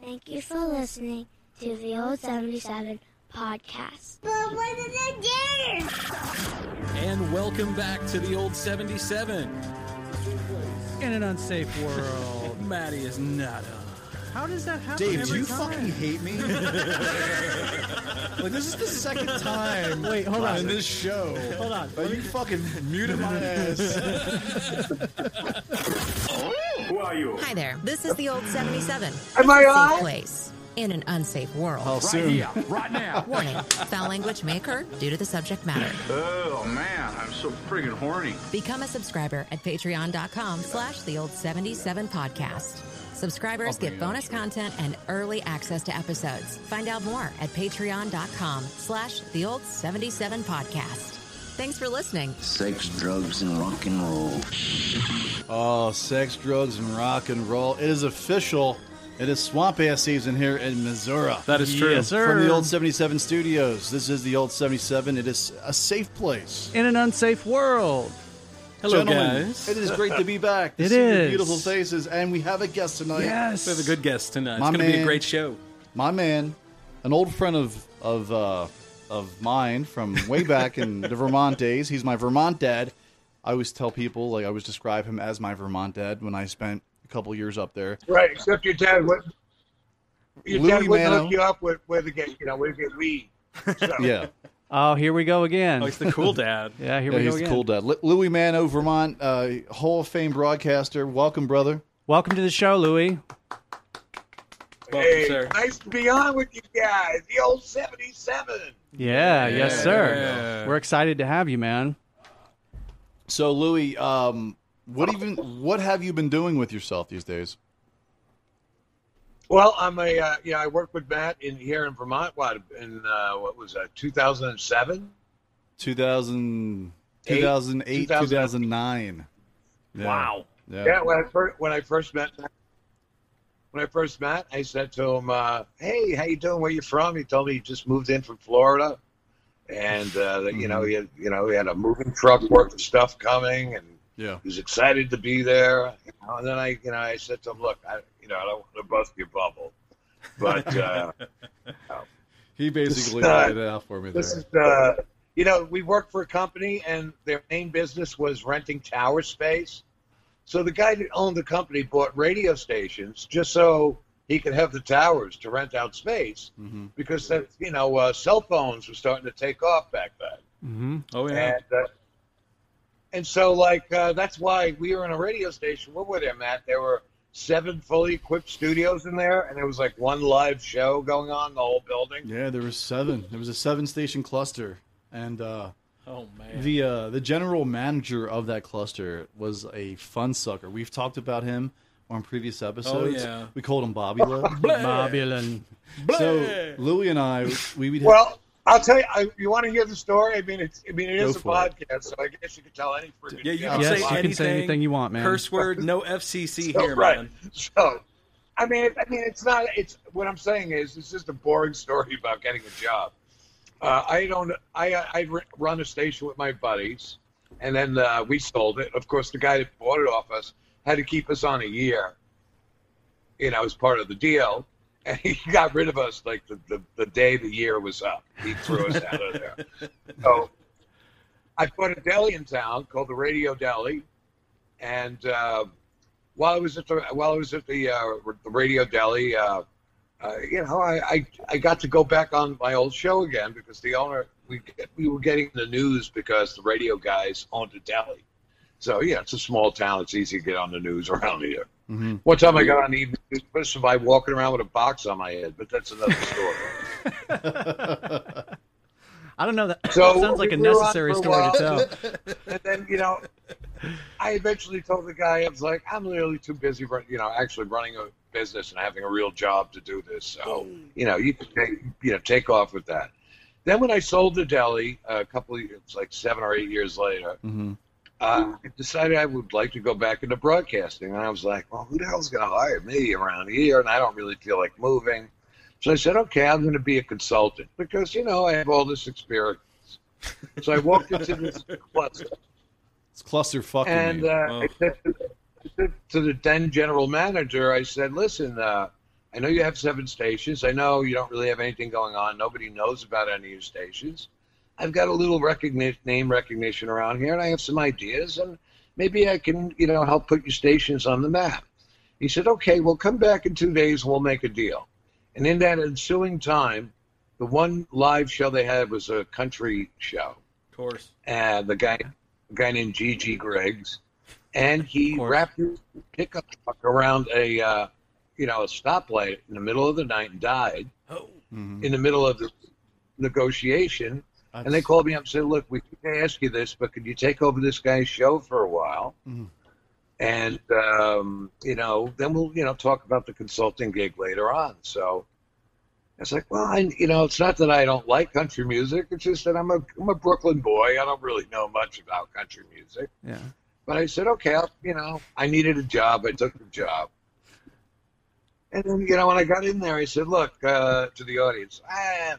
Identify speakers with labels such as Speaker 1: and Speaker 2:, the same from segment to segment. Speaker 1: Thank you for listening to the Old 77 podcast. But what did I do?
Speaker 2: And welcome back to the old 77.
Speaker 3: In an unsafe world.
Speaker 2: Maddie is not on.
Speaker 3: How does that happen
Speaker 4: Dave, do
Speaker 3: every
Speaker 4: you
Speaker 3: time?
Speaker 4: fucking hate me? like this is the second time.
Speaker 3: Wait, hold on.
Speaker 4: In this show,
Speaker 3: Hold on.
Speaker 4: Are you fucking muted my ass?
Speaker 5: Hi there. This is the old 77.
Speaker 6: Am I
Speaker 5: Safe
Speaker 6: on?
Speaker 5: place in an unsafe world.
Speaker 4: soon.
Speaker 5: Warning. Foul language may occur due to the subject matter.
Speaker 7: Oh man, I'm so friggin' horny.
Speaker 5: Become a subscriber at patreon.com slash the old 77 podcast. Subscribers get bonus content and early access to episodes. Find out more at patreon.com slash the old 77 podcast. Thanks for listening.
Speaker 8: Sex, drugs, and rock and roll.
Speaker 4: Oh, sex, drugs, and rock and roll. It is official. It is swamp ass season here in Missouri.
Speaker 2: That is true.
Speaker 3: Yes, sir.
Speaker 4: From the old 77 studios. This is the old 77. It is a safe place.
Speaker 3: In an unsafe world.
Speaker 2: Hello,
Speaker 4: Gentlemen,
Speaker 2: guys.
Speaker 4: It is great to be back. To
Speaker 3: It
Speaker 4: see
Speaker 3: is.
Speaker 4: Your beautiful faces, and we have a guest tonight.
Speaker 3: Yes.
Speaker 2: We have a good guest tonight.
Speaker 4: My
Speaker 2: it's going to be a
Speaker 4: man.
Speaker 2: great show.
Speaker 4: my man, an old friend of of uh, of mine from way back in the Vermont days. He's my Vermont dad. I always tell people like I always describe him as my Vermont dad when I spent a couple years up there.
Speaker 6: Right, except your dad would. Your
Speaker 4: Louis
Speaker 6: dad would
Speaker 4: Mano.
Speaker 6: hook you up with where to get, you know, where to get weed. So,
Speaker 4: Yeah,
Speaker 3: Oh, here we go again.
Speaker 2: Oh, he's the cool dad.
Speaker 3: yeah, here
Speaker 4: yeah
Speaker 3: we go
Speaker 4: he's a
Speaker 3: again.
Speaker 4: cool dad. L- Louis Mano, Vermont uh, Hall of Fame broadcaster. Welcome, brother.
Speaker 3: Welcome to the show, Louis.
Speaker 2: Welcome,
Speaker 6: hey,
Speaker 2: sir.
Speaker 6: nice to be on with you guys. The old '77.
Speaker 3: Yeah, yes, sir.
Speaker 2: Yeah.
Speaker 3: We're excited to have you, man.
Speaker 4: So, Louis, um, what even what have you been doing with yourself these days?
Speaker 6: Well, I'm a, uh, you know, I worked with Matt in here in Vermont. What in uh, what was that? 2007.
Speaker 4: 2000,
Speaker 6: Eight,
Speaker 4: 2008,
Speaker 6: 2000.
Speaker 4: 2009. Yeah.
Speaker 2: Wow.
Speaker 4: Yeah.
Speaker 6: Yeah, when I first when I first met when I first met, I said to him, uh, "Hey, how you doing? Where you from?" He told me he just moved in from Florida, and uh, that, you
Speaker 4: Mm-hmm.
Speaker 6: know he had you know he had a moving truck work of stuff coming, and
Speaker 4: Yeah.
Speaker 6: he was excited to be there. You know, and then I you know I said to him, "Look, I you know I don't want to bust your bubble, but uh,
Speaker 4: He basically
Speaker 6: This, uh,
Speaker 4: laid it out for me there.
Speaker 6: this is uh, you know we worked for a company, and their main business was renting tower space." So the guy that owned the company bought radio stations just so he could have the towers to rent out space
Speaker 4: mm-hmm.
Speaker 6: because that you know uh, cell phones were starting to take off back then.
Speaker 3: Mm-hmm.
Speaker 2: Oh, yeah.
Speaker 6: And, uh, and so like uh, that's why we were in a radio station. What were there, Matt? There were seven fully equipped studios in there, and there was like one live show going on in the whole building.
Speaker 4: Yeah, there was seven. There was a seven station cluster, and uh,
Speaker 2: Oh, man.
Speaker 4: the uh, the general manager of that cluster was a fun sucker. We've talked about him on previous episodes.
Speaker 2: yeah.
Speaker 4: We called him Bobby Love.
Speaker 3: Bobulin.
Speaker 4: so Louie and I, we would
Speaker 6: Well, I'll tell you. I, you want to hear the story? I mean, it's. I mean, it
Speaker 4: Go
Speaker 6: is a
Speaker 4: for it.
Speaker 6: podcast, so I guess you could tell any. friggin'
Speaker 2: Yeah, you
Speaker 6: joke.
Speaker 2: can
Speaker 3: Yes,
Speaker 2: say
Speaker 3: you
Speaker 2: anything.
Speaker 3: can say anything you want, man.
Speaker 2: Curse word, no FCC here,
Speaker 6: right.
Speaker 2: man.
Speaker 6: So, I mean, I mean, it's not. It's what I'm saying is, it's just a boring story about getting a job. Uh, I don't. I I r- run a station with my buddies, and then uh, we sold it. Of course, the guy that bought it off us had to keep us on a year. You know, as part of the deal, and he got rid of us like the the, the day the year was up. He threw us out of there. So, I put a deli in town called the Radio Deli, and. Uh, while I was at the while I was at the, uh, the radio deli, uh, uh, you know, I, I I got to go back on my old show again because the owner we we were getting the news because the radio guys owned a deli, so yeah, it's a small town. It's easy to get on the news around here.
Speaker 4: Mhm.
Speaker 6: One time I got on the evening news first by walking around with a box on my head, but that's another story.
Speaker 3: I don't know that.
Speaker 6: So,
Speaker 3: that sounds like a
Speaker 6: we were on
Speaker 3: necessary
Speaker 6: for a
Speaker 3: story to
Speaker 6: while.
Speaker 3: tell.
Speaker 6: and then you know, I eventually told the guy I was like, I'm literally too busy, run, you know, actually running a business and having a real job to do this. So
Speaker 3: Hmm.
Speaker 6: you know, you can take, you know take off with that. Then when I sold the deli uh, a couple of it's like seven or eight years later,
Speaker 4: hmm
Speaker 6: uh, I decided I would like to go back into broadcasting. And I was like, well, who the hell's going to hire me around here? And I don't really feel like moving. So I said, okay, I'm going to be a consultant because, you know, I have all this experience. So I walked into this cluster
Speaker 4: It's cluster fucking.
Speaker 6: and
Speaker 4: me.
Speaker 6: uh, I said to, I said to the then general manager, I said, listen, uh, I know you have seven stations. I know you don't really have anything going on. Nobody knows about any of your stations. I've got a little recogni- name recognition around here, and I have some ideas, and maybe I can, you know, help put your stations on the map. He said, okay, well, come back in two days, and we'll make a deal. And in that ensuing time, the one live show they had was a country show
Speaker 2: Of course.
Speaker 6: and uh, the guy, a guy named Gigi Griggs, and
Speaker 3: Of
Speaker 6: he
Speaker 3: course.
Speaker 6: wrapped his pickup truck around a, uh, you know, a stoplight in the middle of the night and died
Speaker 2: Oh.
Speaker 4: Mhm.
Speaker 6: in the middle of the negotiation. And they
Speaker 4: That's-
Speaker 6: called me up and said, "Look, we can't ask you this, but could you take over this guy's show for a while?"
Speaker 4: Mhm.
Speaker 6: And um, you know, then we'll you know talk about the consulting gig later on. So it's like, well, I, you know, it's not that I don't like country music. It's just that I'm a I'm a Brooklyn boy. I don't really know much about country music.
Speaker 3: Yeah.
Speaker 6: But I said, okay, I'll, you know, I needed a job. I took the job. And then, you know, when I got in there, I said, look, uh, to the audience, ah, I,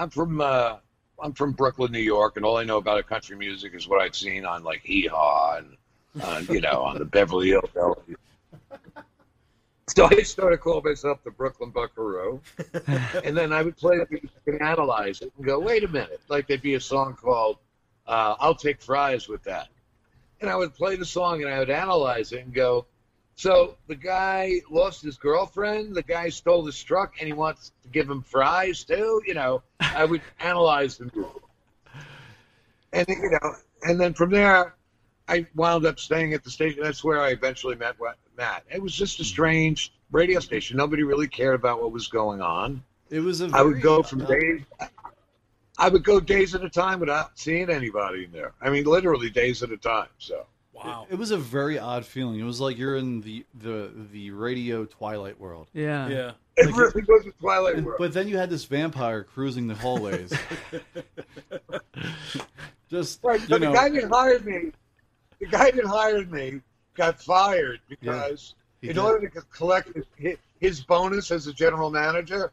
Speaker 6: I'm from, uh, I'm from Brooklyn, New York, and all I know about country music is what I'd seen on like Hee Haw and, on, you know, on the Beverly Hills. So I started calling myself the Brooklyn Buckaroo, and then I would play the music and analyze it and go, wait a minute, like there'd be a song called uh, "I'll Take Fries with That," and I would play the song and I would analyze it and go, so the guy lost his girlfriend, the guy stole his truck, and he wants to give him fries too. You know, I would analyze the movie, and you know, and then from there, I wound up staying at the station. That's where I eventually met Wa- Matt. It was just a strange radio station. Nobody really cared about what was going on.
Speaker 4: It was a
Speaker 6: I would
Speaker 4: very-
Speaker 6: go from
Speaker 4: uh,
Speaker 6: days. I would go days at a time without seeing anybody in there. I mean, literally days at a time. So.
Speaker 2: Wow.
Speaker 4: It was a very odd feeling. It was like you're in the the the radio twilight world.
Speaker 3: Yeah.
Speaker 2: yeah.
Speaker 6: It really was a Twilight
Speaker 4: And-
Speaker 6: World.
Speaker 4: but then you had this vampire cruising the hallways. Just
Speaker 6: Right,
Speaker 4: you
Speaker 6: but
Speaker 4: know,
Speaker 6: the guy that hired me, the guy that hired me, got fired because
Speaker 4: he
Speaker 6: in
Speaker 4: did.
Speaker 6: order to collect his, his bonus as a general manager,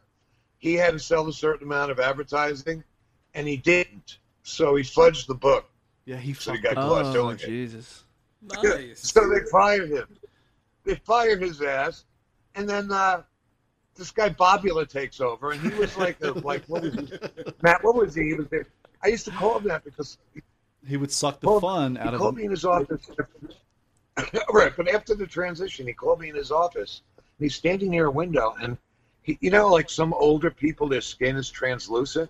Speaker 6: he had to sell a certain amount of advertising, and he didn't. So he fudged the book.
Speaker 4: yeah, he
Speaker 6: So the
Speaker 4: fucked
Speaker 6: guy-
Speaker 4: up.
Speaker 6: Well,
Speaker 3: Oh
Speaker 6: doing it.
Speaker 3: Jesus.
Speaker 2: Nice.
Speaker 6: So they fired him. They fired his ass, and then uh, this guy Bobula takes over, and he was like, a, like what was he? Matt? What was he? He was there. I used to call him that because
Speaker 4: He would suck the
Speaker 6: Well,
Speaker 4: fun
Speaker 6: He
Speaker 4: out of
Speaker 6: called
Speaker 4: them.
Speaker 6: me in his office. right, but after the transition, he called me in his office. And he's standing near a window, and he, you know, like some older people, their skin is translucent.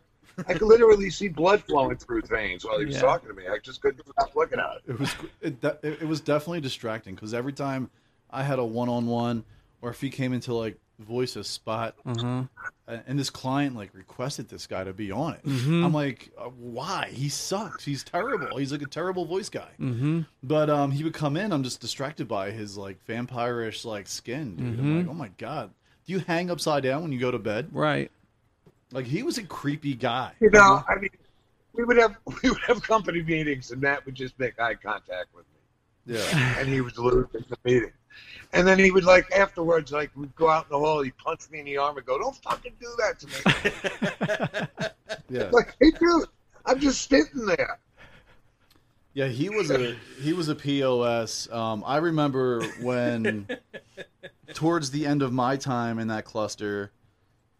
Speaker 6: I could literally see blood flowing through veins while he was
Speaker 3: Yeah.
Speaker 6: talking to me. I just couldn't stop looking at it.
Speaker 4: It was it, de- it it was definitely distracting because every time I had a one on one, or if he came into like voice a spot,
Speaker 3: Uh huh.
Speaker 4: a- and this client like requested this guy to be on it,
Speaker 3: Mhm.
Speaker 4: I'm like, uh, why? He sucks. He's terrible. He's like a terrible voice guy.
Speaker 3: Mm-hmm.
Speaker 4: But um, he would come in. I'm just distracted by his like vampirish like skin, dude. I'm like, oh my god. Do you hang upside down when you go to bed?
Speaker 3: Right.
Speaker 4: Like he was a creepy guy.
Speaker 6: You know, I mean, we would have we would have company meetings, and Matt would just make eye contact with me.
Speaker 4: Yeah.
Speaker 6: and he was losing the meeting. And then he would like afterwards, like we'd go out in the hall, he'd punch me in the arm and go, Don't fucking do that to me.
Speaker 4: Yeah.
Speaker 6: like, hey dude, I'm just sitting there.
Speaker 4: Yeah, he was a he was a pos. Um, I remember when towards the end of my time in that cluster,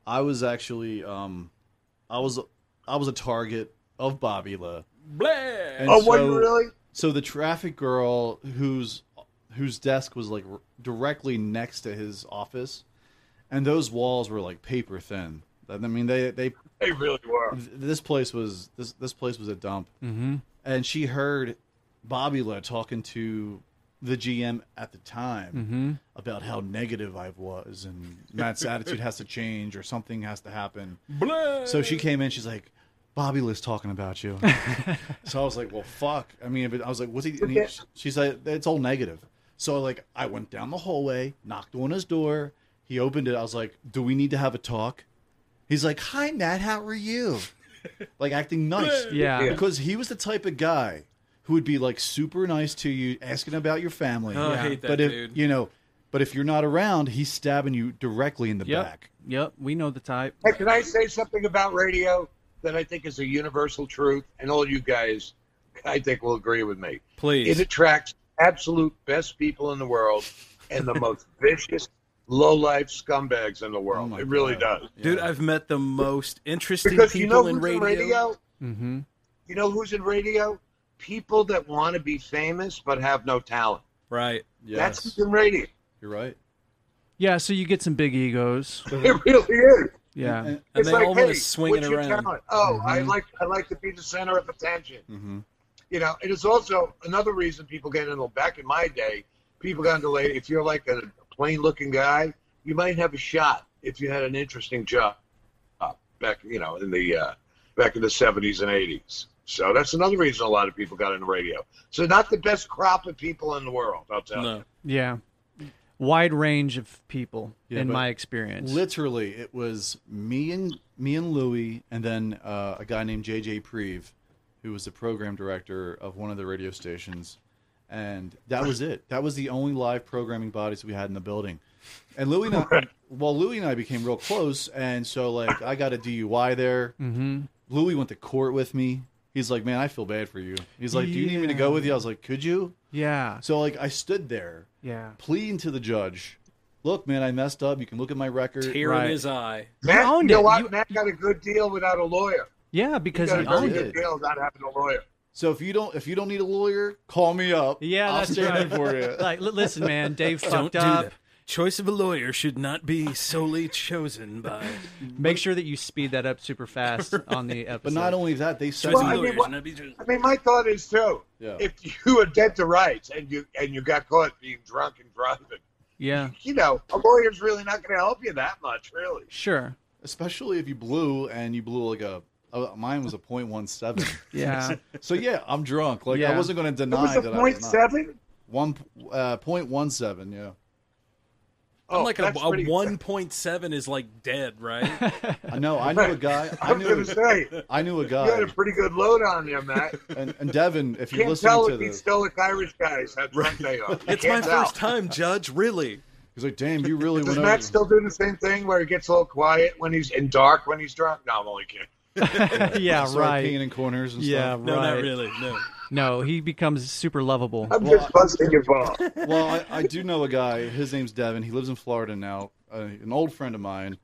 Speaker 4: I was actually um, I was I was a target of Bobula.
Speaker 2: Blah.
Speaker 4: And
Speaker 6: oh, what
Speaker 4: so-
Speaker 6: really?
Speaker 4: So the traffic girl whose whose desk was like r- directly next to his office, and those walls were like paper thin. I mean, they they
Speaker 6: They really were.
Speaker 4: this place was this this place was a dump
Speaker 3: Mm-hmm.
Speaker 4: and she heard Bobula talking to the GM at the time
Speaker 3: Mm-hmm.
Speaker 4: about how negative I was and Matt's attitude has to change or something has to happen.
Speaker 2: Blah.
Speaker 4: So she came in, she's like, Bobula's talking about you. so I was like, well, fuck. I mean, but I was like, what's he? And he she said, it's all negative. So like, I went down the hallway, knocked on his door. He opened it. I was like, do we need to have a talk? He's like, hi, Matt, how are you? like acting nice.
Speaker 3: Yeah.
Speaker 6: Yeah.
Speaker 4: Because he was the type of guy who would be like super nice to you, asking about your family.
Speaker 2: Oh, I hate that
Speaker 4: but if
Speaker 2: dude.
Speaker 4: you know, but if you're not around, he's stabbing you directly in the
Speaker 3: Yep.
Speaker 4: back.
Speaker 3: Yep. We know the type.
Speaker 6: Hey, can I say something about radio that I think is a universal truth? And all you guys, I think, will agree with me.
Speaker 2: Please.
Speaker 6: It attracts absolute best people in the world and the most vicious, low life scumbags in the world.
Speaker 4: Oh my
Speaker 6: it really
Speaker 4: God.
Speaker 6: does.
Speaker 2: Dude, I've met the most interesting
Speaker 6: Because
Speaker 2: people
Speaker 6: you know who's
Speaker 2: in radio.
Speaker 3: Mm-hmm.
Speaker 6: You know who's in radio? People that want to be famous but have no talent.
Speaker 2: Right.
Speaker 4: Yes,
Speaker 6: That's who's in radio.
Speaker 4: you're right.
Speaker 3: Yeah, so you get some big egos.
Speaker 6: It really is.
Speaker 3: Yeah.
Speaker 2: And
Speaker 6: it's
Speaker 2: they
Speaker 6: like,
Speaker 2: all
Speaker 6: hey,
Speaker 2: want to swing it
Speaker 6: what's your
Speaker 2: around. Mm-hmm.
Speaker 6: talent? Oh, I
Speaker 3: Mhm.
Speaker 6: like I like to be the center of attention.
Speaker 4: Mm-hmm.
Speaker 6: You know, it is also another reason people get into back in my day, people got into late. If you're like a plain looking guy, you might have a shot if you had an interesting job uh, back you know in the uh, back in the 70s and 80s. So that's another reason a lot of people got into radio. So not the best crop of people in the world, I'll tell you.
Speaker 2: No.
Speaker 3: Yeah. Wide range of people
Speaker 4: Yeah,
Speaker 3: in
Speaker 4: but
Speaker 3: my experience.
Speaker 4: Literally, it was me and me and Louie, and then uh, a guy named JJ Preve, who was the program director of one of the radio stations, and that was it. That was the only live programming bodies we had in the building. And Louie and I, well, Louie and I became real close, and so like I got a DUI there.
Speaker 3: mm-hmm.
Speaker 4: Louie went to court with me. He's like, man, I feel bad for you. He's like, do you need me to go with you? I was like, could you?
Speaker 3: Yeah.
Speaker 4: So like I stood there
Speaker 3: Yeah.
Speaker 4: pleading to the judge, look, man, I messed up. You can look at my record.
Speaker 2: Tear
Speaker 3: Right.
Speaker 2: in his eye.
Speaker 6: Matt,
Speaker 3: owned
Speaker 6: you know
Speaker 3: it.
Speaker 6: what?
Speaker 3: You-
Speaker 6: Matt got a good deal without a lawyer.
Speaker 3: Yeah, because
Speaker 6: got
Speaker 3: he
Speaker 6: a very
Speaker 3: owned
Speaker 4: it.
Speaker 6: good deal without having a lawyer.
Speaker 4: So if you don't if you don't need a lawyer, call me up.
Speaker 3: Yeah,
Speaker 4: I'll
Speaker 3: that's
Speaker 4: stand
Speaker 3: right.
Speaker 4: in for you.
Speaker 3: Like, li- listen, man, Dave
Speaker 2: Don't
Speaker 3: fucked
Speaker 2: do
Speaker 3: up.
Speaker 2: that. Choice of a lawyer should not be solely chosen by.
Speaker 3: Make sure that you speed that up super fast on the episode.
Speaker 4: But not only that, they said
Speaker 2: Choice of
Speaker 6: I mean,
Speaker 2: lawyers
Speaker 6: what-
Speaker 2: not be chosen.
Speaker 6: I mean, my thought is too.
Speaker 4: Yeah.
Speaker 6: If you were dead to rights and you and you got caught being drunk and driving,
Speaker 3: Yeah,
Speaker 6: you know, a lawyer's really not going to help you that much, really.
Speaker 3: sure.
Speaker 4: especially if you blew and you blew like a oh, mine was a point one seven.
Speaker 3: Yeah,
Speaker 4: So yeah, I'm drunk. Like I
Speaker 3: Yeah.
Speaker 4: wasn't going to
Speaker 6: It
Speaker 4: deny
Speaker 6: was a
Speaker 4: that I
Speaker 6: point
Speaker 4: was not.
Speaker 6: seven.
Speaker 4: One uh, point one seven. Yeah,
Speaker 6: Oh,
Speaker 2: I'm like a,
Speaker 6: that's
Speaker 2: a
Speaker 6: pretty-
Speaker 2: 1.7 is like dead, right?
Speaker 4: I know. I knew a guy. I
Speaker 6: I'm
Speaker 4: knew.
Speaker 6: going to say
Speaker 4: I knew a
Speaker 6: you had a
Speaker 4: guy.
Speaker 6: pretty good load on there, Matt.
Speaker 4: And, and Devin, if you
Speaker 6: Can't
Speaker 4: listen
Speaker 6: tell
Speaker 4: to
Speaker 6: if these
Speaker 4: this,
Speaker 6: stoic Irish guys how drunk they are. You
Speaker 2: It's my
Speaker 6: can't tell.
Speaker 2: first time, Judge. Really?
Speaker 4: he's like, "Damn, you really
Speaker 6: Does
Speaker 4: went
Speaker 6: Matt
Speaker 4: over."
Speaker 6: still do the same thing where he gets a little quiet when he's in dark when he's drunk? No, I'm only kidding.
Speaker 3: yeah,
Speaker 4: Started peeing
Speaker 3: right.
Speaker 4: in corners and
Speaker 3: Yeah,
Speaker 4: stuff.
Speaker 3: right.
Speaker 2: No, not really. No.
Speaker 3: No, he becomes super lovable.
Speaker 6: I'm
Speaker 4: Well,
Speaker 6: just busting your ball.
Speaker 4: well, I, I do know a guy. His name's Devin. He lives in Florida now. Uh, an old friend of mine,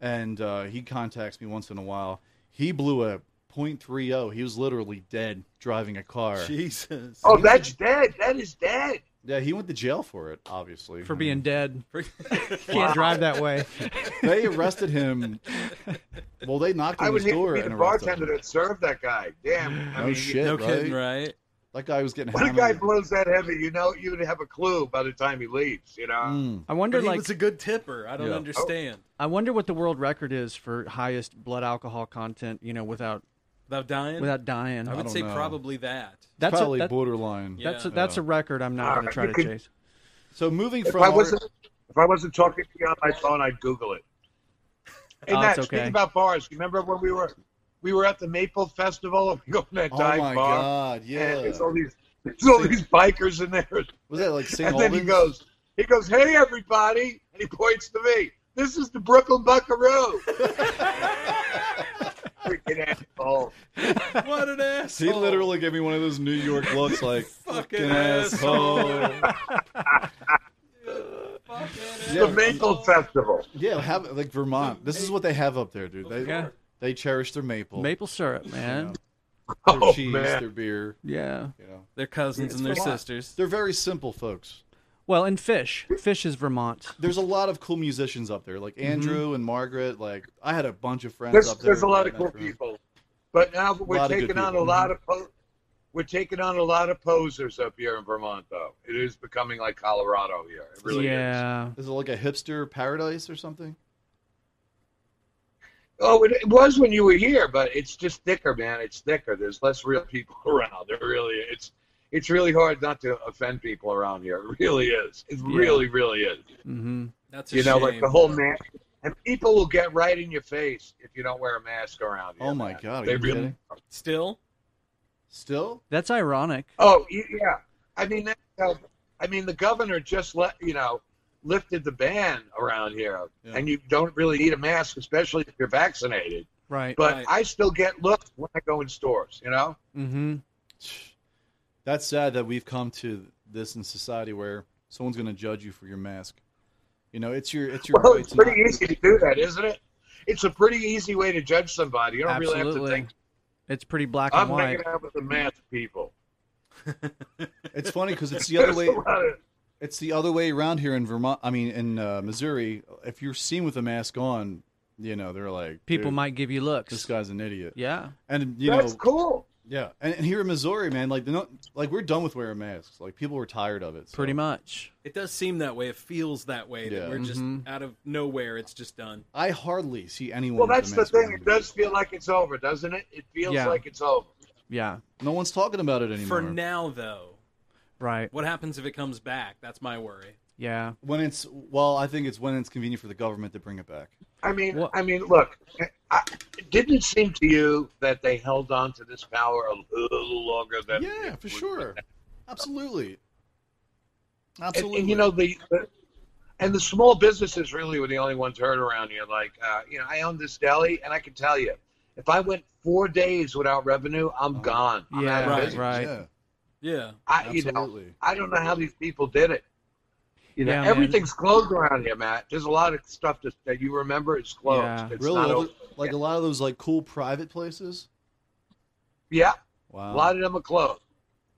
Speaker 4: and uh, he contacts me once in a while. He blew a .30. He was literally dead driving a car.
Speaker 2: Jesus.
Speaker 6: Oh, that's dead. That is dead.
Speaker 4: Yeah, he went to jail for it. Obviously,
Speaker 3: For being dead, can't drive that way.
Speaker 4: they arrested him. Well, they knocked
Speaker 6: I
Speaker 4: on
Speaker 6: would
Speaker 4: his
Speaker 6: hate to
Speaker 4: door
Speaker 6: be
Speaker 4: and
Speaker 6: the
Speaker 4: arrested
Speaker 6: bartender
Speaker 4: him.
Speaker 6: that served that guy. Damn. I
Speaker 4: No
Speaker 6: mean,
Speaker 4: shit,
Speaker 2: no
Speaker 4: right?
Speaker 2: kidding, right?
Speaker 4: That guy was getting
Speaker 6: When a
Speaker 4: hammered.
Speaker 6: guy blows that heavy, you know, you'd have a clue by the time he leaves, you know?
Speaker 4: Mm.
Speaker 3: I wonder,
Speaker 2: But he
Speaker 3: like,
Speaker 2: was a good tipper. I don't
Speaker 4: Yeah.
Speaker 2: understand.
Speaker 3: I wonder what the world record is for highest blood alcohol content. You know, without
Speaker 2: Without dying?
Speaker 3: without dying.
Speaker 2: I would
Speaker 4: don't
Speaker 2: say
Speaker 4: know.
Speaker 2: probably that.
Speaker 3: that's
Speaker 4: probably
Speaker 3: a, that-
Speaker 4: borderline.
Speaker 2: Yeah.
Speaker 3: that's a, that's a record. I'm not going to try to
Speaker 6: You can-
Speaker 3: chase.
Speaker 4: So moving
Speaker 6: If
Speaker 4: from
Speaker 6: I
Speaker 4: our-
Speaker 6: wasn't if I wasn't talking to you on my phone, I'd Google it. Hey,
Speaker 3: Oh,
Speaker 6: Matt,
Speaker 3: it's okay.
Speaker 6: speaking about bars, you remember when we were we were at the Maple Festival and we go in that
Speaker 4: oh
Speaker 6: dive
Speaker 4: my
Speaker 6: bar?
Speaker 4: god, yeah,
Speaker 6: And there's all these there's all these bikers in there.
Speaker 4: was that like St.
Speaker 6: And then he
Speaker 4: Albans?
Speaker 6: goes, he goes, hey everybody, and he points to me. This is the Brooklyn Buckaroo. Freaking asshole.
Speaker 2: What an asshole.
Speaker 4: He literally gave me one of those New York looks like
Speaker 2: Fucking
Speaker 4: Oh. fucking asshole.
Speaker 6: The
Speaker 4: yeah,
Speaker 6: Maple Festival.
Speaker 4: yeah, have like Vermont. This is what they have up there, dude. They
Speaker 3: Yeah.
Speaker 4: they cherish their maple,
Speaker 3: Maple syrup, man.
Speaker 4: their
Speaker 6: Oh,
Speaker 4: cheese,
Speaker 6: man.
Speaker 4: their beer.
Speaker 3: Yeah.
Speaker 4: You know,
Speaker 2: Their cousins and their
Speaker 4: Vermont.
Speaker 2: sisters.
Speaker 4: They're very simple folks.
Speaker 3: Well, and fish. Fish is Vermont.
Speaker 4: There's a lot of cool musicians up there, like Andrew and Margaret. Like I had a bunch of friends
Speaker 6: Mm-hmm. There's,
Speaker 4: up there.
Speaker 6: there's a lot of
Speaker 4: that
Speaker 6: cool
Speaker 4: I met from.
Speaker 6: people, but now we're
Speaker 4: Lot of good
Speaker 6: taking on a
Speaker 4: people.
Speaker 6: lot of po- we're taking on a lot of posers up here in Vermont, though. It is becoming like Colorado here. It really is.
Speaker 3: yeah.
Speaker 4: Is it like a hipster paradise or something?
Speaker 6: Oh, it, it was when you were here, but it's just thicker, man. It's thicker. There's less real people around. It really, it's it's really hard not to offend people around here. It really is. It really, really is.
Speaker 3: Mm-hmm.
Speaker 2: That's a
Speaker 6: You know,
Speaker 2: shame.
Speaker 6: like the whole mask. And people will get right in your face if you don't wear a mask around. here,
Speaker 4: oh my
Speaker 6: man.
Speaker 4: god, are
Speaker 6: They
Speaker 4: you
Speaker 6: really
Speaker 4: kidding?
Speaker 2: Still?
Speaker 4: Still,
Speaker 3: That's ironic.
Speaker 6: Oh y- yeah, I mean that. Uh, I mean the governor just let you know lifted the ban around here,
Speaker 4: Yeah.
Speaker 6: and you don't really need a mask, especially if you're vaccinated.
Speaker 3: Right.
Speaker 6: But
Speaker 2: Right.
Speaker 6: I still get looked when I go in stores. You know,
Speaker 3: Mm-hmm.
Speaker 4: that's sad that we've come to this in society where someone's going to judge you for your mask. You know, it's your it's your
Speaker 6: Well,
Speaker 4: right
Speaker 6: it's
Speaker 4: to
Speaker 6: pretty
Speaker 4: not-
Speaker 6: easy to do that, isn't it? It's a pretty easy way to judge somebody. You don't really have
Speaker 3: Absolutely.
Speaker 6: to think.
Speaker 3: it's pretty black
Speaker 6: I'm
Speaker 3: and white.
Speaker 6: hanging out with the math people.
Speaker 4: It's funny because it's the other way.
Speaker 6: There's a lot of-
Speaker 4: It's the other way around here in Vermont. I mean, in uh, Missouri, if you're seen with a mask on, you know they're like
Speaker 3: People
Speaker 4: "Dude,
Speaker 3: might give you
Speaker 4: This
Speaker 3: looks.
Speaker 4: guy's an idiot.
Speaker 3: Yeah.
Speaker 4: And you
Speaker 6: that's
Speaker 4: know,
Speaker 6: cool.
Speaker 4: yeah. And, and here in Missouri, man, like they don't, like we're done with wearing masks. Like people were tired of it. so-
Speaker 3: Pretty much.
Speaker 2: It does seem that way. It feels that way.
Speaker 4: Yeah.
Speaker 2: That we're just
Speaker 3: Mhm.
Speaker 2: out of nowhere. It's just done.
Speaker 4: I hardly see anyone.
Speaker 6: Well,
Speaker 4: with a
Speaker 6: that's the
Speaker 4: mask
Speaker 6: thing.
Speaker 4: around
Speaker 6: It
Speaker 4: me.
Speaker 6: does feel like it's over, doesn't it? It feels
Speaker 3: Yeah.
Speaker 6: like it's over.
Speaker 3: Yeah.
Speaker 4: No one's talking about it anymore.
Speaker 2: For now, though,
Speaker 3: Right.
Speaker 2: what happens if it comes back? That's my worry.
Speaker 3: Yeah.
Speaker 4: when it's well, I think it's when it's convenient for the government to bring it back.
Speaker 6: I mean,
Speaker 3: What-
Speaker 6: I mean, look. I, it didn't seem to you that they held on to this power a little longer than
Speaker 4: Yeah, for sure. Absolutely.
Speaker 6: And,
Speaker 4: Absolutely.
Speaker 6: and, you know the, the and the small businesses really were the only ones hurt around here. Like uh, you know, I own this deli, and I can tell you, if I went four days without revenue, I'm gone.
Speaker 3: Oh.
Speaker 6: I'm out
Speaker 3: Yeah.
Speaker 6: of
Speaker 3: Right.
Speaker 6: business.
Speaker 3: Right.
Speaker 4: Yeah,
Speaker 2: Yeah.
Speaker 6: I, you know,
Speaker 4: absolutely.
Speaker 6: I don't know how these people did it. You know,
Speaker 3: Yeah, man.
Speaker 6: everything's closed around here, Matt. There's a lot of stuff that, that you remember is closed.
Speaker 3: Yeah.
Speaker 6: It's
Speaker 4: Really,
Speaker 6: not
Speaker 4: all
Speaker 6: open.
Speaker 4: the- like a lot of those like cool private places.
Speaker 6: yeah,
Speaker 4: Wow.
Speaker 6: a lot of them are closed.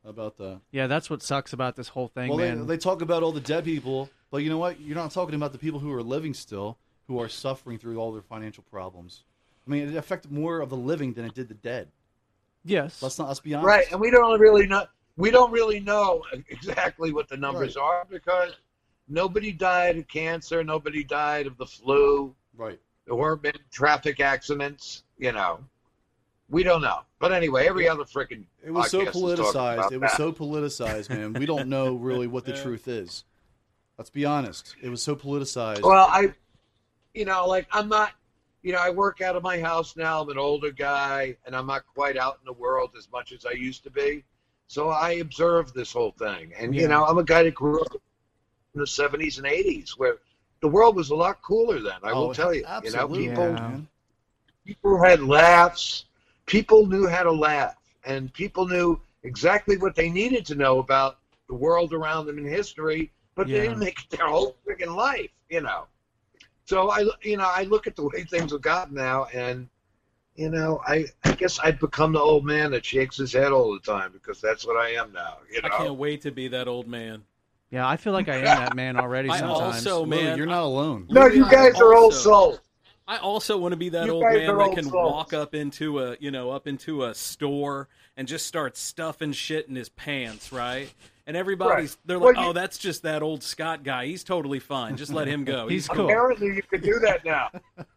Speaker 4: How about that.
Speaker 3: Yeah. That's what sucks about this whole thing,
Speaker 4: Well, they,
Speaker 3: man.
Speaker 4: they talk about all the dead people, but you know what? You're not talking about the people who are living still, who are suffering through all their financial problems. I mean, it affected more of the living than it did the dead.
Speaker 3: yes.
Speaker 4: Let's not let's be honest.
Speaker 6: Right, and we don't really know. We don't really know exactly what the numbers are because nobody died of cancer. Nobody died of the flu.
Speaker 4: Right.
Speaker 6: There weren't been traffic accidents. You know, we don't know. But anyway, every other freaking
Speaker 4: It was so politicized. It was
Speaker 6: that.
Speaker 4: so politicized, man. We don't know really what the truth is. Let's be honest. It was so politicized.
Speaker 6: Well, I, you know, like I'm not, you know, I work out of my house now. I'm an older guy, and I'm not quite out in the world as much as I used to be. So I observe this whole thing, and
Speaker 3: Yeah.
Speaker 6: you know, I'm a guy that grew up in the '70s and '80s, where the world was a lot cooler then. I
Speaker 4: Oh,
Speaker 6: will tell you,
Speaker 4: absolutely,
Speaker 6: you know, people
Speaker 3: Yeah.
Speaker 4: man.
Speaker 6: people had laughs. People knew how to laugh, and people knew exactly what they needed to know about the world around them in history. But
Speaker 3: Yeah.
Speaker 6: they didn't make it their whole freaking life, you know. So I, you know, I look at the way things have gotten now, and you know, I, I guess I've become the old man that shakes his head all the time because that's what I am now. You
Speaker 2: I can't
Speaker 6: know,
Speaker 2: wait to be that old man.
Speaker 3: yeah. I feel like I am that man already
Speaker 2: I
Speaker 3: sometimes.
Speaker 2: also,
Speaker 4: Lou,
Speaker 2: man,
Speaker 4: you're not alone.
Speaker 6: no,
Speaker 2: Maybe
Speaker 6: you
Speaker 2: I
Speaker 6: guys are old
Speaker 2: also-
Speaker 6: souls.
Speaker 2: I also want to be that
Speaker 6: You
Speaker 2: old
Speaker 6: guys
Speaker 2: man
Speaker 6: are
Speaker 2: that
Speaker 6: old
Speaker 2: can
Speaker 6: souls.
Speaker 2: walk up into a you know up into a store and just start stuffing shit in his pants, right? And everybody's
Speaker 6: Right.
Speaker 2: they're
Speaker 6: Well,
Speaker 2: like,
Speaker 6: you-
Speaker 2: "Oh, that's just that old Scott guy. He's totally fine. Just let him go.
Speaker 3: He's
Speaker 2: He's,
Speaker 3: cool.
Speaker 6: Apparently, you could do that now.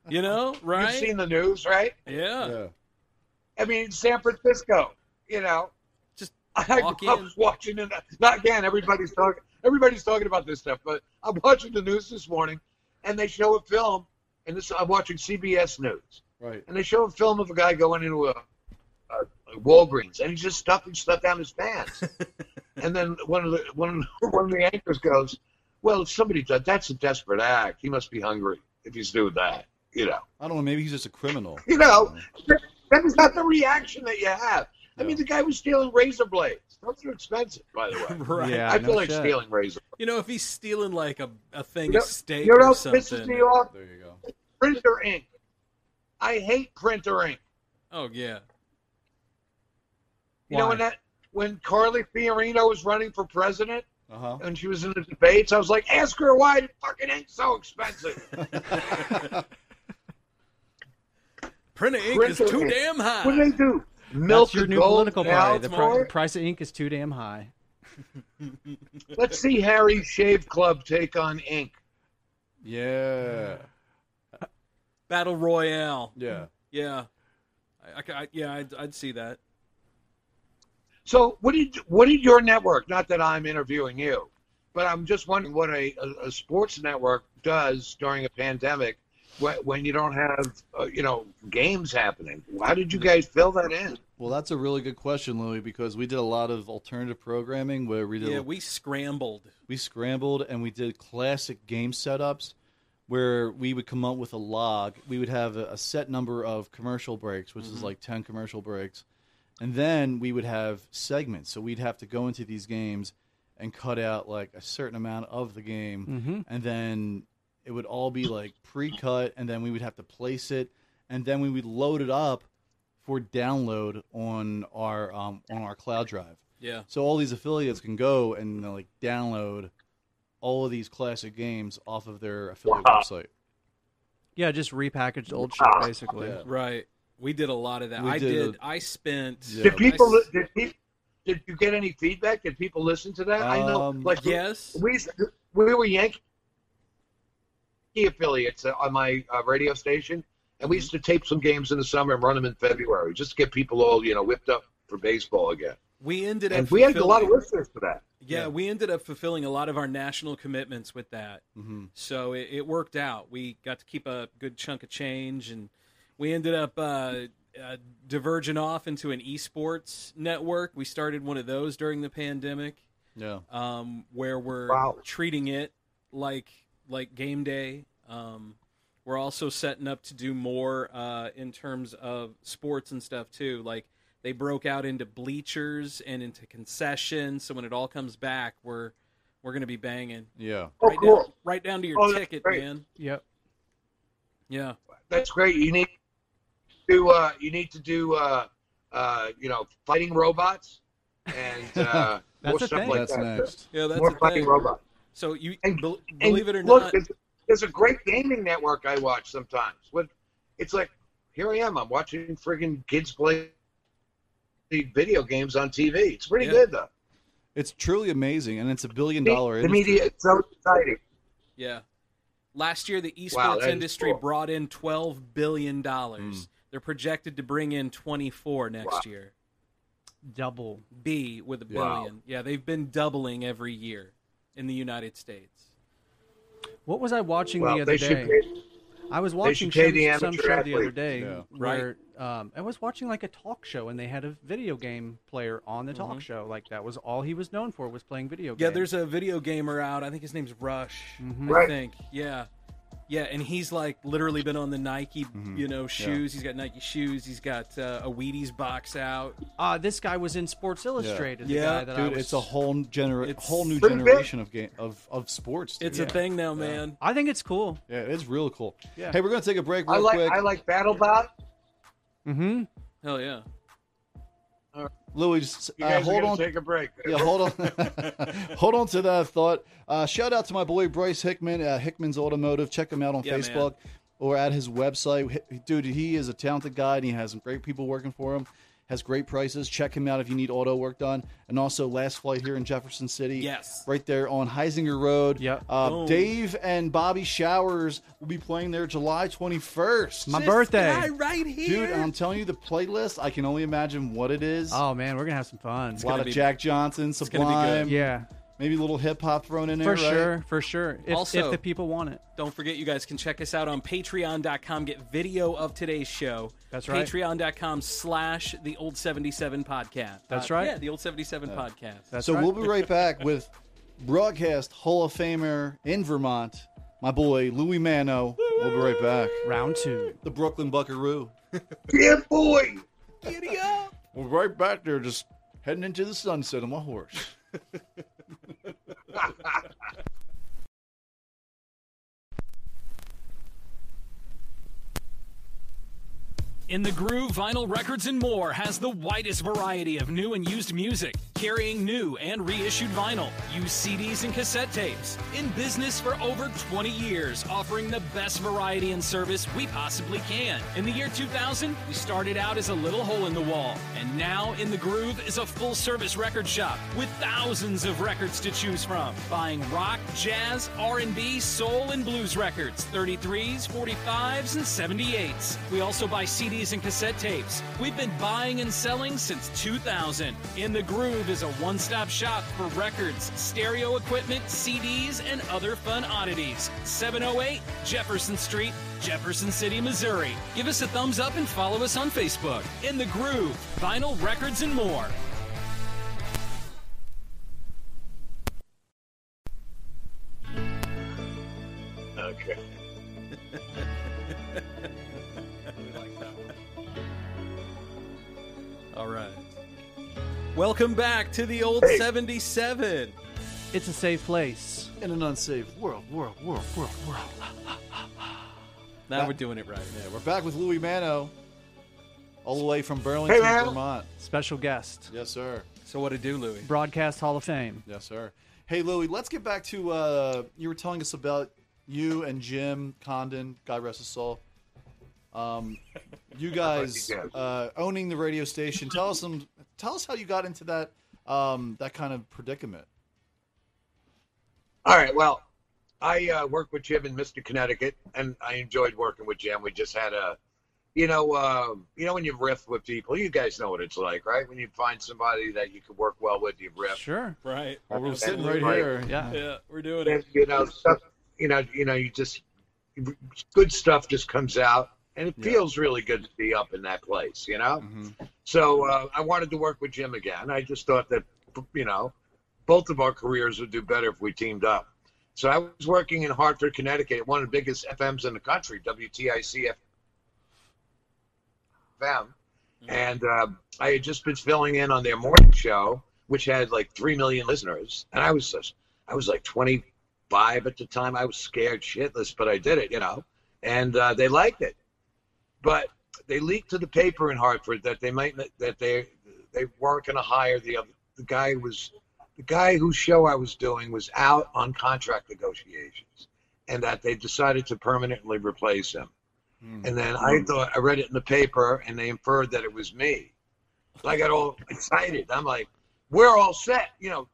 Speaker 2: you know,
Speaker 6: You've
Speaker 2: right?
Speaker 6: seen the news, right?
Speaker 2: yeah.
Speaker 4: Yeah.
Speaker 6: I mean, San Francisco, you know.
Speaker 2: Just
Speaker 6: I
Speaker 2: walk
Speaker 6: love
Speaker 2: in.
Speaker 6: watching it. Not again. Everybody's talking. Everybody's talking about this stuff. But I'm watching the news this morning, and they show a film. And this, I'm watching CBS News,
Speaker 4: Right.
Speaker 6: and they show a film of a guy going into a, a, a Walgreens, and he's just stuffing stuff down his pants. and then one of the one of- one of the anchors goes, "Well, if somebody does, that's a desperate act. He must be hungry if he's doing that." You know.
Speaker 4: I don't know. Maybe he's just a criminal.
Speaker 6: You know, that- that is not the reaction that you have. I
Speaker 4: Yeah.
Speaker 6: mean, the guy was stealing razor blades. Those are expensive, by the way.
Speaker 2: Right.
Speaker 3: Yeah.
Speaker 6: I
Speaker 3: no
Speaker 6: feel like
Speaker 3: shit.
Speaker 6: stealing razor.
Speaker 2: You know, if he's stealing like a, a thing
Speaker 6: You know-
Speaker 2: of steak
Speaker 6: You know,
Speaker 2: or
Speaker 6: this is
Speaker 2: something.
Speaker 6: New York
Speaker 4: There you go.
Speaker 6: printer ink. I hate printer ink.
Speaker 2: oh yeah.
Speaker 6: You know,
Speaker 3: Why?
Speaker 6: when that when Carly Fiorino was running for president
Speaker 4: Uh huh.
Speaker 6: and she was in the debates, I was like, ask her why the fucking ink's so expensive.
Speaker 2: Printer ink is
Speaker 6: Printer
Speaker 2: too
Speaker 6: ink.
Speaker 2: damn
Speaker 6: what do
Speaker 2: high.
Speaker 6: they do? Milk
Speaker 3: That's your
Speaker 6: the
Speaker 3: new
Speaker 6: gold
Speaker 3: political party.
Speaker 6: out
Speaker 3: The, pri-
Speaker 6: more?
Speaker 3: the price of ink is too damn high.
Speaker 6: Let's see Harry's Shave Club take on ink.
Speaker 4: Yeah.
Speaker 2: Battle Royale.
Speaker 4: Yeah.
Speaker 2: Yeah. I, I c- I- yeah, I'd, I'd see that.
Speaker 6: So what did what did your network? Not that I'm interviewing you, but I'm just wondering what a, a, a sports network does during a pandemic when, when you don't have uh, you know games happening. How did
Speaker 4: Mm.
Speaker 6: you guys fill that in?
Speaker 4: Well, that's a really good question, Louie, because we did a lot of alternative programming where we did
Speaker 2: Yeah, we scrambled.
Speaker 4: we scrambled and we did classic game setups where we would come up with a log. We would have a, a set number of commercial breaks, which is like 10 commercial breaks. And then we would have segments. So we'd have to go into these games and cut out like a certain amount of the game.
Speaker 3: Mhm.
Speaker 4: And then It would all be like pre-cut, and then we would have to place it, and then we would load it up for download on our um, on our cloud drive.
Speaker 2: Yeah.
Speaker 4: So all these affiliates can go and uh, like download all of these classic games off of their affiliate website.
Speaker 3: Yeah, just repackaged old shit
Speaker 6: Ah.
Speaker 3: basically.
Speaker 4: Yeah.
Speaker 2: Right. We did a lot of that.
Speaker 4: We
Speaker 2: I
Speaker 4: did
Speaker 2: did.
Speaker 4: a-
Speaker 2: I spent.
Speaker 4: Yeah.
Speaker 6: Did people?
Speaker 2: I s-
Speaker 6: Did people? Did you get any feedback? Did people listen to that? I know,
Speaker 4: Um,
Speaker 6: like
Speaker 2: yes.
Speaker 6: we used to- we were Yankee affiliates on my uh, radio station, and we
Speaker 4: Mm-hmm.
Speaker 6: used to tape some games in the summer and run them in February just to get people all you know whipped up for baseball again.
Speaker 2: We ended up.
Speaker 6: And we had a lot of
Speaker 2: fulfilling-
Speaker 6: listeners for that.
Speaker 2: Yeah,
Speaker 4: Yeah.
Speaker 2: we ended up fulfilling a lot of our national commitments with that.
Speaker 4: Mm-hmm.
Speaker 2: So it, it worked out. We got to keep a good chunk of change, and we ended up uh, uh, diverging off into an esports network. We started one of those during the pandemic,
Speaker 4: Yeah.
Speaker 2: um, where we're
Speaker 6: Wow.
Speaker 2: treating it like like game day. Um, we're also setting up to do more uh, in terms of sports and stuff too. Like they broke out into bleachers and into concessions. So when it all comes back, we're we're gonna be banging
Speaker 4: Yeah.
Speaker 6: Oh,
Speaker 2: right,
Speaker 6: cool!
Speaker 2: down, right down to your
Speaker 6: Oh, that's
Speaker 2: ticket,
Speaker 6: great.
Speaker 2: man.
Speaker 3: Yep.
Speaker 2: Yeah,
Speaker 6: That's great. You need to uh, you need to do uh, uh, you know fighting robots and uh,
Speaker 3: That's
Speaker 6: more
Speaker 3: a
Speaker 6: stuff
Speaker 3: thing.
Speaker 6: like
Speaker 4: That's
Speaker 6: that.
Speaker 4: next.
Speaker 2: yeah, that's
Speaker 6: more
Speaker 2: the
Speaker 6: fighting
Speaker 2: thing.
Speaker 6: robots.
Speaker 2: So you
Speaker 6: And-
Speaker 2: bel
Speaker 6: And
Speaker 2: believe it or
Speaker 6: look,
Speaker 2: not,
Speaker 6: There's, there's a great gaming network I watch sometimes. What it's like, here I am. I'm watching friggin' kids play the video games on TV. It's pretty
Speaker 2: Yeah.
Speaker 6: good though.
Speaker 4: It's truly amazing, and it's a billion dollar
Speaker 6: the
Speaker 4: industry.
Speaker 6: media is so exciting.
Speaker 2: yeah. Last year, the esports
Speaker 6: Wow, that is
Speaker 2: industry
Speaker 6: cool. Hmm.
Speaker 2: brought in twelve billion dollars.
Speaker 4: Mm.
Speaker 2: They're projected to bring in twenty four next
Speaker 6: Wow.
Speaker 2: year.
Speaker 3: Double.
Speaker 2: B with a
Speaker 6: Wow.
Speaker 2: billion. Yeah, they've been doubling every year in the United States.
Speaker 3: What was I watching
Speaker 6: Well,
Speaker 3: the
Speaker 6: they
Speaker 3: other
Speaker 6: should.
Speaker 3: day? I was watching
Speaker 6: pay
Speaker 3: some,
Speaker 6: the
Speaker 3: some
Speaker 6: amateur
Speaker 3: show the other
Speaker 6: athletes.
Speaker 3: day
Speaker 4: Yeah.
Speaker 3: where um, I was watching like a talk show and they had a video game player on the
Speaker 6: Mm-hmm.
Speaker 3: talk show. Like that was all he was known for was playing video games.
Speaker 2: Yeah, there's a video gamer out. I think his name's Rush.
Speaker 3: Mhm.
Speaker 2: I
Speaker 6: Right.
Speaker 2: think. Yeah. Yeah, and he's like literally been on the Nike,
Speaker 6: Mm-hmm.
Speaker 2: you know, shoes. He's got Nike shoes. He's got uh, a Wheaties box out.
Speaker 3: uh, this guy was in Sports Illustrated.
Speaker 2: Yeah,
Speaker 3: the guy that I
Speaker 4: Dude,
Speaker 3: was-
Speaker 4: it's a whole genera-
Speaker 2: It's-
Speaker 4: whole new
Speaker 6: Pretty
Speaker 4: generation of game of, of sports. dude.
Speaker 2: It's a
Speaker 4: Yeah.
Speaker 2: thing now, man.
Speaker 3: I think it's cool.
Speaker 4: Yeah, it's real cool.
Speaker 3: Yeah.
Speaker 4: Hey, we're gonna take a break
Speaker 6: I
Speaker 4: real
Speaker 6: like
Speaker 4: quick.
Speaker 6: I like BattleBot.
Speaker 3: Mm-hmm.
Speaker 2: Hell yeah.
Speaker 4: Louis, just,
Speaker 6: You
Speaker 4: uh,
Speaker 6: guys are
Speaker 4: hold
Speaker 6: gonna
Speaker 4: on.
Speaker 6: take a break.
Speaker 4: yeah, hold on. hold on to that thought. Uh, shout out to my boy Bryce Hickman, uh, Hickman's Automotive. Check him out on
Speaker 2: Yeah, man.
Speaker 4: Facebook or at his website. Hi- Dude, he is a talented guy and he has some great people working for him. Has great prices. Check him out if you need auto work done. And also, last flight here in Jefferson City.
Speaker 2: Yes.
Speaker 4: Right there on Heisinger Road.
Speaker 3: Yep.
Speaker 4: Uh,
Speaker 2: Boom.
Speaker 4: Dave and Bobby Showers will be playing there July 21st.
Speaker 3: My birthday.
Speaker 2: Guy right here.
Speaker 4: Dude, I'm telling you, the playlist, I can only imagine what it is.
Speaker 3: Oh man, we're gonna have some fun.
Speaker 4: a lot
Speaker 2: gonna
Speaker 4: of
Speaker 2: be-
Speaker 4: Jack Johnson,
Speaker 2: gonna be good.
Speaker 4: Sublime,
Speaker 3: Yeah,
Speaker 4: maybe a little hip hop thrown in
Speaker 3: for
Speaker 4: there. right?
Speaker 3: sure, for sure. If,
Speaker 2: Also-
Speaker 3: if the people want it,
Speaker 2: Don't forget, you guys can check us out on patreon.com. Get video of today's show.
Speaker 3: That's right.
Speaker 2: Patreon.com slash the old 77 podcast. Uh,
Speaker 3: That's right.
Speaker 2: Yeah, the old 77 podcast.
Speaker 3: that's
Speaker 4: So
Speaker 3: right.
Speaker 4: we'll be right back with broadcast Hall of Famer in Vermont, my boy Louis Mano. We'll be right back.
Speaker 3: round two.
Speaker 4: The Brooklyn Buckaroo.
Speaker 6: Yeah, boy.
Speaker 4: We're right back there, just heading into the sunset on my horse.
Speaker 9: In the Groove Vinyl Records and More has the widest variety of new and used music, carrying new and reissued vinyl, used CDs and cassette tapes. In business for over 20 years, offering the best variety and service we possibly can. In the year 2000, we started out as a little hole in the wall, and now In the Groove is a full service record shop with thousands of records to choose from, buying rock, jazz, R&B, soul and blues records, 33s, 45s and 78s. We also buy CDs and cassette tapes. We've been buying and selling since 2000. In the Groove is a one-stop shop for records, stereo equipment, CDs and other fun oddities. 708 Jefferson Street, Jefferson City, Missouri. Give us a thumbs up and follow us on Facebook. In the Groove, vinyl records and more.
Speaker 6: Okay.
Speaker 2: All right. Welcome back to the old 77.
Speaker 3: It's a safe place.
Speaker 4: in an unsafe world, world, world, world, world.
Speaker 2: Now we're doing it right.
Speaker 4: Yeah, we're back with Louis Mano, all the way from Burlington,
Speaker 6: Mano.
Speaker 4: Vermont.
Speaker 3: Special guest,
Speaker 4: Yes, sir.
Speaker 2: So what to do, Louis?
Speaker 3: broadcast Hall of Fame.
Speaker 4: Yes, sir. Hey, Louie, let's get back to uh, you were telling us about you and Jim Condon, God rest his soul. Um, you guys
Speaker 6: Yes.
Speaker 4: uh, owning the radio station. Tell us some. Tell us how you got into that um, that kind of predicament.
Speaker 6: All right. Well, I uh, worked with Jim in Mr. Connecticut, and I enjoyed working with Jim. We just had a, you know, uh, you know when you riff with people, you guys know what it's like, right? When you find somebody that you can work well with, you riff.
Speaker 3: Sure.
Speaker 2: Right.
Speaker 4: Well, we're sitting
Speaker 6: Absolutely.
Speaker 4: right here.
Speaker 3: Yeah.
Speaker 2: Yeah, we're doing
Speaker 6: And,
Speaker 2: it.
Speaker 6: you know, stuff. You know, you know, you just good stuff just comes out, and it feels really good to be up in that place. You know.
Speaker 4: Mhm.
Speaker 6: So uh, I wanted to work with Jim again. I just thought that, you know, both of our careers would do better if we teamed up. So I was working in Hartford, Connecticut, one of the biggest FMs in the country, WTIC FM. And uh, I had just been filling in on their morning show, which had like 3 million listeners. And I was just, I was like 25 at the time. I was scared shitless, but I did it, you know. And uh, they liked it. But they leaked to the paper in Hartford that they might that they they weren't going to hire the other the guy who was the guy whose show I was doing was out on contract negotiations, and that they decided to permanently replace him. And then I thought I read it in the paper, and they inferred that it was me. So I got all excited. I'm like, "We're all set," you know.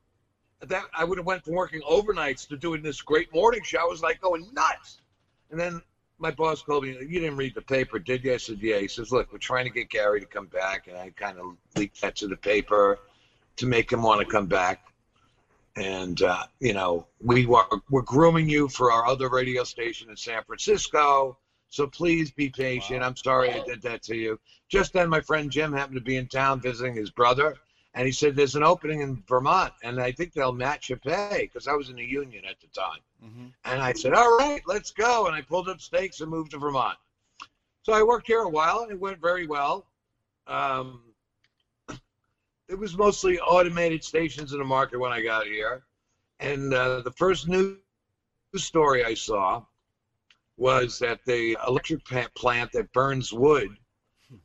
Speaker 6: That I would have went from working overnights to doing this great morning show. I was like going nuts. And then my boss called me, you didn't read the paper, did you? I said, yeah. He says, look, we're trying to get Gary to come back. And I kind of leaked that to the paper to make him want to come back. And, uh, you know, we were, we're grooming you for our other radio station in San Francisco. So please be patient. I'm sorry I did that to you. Just then, my friend Jim happened to be in town visiting his brother. And he said, there's an opening in Vermont. And I think they'll match your pay because I was in the union at the time. And I said, all right, let's go. And I pulled up stakes and moved to Vermont. So I worked here a while and it went very well. Um, it was mostly automated stations in the market when I got here. And uh, the first news story I saw was that the electric pa- plant that burns wood,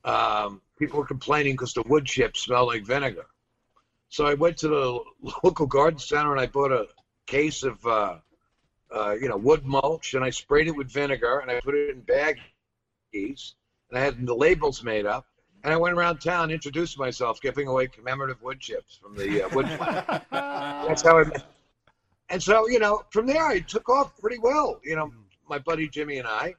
Speaker 6: um, people were complaining because the wood chips smell like vinegar. So I went to the local garden center and I bought a case of. Uh, uh, you know, wood mulch, and I sprayed it with vinegar, and I put it in baggies, and I had the labels made up, and I went around town introducing myself, giving away commemorative wood chips from the uh, wood plant. That's how I. And so you know, from there I took off pretty well. You know, my buddy Jimmy and I,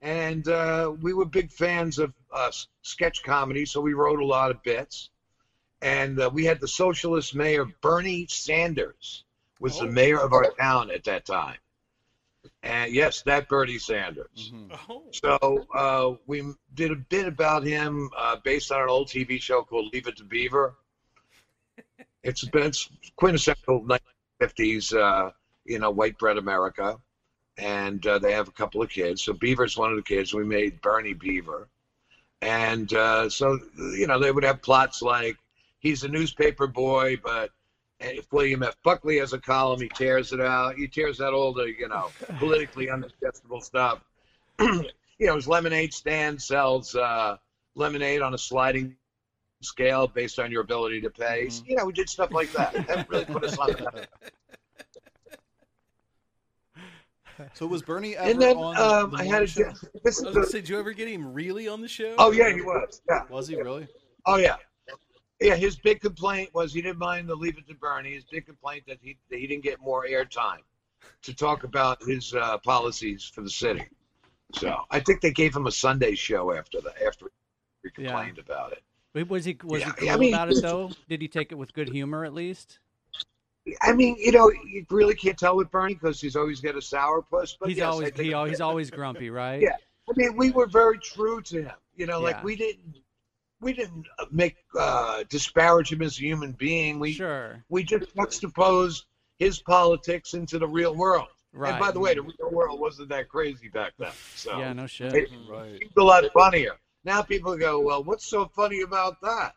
Speaker 6: and uh, we were big fans of uh, s- sketch comedy, so we wrote a lot of bits. And uh, we had the socialist mayor Bernie Sanders was the mayor of our town at that time. And yes, that Bernie Sanders.
Speaker 2: Oh,
Speaker 6: So uh, we did a bit about him uh, based on an old TV show called Leave It to Beaver. It's been it's quintessential 1950s, uh, you know, white bread America. And uh, they have a couple of kids. So Beaver's one of the kids. We made Bernie Beaver. And uh, so, you know, they would have plots like he's a newspaper boy, but if William F. Buckley has a column, he tears it out. He tears out all the, you know, politically unacceptable stuff you know, his lemonade stand sells uh, lemonade on a sliding scale based on your ability to pay.
Speaker 4: Mm-hmm.
Speaker 6: You know, we did stuff like that. That really put us on the map.
Speaker 4: So was Bernie ever
Speaker 6: And then
Speaker 4: on?
Speaker 6: um,
Speaker 4: the
Speaker 6: I had a.
Speaker 4: morning show?
Speaker 6: This
Speaker 2: I
Speaker 6: is
Speaker 2: was gonna
Speaker 6: the,
Speaker 2: say, did you ever get him really on the show?
Speaker 6: oh yeah, he was. Yeah.
Speaker 4: Was he really?
Speaker 6: Oh yeah. Yeah, his big complaint was he didn't mind the leave it to Bernie. His big complaint that he that he didn't get more airtime to talk about his uh, policies for the city. So I think they gave him a Sunday show after that after he
Speaker 3: Yeah.
Speaker 6: complained about it.
Speaker 3: Wait, Was he was
Speaker 6: Yeah,
Speaker 3: he cool
Speaker 6: I mean-
Speaker 3: about it though? Did he take it with good humor at least?
Speaker 6: I mean, you know, you really can't tell with Bernie because he's always got a sour puss. But
Speaker 3: he's
Speaker 6: yes, I
Speaker 3: always
Speaker 6: think,
Speaker 3: he, al- he's always grumpy, right?
Speaker 6: Yeah. I mean, we were very true to him. You know, like
Speaker 3: Yeah.
Speaker 6: we didn't we didn't make uh, disparage him as a human being. We
Speaker 3: Sure.
Speaker 6: we just juxtaposed his politics into the real world. And by
Speaker 3: Right.
Speaker 6: the way, the real world wasn't that crazy back then. So eh,
Speaker 3: Yeah, no Mm-hmm. shit.
Speaker 6: it
Speaker 4: Right.
Speaker 6: seemed a lot funnier. Now people go, well, what's so funny about that?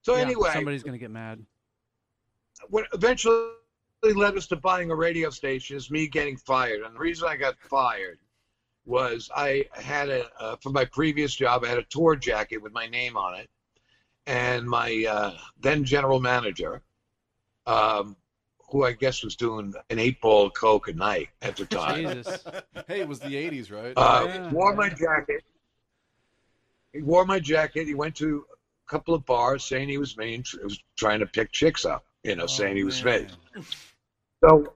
Speaker 6: So
Speaker 3: Yeah,
Speaker 6: anyway,
Speaker 3: somebody's gonna get mad.
Speaker 6: when eventually led us to buying a radio station is me getting fired. And the reason I got fired was I had a, uh, for my previous job, I had a tour jacket with my name on it. And my uh, then general manager, um, who I guess was doing an eight ball of Coke a night at the time,
Speaker 3: Jesus.
Speaker 4: hey, it was the '80s, right?
Speaker 6: uh,
Speaker 3: Yeah.
Speaker 6: wore my jacket. He wore my jacket. He went to a couple of bars saying he was me and tr- was trying to pick chicks up, you know, saying he was me. So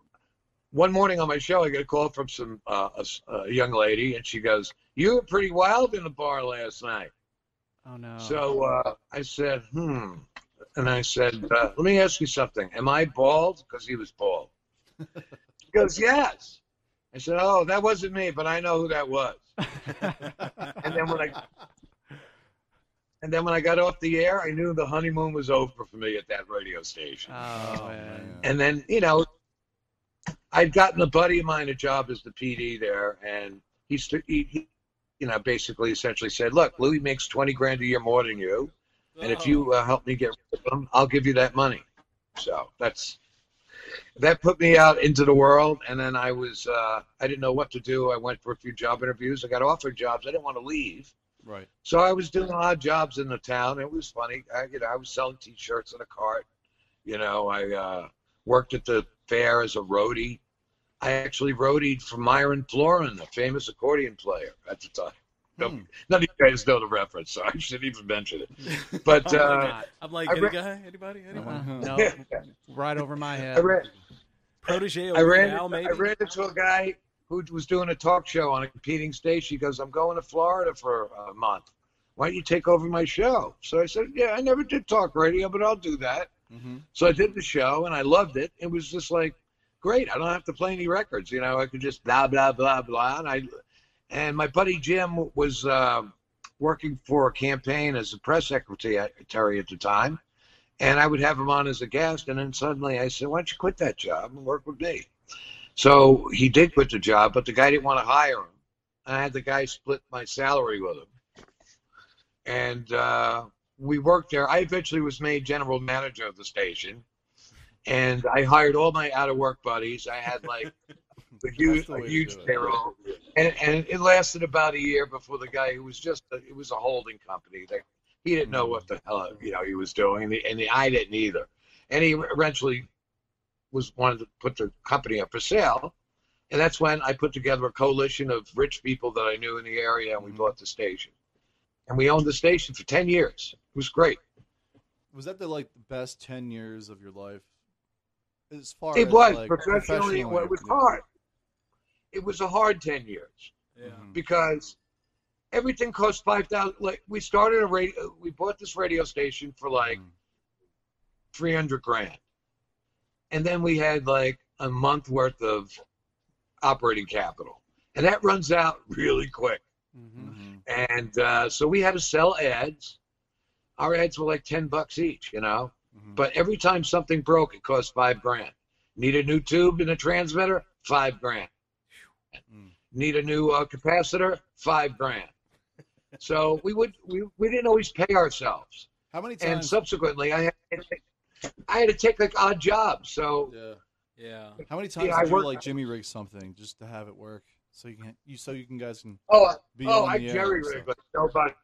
Speaker 6: one morning on my show, I get a call from some uh, a, s- a young lady, and she goes, "You were pretty wild in the bar last night."
Speaker 3: Oh no.
Speaker 6: So uh, I said, "Hmm," and I said, uh, "Let me ask you something. Am I bald?" Because he was bald. She goes, "Yes." I said, "Oh, that wasn't me, but I know who that was." and then when I and then when I got off the air, I knew the honeymoon was over for me at that radio station.
Speaker 3: Oh,
Speaker 4: man.
Speaker 3: man.
Speaker 6: and then you know, I'd gotten a buddy of mine a job as the PD there, and he, st- he, he you know, basically essentially said, "Look, Louis makes twenty grand a year more than you, and
Speaker 2: oh.
Speaker 6: if you uh, help me get rid of him, I'll give you that money." So that's that put me out into the world, and then I was uh, I didn't know what to do. I went for a few job interviews. I got offered jobs. I didn't want to leave.
Speaker 4: Right.
Speaker 6: So I was doing odd jobs in the town. It was funny. I, you know, I was selling T-shirts in a cart. You know, I uh, worked at the fair as a roadie. I actually roadied for Myron Florin, a famous accordion player at the time. No- None of you guys know the reference, so I shouldn't even mention it. But
Speaker 3: Probably
Speaker 6: uh,
Speaker 3: not.
Speaker 2: I'm like,
Speaker 6: I
Speaker 2: any
Speaker 6: re-
Speaker 2: guy, anybody, anyone?
Speaker 3: No, Uh, right over my head.
Speaker 6: I ran,
Speaker 2: Protege
Speaker 6: I
Speaker 2: over
Speaker 6: ran,
Speaker 2: now, maybe.
Speaker 6: I ran into a guy who was doing a talk show on a competing station. He goes, "I'm going to Florida for a month. Why don't you take over my show?" So I said, "Yeah, I never did talk radio, but I'll do that."
Speaker 2: Mm-hmm.
Speaker 6: So I did the show, and I loved it. It was just like great. I don't have to play any records, you know. I could just blah blah blah blah. And I, and my buddy Jim was uh, working for a campaign as a press secretary at the time, and I would have him on as a guest. And then suddenly I said, "Why don't you quit that job and work with me?" So he did quit the job, but the guy didn't want to hire him. And I had the guy split my salary with him, and uh, we worked there. I eventually was made general manager of the station, and I hired all my out of work buddies. I had like a huge,
Speaker 4: the way
Speaker 6: a
Speaker 4: to
Speaker 6: huge
Speaker 4: do it.
Speaker 6: payroll, and and it lasted about a year before the guy who was just a, it was a holding company. That he didn't know what
Speaker 4: Hmm.
Speaker 6: the hell you know he was doing, and, the, and the, I didn't either. And he eventually was wanted to put the company up for sale. And that's when I put together a coalition of rich people that I knew in the area,
Speaker 4: Mm-hmm.
Speaker 6: and we bought the station. And we owned the station for 10 years. It was great.
Speaker 4: Was that the like the best ten years of your life? As far
Speaker 6: It
Speaker 4: as
Speaker 6: was
Speaker 4: like,
Speaker 6: professionally, well, it was
Speaker 4: yeah.
Speaker 6: hard. It was a hard 10 years because everything cost 5000 Like, we started a radio, we bought this radio station for like
Speaker 4: Mm-hmm.
Speaker 6: 300 grand. And then we had like a month worth of operating capital. And that runs out really quick.
Speaker 3: Mhm.
Speaker 4: mm-hmm.
Speaker 6: and uh, so we had to sell ads. Our ads were like ten bucks each, you know. But every time something broke, it cost five grand. Need a new tube and a transmitter, five grand. Need a new uh, capacitor, five grand. So we would we, we didn't always pay ourselves,
Speaker 4: How many
Speaker 6: and
Speaker 4: times?
Speaker 6: subsequently I had to take, I had to take like odd jobs. So
Speaker 4: yeah.
Speaker 2: Yeah.
Speaker 4: How many times
Speaker 6: I
Speaker 4: did you
Speaker 6: worked-
Speaker 4: like Jimmy rig something just to have it work? So you can you so you can guys can
Speaker 6: oh
Speaker 4: be
Speaker 6: oh,
Speaker 4: on
Speaker 6: I
Speaker 4: the air
Speaker 6: jerry
Speaker 4: and
Speaker 6: rigged
Speaker 4: stuff.
Speaker 6: like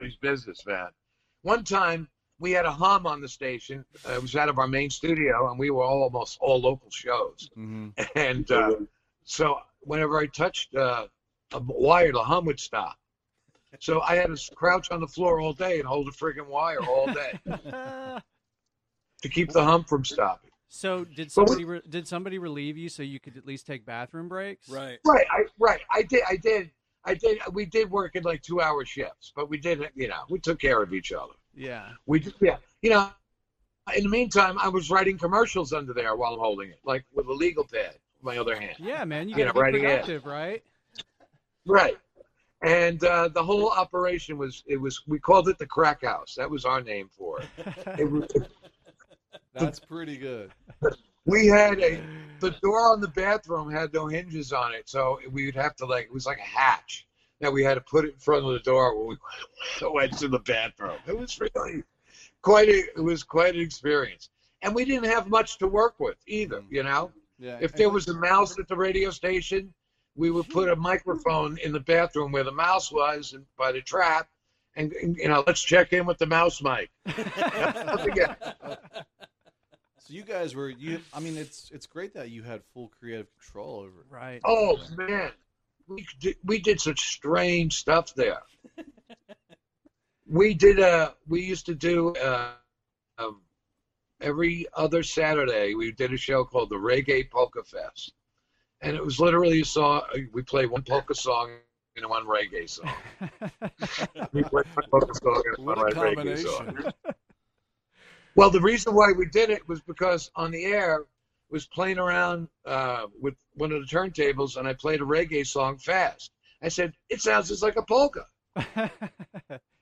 Speaker 6: nobody's business, man. One time we had a hum on the station. Uh, it was out of our main studio, and we were all, almost all local shows.
Speaker 4: Mhm.
Speaker 6: And uh, so whenever I touched uh, a wire, the hum would stop. So I had to crouch on the floor all day and hold a friggin' wire all day
Speaker 3: Ah.
Speaker 6: to keep the hum from stopping.
Speaker 3: so did
Speaker 6: But we-
Speaker 3: somebody re- did somebody relieve you so you could at least take bathroom breaks?
Speaker 2: Right.
Speaker 6: Right, I right, I did, I did, I did. We did work in like two-hour shifts, but we did, you know, we took care of each other.
Speaker 3: Yeah.
Speaker 6: We just, yeah, you know. In the meantime, I was writing commercials under there while I'm holding it, like with a legal pad, my other hand.
Speaker 3: Yeah, man, you
Speaker 6: You
Speaker 3: got to
Speaker 6: know,
Speaker 3: be
Speaker 6: writing ads.
Speaker 3: productive, right?
Speaker 6: Right. And uh, the whole operation was it was we called it the crack house. That was our name for it. it was,
Speaker 4: That's pretty good.
Speaker 6: we had a the door on the bathroom had no hinges on it, so we would have to like it was like a hatch that we had to put it in front of the door when we went to the bathroom. It was really quite a it was quite an experience. and we didn't have much to work with either. You know,
Speaker 4: Yeah.
Speaker 6: if
Speaker 4: Mm. I-
Speaker 6: there was a mouse at the radio station, we would put a microphone in the bathroom where the mouse was and by the trap, and, and, you know, let's check in with the mouse mic. Don't forget.
Speaker 4: So you guys were you. I mean, it's it's great that you had full creative control over. it.
Speaker 3: Right.
Speaker 6: Oh man, we did, we did such strange stuff there. we did a we used to do uh, um, every other Saturday we did a show called the Reggae Polka Fest, and it was literally a song uh, we play one polka song and one reggae song. Oh. we play one polka song and one
Speaker 4: What a
Speaker 6: reggae song.
Speaker 4: combination!
Speaker 6: Well, the reason why we did it was because on the air was playing around uh, with one of the turntables, and I played a reggae song fast. I said, "It sounds just like a polka." So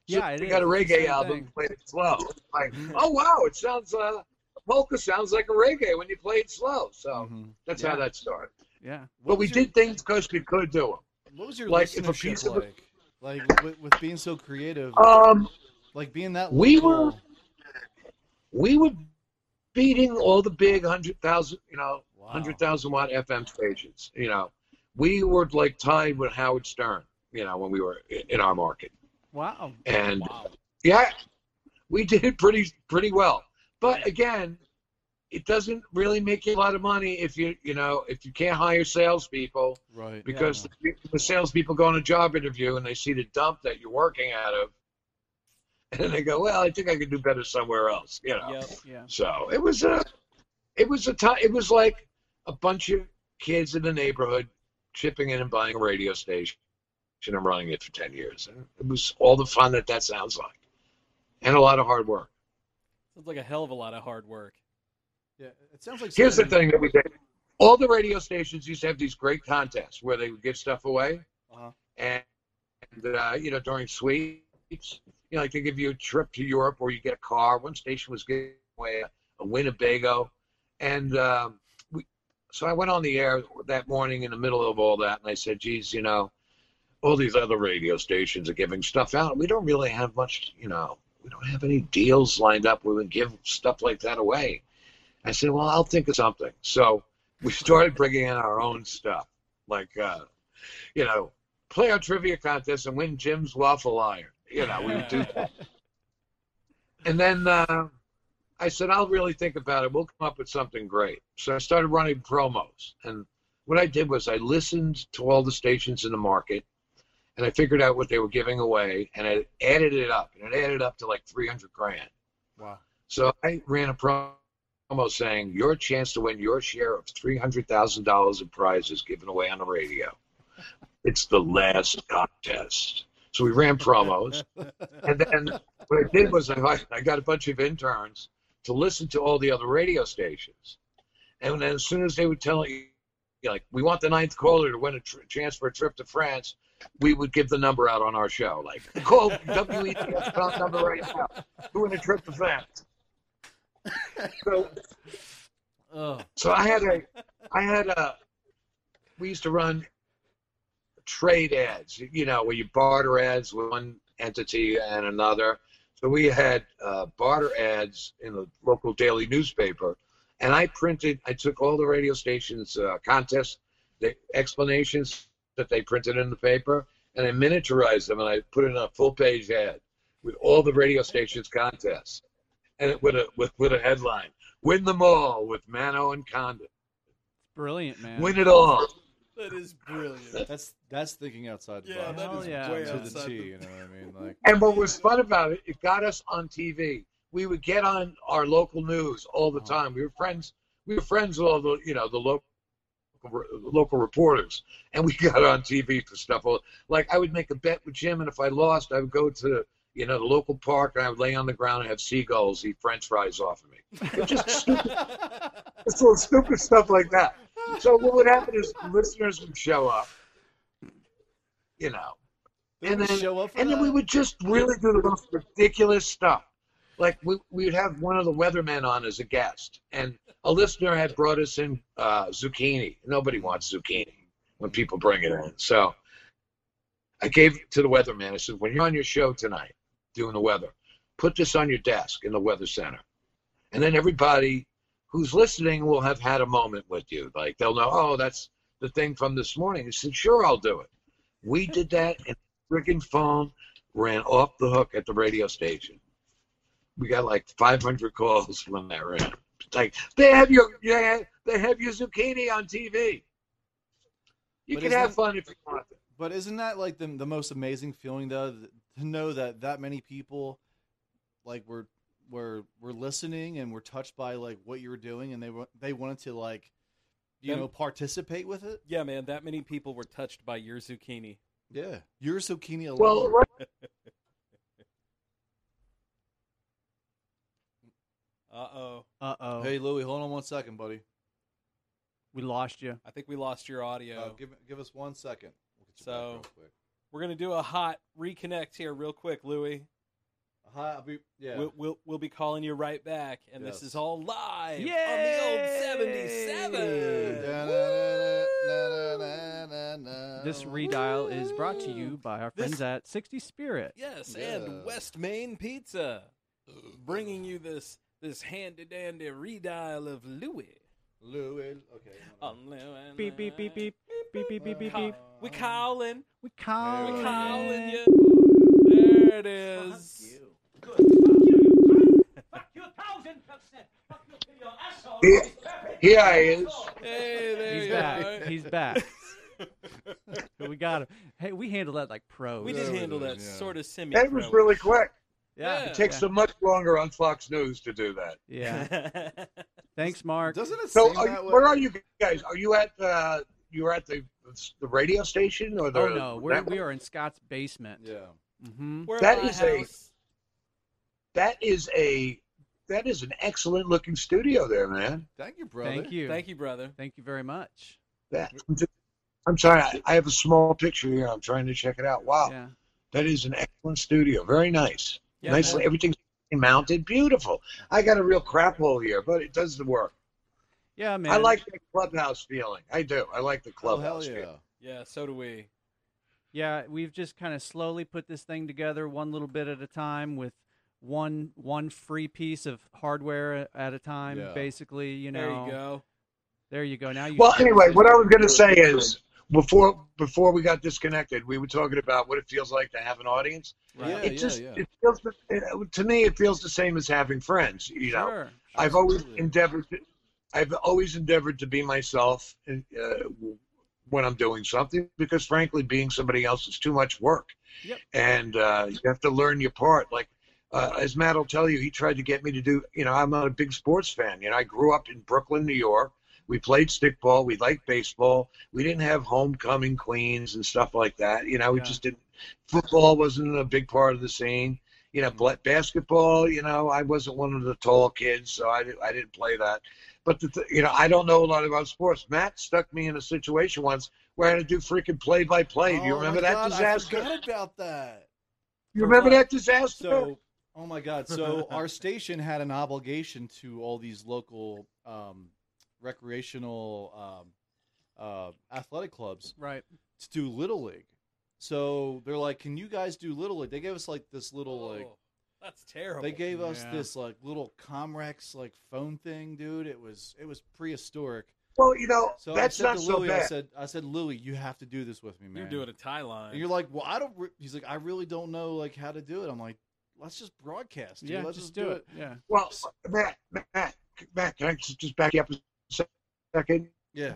Speaker 3: yeah, it
Speaker 6: we
Speaker 3: is.
Speaker 6: got a
Speaker 3: It's the
Speaker 6: reggae
Speaker 3: same
Speaker 6: album,
Speaker 3: thing. Mm-hmm.
Speaker 6: played it slow. Like, oh wow, it sounds uh, polka sounds like a reggae when you play it slow. So
Speaker 4: Mhm.
Speaker 6: that's
Speaker 3: Mm-hmm. Yeah.
Speaker 6: how that started.
Speaker 3: Yeah.
Speaker 6: But we
Speaker 4: was your-
Speaker 6: did things because we could do them.
Speaker 4: What was your
Speaker 6: like, if a
Speaker 4: listenership
Speaker 6: piece of a-
Speaker 4: like? Like with, with being so creative,
Speaker 3: Mm-hmm.
Speaker 6: Um,
Speaker 4: like being that
Speaker 6: we
Speaker 4: local,
Speaker 6: were- we were beating all the big hundred thousand, you know,
Speaker 4: Wow.
Speaker 6: hundred thousand watt FM stations. You know, we were like tied with Howard Stern. You know, when we were i- in our market,
Speaker 3: Wow.
Speaker 6: and yeah, we did it pretty pretty well. But again, it doesn't really make you a lot of money if you you know if you can't hire salespeople
Speaker 4: right?
Speaker 6: because the, the salespeople go on a job interview and they see the dump that you're working out of, and they go, well, I think I could do better somewhere else. You know.
Speaker 2: Yep.
Speaker 3: Yeah.
Speaker 6: So it was a, it was a time. It was like a bunch of kids in the neighborhood chipping in and buying a radio station and running it for ten years. And It was all the fun that that sounds like, and a lot of hard work.
Speaker 2: Sounds like a hell of a lot of hard work.
Speaker 4: yeah, it sounds like
Speaker 6: Here's the
Speaker 4: something-
Speaker 6: thing that we did: all the radio stations used to have these great contests where they would give stuff away,
Speaker 4: Uh-huh.
Speaker 6: and uh, you know during sweeps, you know, like they give you a trip to Europe or you get a car. One station was giving away a, a Winnebago, and um, we, so I went on the air that morning in the middle of all that, and I said, "Geez, you know." All these other radio stations are giving stuff out. We don't really have much, you know. We don't have any deals lined up. We would give stuff like that away. I said, "Well, I'll think of something." So we started bringing in our own stuff, like uh, you know, play our trivia contest and win Jim's waffle iron. You know, we would do that. And then uh, I said, "I'll really think about it. We'll come up with something great." So I started running promos, and what I did was I listened to all the stations in the market, and I figured out what they were giving away, and I added it up, and it added up to like three hundred grand.
Speaker 4: Wow.
Speaker 6: So I ran a promo saying, Your chance to win your share of $300,000 in prizes given away on the radio. It's the last contest. So we ran promos. and then what I did was I, I got a bunch of interns to listen to all the other radio stations. And then as soon as they would tell you, like, we want the ninth caller to win a tr- chance for a trip to France, we would give the number out on our show. Like, call E WETF phone number right now. Who win a trip to France? So,
Speaker 2: Oh,
Speaker 6: so I had a, I had a, we used to run trade ads, you know, where you barter ads with one entity and another. So we had uh, barter ads in the local daily newspaper, and I printed, I took all the radio stations' uh, contest the explanations that they printed in the paper, and I miniaturized them, and I put in a full-page ad with all the radio stations' contests, and it with a with, with a headline: "Win them all with Mano and Condon.
Speaker 3: Brilliant, man.
Speaker 6: Win it all."
Speaker 2: that is brilliant.
Speaker 4: That's that's thinking outside the
Speaker 9: Yeah,
Speaker 4: box.
Speaker 3: that
Speaker 4: It's
Speaker 3: is Yeah.
Speaker 4: done
Speaker 3: way
Speaker 4: to the
Speaker 9: outside
Speaker 4: T.
Speaker 9: the-
Speaker 4: You know what I mean? Like
Speaker 6: And what was fun about it, it got us on TV. We would get on our local news all the time. We were friends. We were friends with all the you know the local local reporters, and we got on TV for stuff. Like I would make a bet with Jim, and if I lost, I would go to you know the local park and I would lay on the ground and have seagulls eat French fries off of me. It's just stupid, just little stupid stuff like that. So what would happen is listeners would show up, you know,
Speaker 4: they
Speaker 6: and
Speaker 4: would
Speaker 6: then-
Speaker 4: show up for
Speaker 6: and then we
Speaker 4: that?
Speaker 6: would just really do the most ridiculous stuff. Like we we'd have one of the weathermen on as a guest, and a listener had brought us in uh, zucchini. Nobody wants zucchini when people bring it in, so I gave it to the weatherman. I said, "When you're on your show tonight, doing the weather, put this on your desk in the weather center." and then everybody who's listening will have had a moment with you. Like they'll know, oh, that's the thing from this morning. I said, sure, I'll do it. We did that, and the freaking phone ran off the hook at the radio station. We got like 500 calls from that round. It's Like they have your yeah, they have your zucchini on TV. You
Speaker 4: But
Speaker 6: can
Speaker 4: isn't
Speaker 6: have
Speaker 4: it-
Speaker 6: fun if you want.
Speaker 4: But isn't that like the the most amazing feeling though th- to know that that many people like were were were listening and were touched by like what you were doing and they wa- they wanted to like you
Speaker 2: Them-
Speaker 4: know participate with it?
Speaker 2: Yeah, man, that many people were touched by your zucchini.
Speaker 4: Yeah. Your zucchini alone.
Speaker 6: Well, right-
Speaker 2: Uh oh,
Speaker 3: Uh oh,
Speaker 4: hey Louie, hold on one second, buddy.
Speaker 3: we lost you.
Speaker 2: I think we lost your audio.
Speaker 6: Oh,
Speaker 4: Uh, give give us one second. We'll get you
Speaker 2: So-
Speaker 4: back real quick.
Speaker 2: We're gonna do a hot reconnect here, real quick, Louie.
Speaker 4: Hi, I'll be, yeah.
Speaker 2: We'll, we'll we'll be calling you right back, and this
Speaker 4: Yes.
Speaker 2: is all live
Speaker 3: Yay!
Speaker 2: on the old seventy-seven.
Speaker 3: This redial is brought to you by our
Speaker 2: This-
Speaker 3: friends at 60 Spirit.
Speaker 2: Yes,
Speaker 4: Yeah.
Speaker 2: and West Main Pizza, bringing you this this handy dandy redial of Louis.
Speaker 4: Louis. Okay. hold
Speaker 2: On Louis.
Speaker 3: Beep beep beep beep beep beep beep
Speaker 4: on.
Speaker 3: beep
Speaker 2: Ca- Um,
Speaker 3: beep.
Speaker 4: Uh,
Speaker 2: We calling,
Speaker 3: We call.
Speaker 2: we
Speaker 4: There
Speaker 2: calling
Speaker 3: it.
Speaker 2: you. There it
Speaker 4: Fuck
Speaker 2: is.
Speaker 4: you.
Speaker 6: Here, here I is.
Speaker 2: Hey, there
Speaker 3: He's
Speaker 2: you
Speaker 3: back.
Speaker 2: are.
Speaker 3: He's back. we got him. Hey, we handled that like pros.
Speaker 2: We
Speaker 4: There
Speaker 2: did
Speaker 4: it
Speaker 2: handle that
Speaker 4: is, yeah.
Speaker 2: sort of semi.
Speaker 6: That was really quick.
Speaker 3: Yeah.
Speaker 2: Yeah.
Speaker 6: It takes so much longer on Fox News to do that.
Speaker 3: Yeah. Thanks, Mark.
Speaker 4: Doesn't it
Speaker 6: So,
Speaker 4: seem
Speaker 6: are
Speaker 4: that
Speaker 6: you,
Speaker 4: way?
Speaker 6: where are you guys? Are you at uh, you're at the the radio station or the?
Speaker 3: Oh no, we're,
Speaker 6: that-
Speaker 3: we are in Scott's basement.
Speaker 4: Yeah.
Speaker 3: Mm-hmm.
Speaker 2: We're
Speaker 6: That
Speaker 2: at my
Speaker 6: is a-
Speaker 2: house.
Speaker 6: That is a that is an excellent looking studio there, man.
Speaker 4: Thank you, brother.
Speaker 3: Thank you.
Speaker 2: Thank you, brother.
Speaker 3: Thank you very much.
Speaker 6: That, I'm, just- I'm sorry, I, I have a small picture here. I'm trying to check it out. Wow,
Speaker 3: Yeah.
Speaker 6: that is an excellent studio. Very nice.
Speaker 2: Yeah,
Speaker 6: Nicely,
Speaker 2: man.
Speaker 6: everything's mounted. Beautiful. I got a real crap hole here, but it does the work.
Speaker 3: Yeah, man.
Speaker 6: I like the clubhouse feeling. I do. I like the
Speaker 4: Oh, hell
Speaker 6: clubhouse.
Speaker 4: yeah.
Speaker 6: feeling.
Speaker 2: Yeah, so do we.
Speaker 3: Yeah, we've just kind of slowly put this thing together, one little bit at a time, with one one free piece of hardware at a time.
Speaker 4: Yeah.
Speaker 3: Basically, you know.
Speaker 2: There you go.
Speaker 3: There you go. Now you.
Speaker 6: Well, anyway, what I was going to say is before before we got disconnected, we were talking about what it feels like to have an audience.
Speaker 3: Right.
Speaker 4: Yeah,
Speaker 6: it
Speaker 4: yeah,
Speaker 6: just
Speaker 4: yeah.
Speaker 6: it feels it- to me it feels the same as having friends. You know,
Speaker 3: Sure.
Speaker 6: I've always
Speaker 4: Absolutely.
Speaker 6: endeavored to, I've always endeavored to be myself in, uh, when I'm doing something because frankly, being somebody else is too much work.
Speaker 3: Yep.
Speaker 6: And uh, you have to learn your part. Like uh, as Matt will tell you, he tried to get me to do. You know, I'm not a big sports fan. You know, I grew up in Brooklyn, New York. We played stickball. We liked baseball. We didn't have homecoming queens and stuff like that. You know, we
Speaker 3: Yeah.
Speaker 6: just didn't. Football wasn't a big part of the scene. You know, bla- basketball. You know, I wasn't one of the tall kids, so I didn't, I didn't play that. But the th- you know, I don't know a lot about sports. Matt stuck me in a situation once where I had to do freaking play by play. Do you
Speaker 4: Oh,
Speaker 6: remember
Speaker 4: my
Speaker 6: that
Speaker 4: God,
Speaker 6: disaster?
Speaker 4: I forgot about that.
Speaker 6: You remember
Speaker 2: For what?
Speaker 6: that disaster?
Speaker 4: So, oh my God. So, our station had an obligation to all these local um, recreational um, uh, athletic clubs
Speaker 3: Right.
Speaker 4: to do Little League. So, they're like, can you guys do Little League? They gave us like this little, like,
Speaker 2: Oh, that's terrible.
Speaker 4: they gave us
Speaker 3: Yeah.
Speaker 4: this like little Comrex like phone thing, dude. It was it was prehistoric.
Speaker 6: well, you know,
Speaker 4: So
Speaker 6: that's
Speaker 4: I said
Speaker 6: not
Speaker 4: to
Speaker 6: so
Speaker 4: Louis,
Speaker 6: bad.
Speaker 4: I said, I said, Louis, you have to do this with me, man.
Speaker 2: You're doing a tie line.
Speaker 4: And you're like, well, I don't. Re-. He's like, I really don't know like how to do it. I'm like, let's just broadcast. Dude.
Speaker 3: Yeah.
Speaker 4: let's
Speaker 3: Just, do it. Yeah.
Speaker 6: well, Matt, Matt, Matt, can I just just back you up a second?
Speaker 4: Yeah.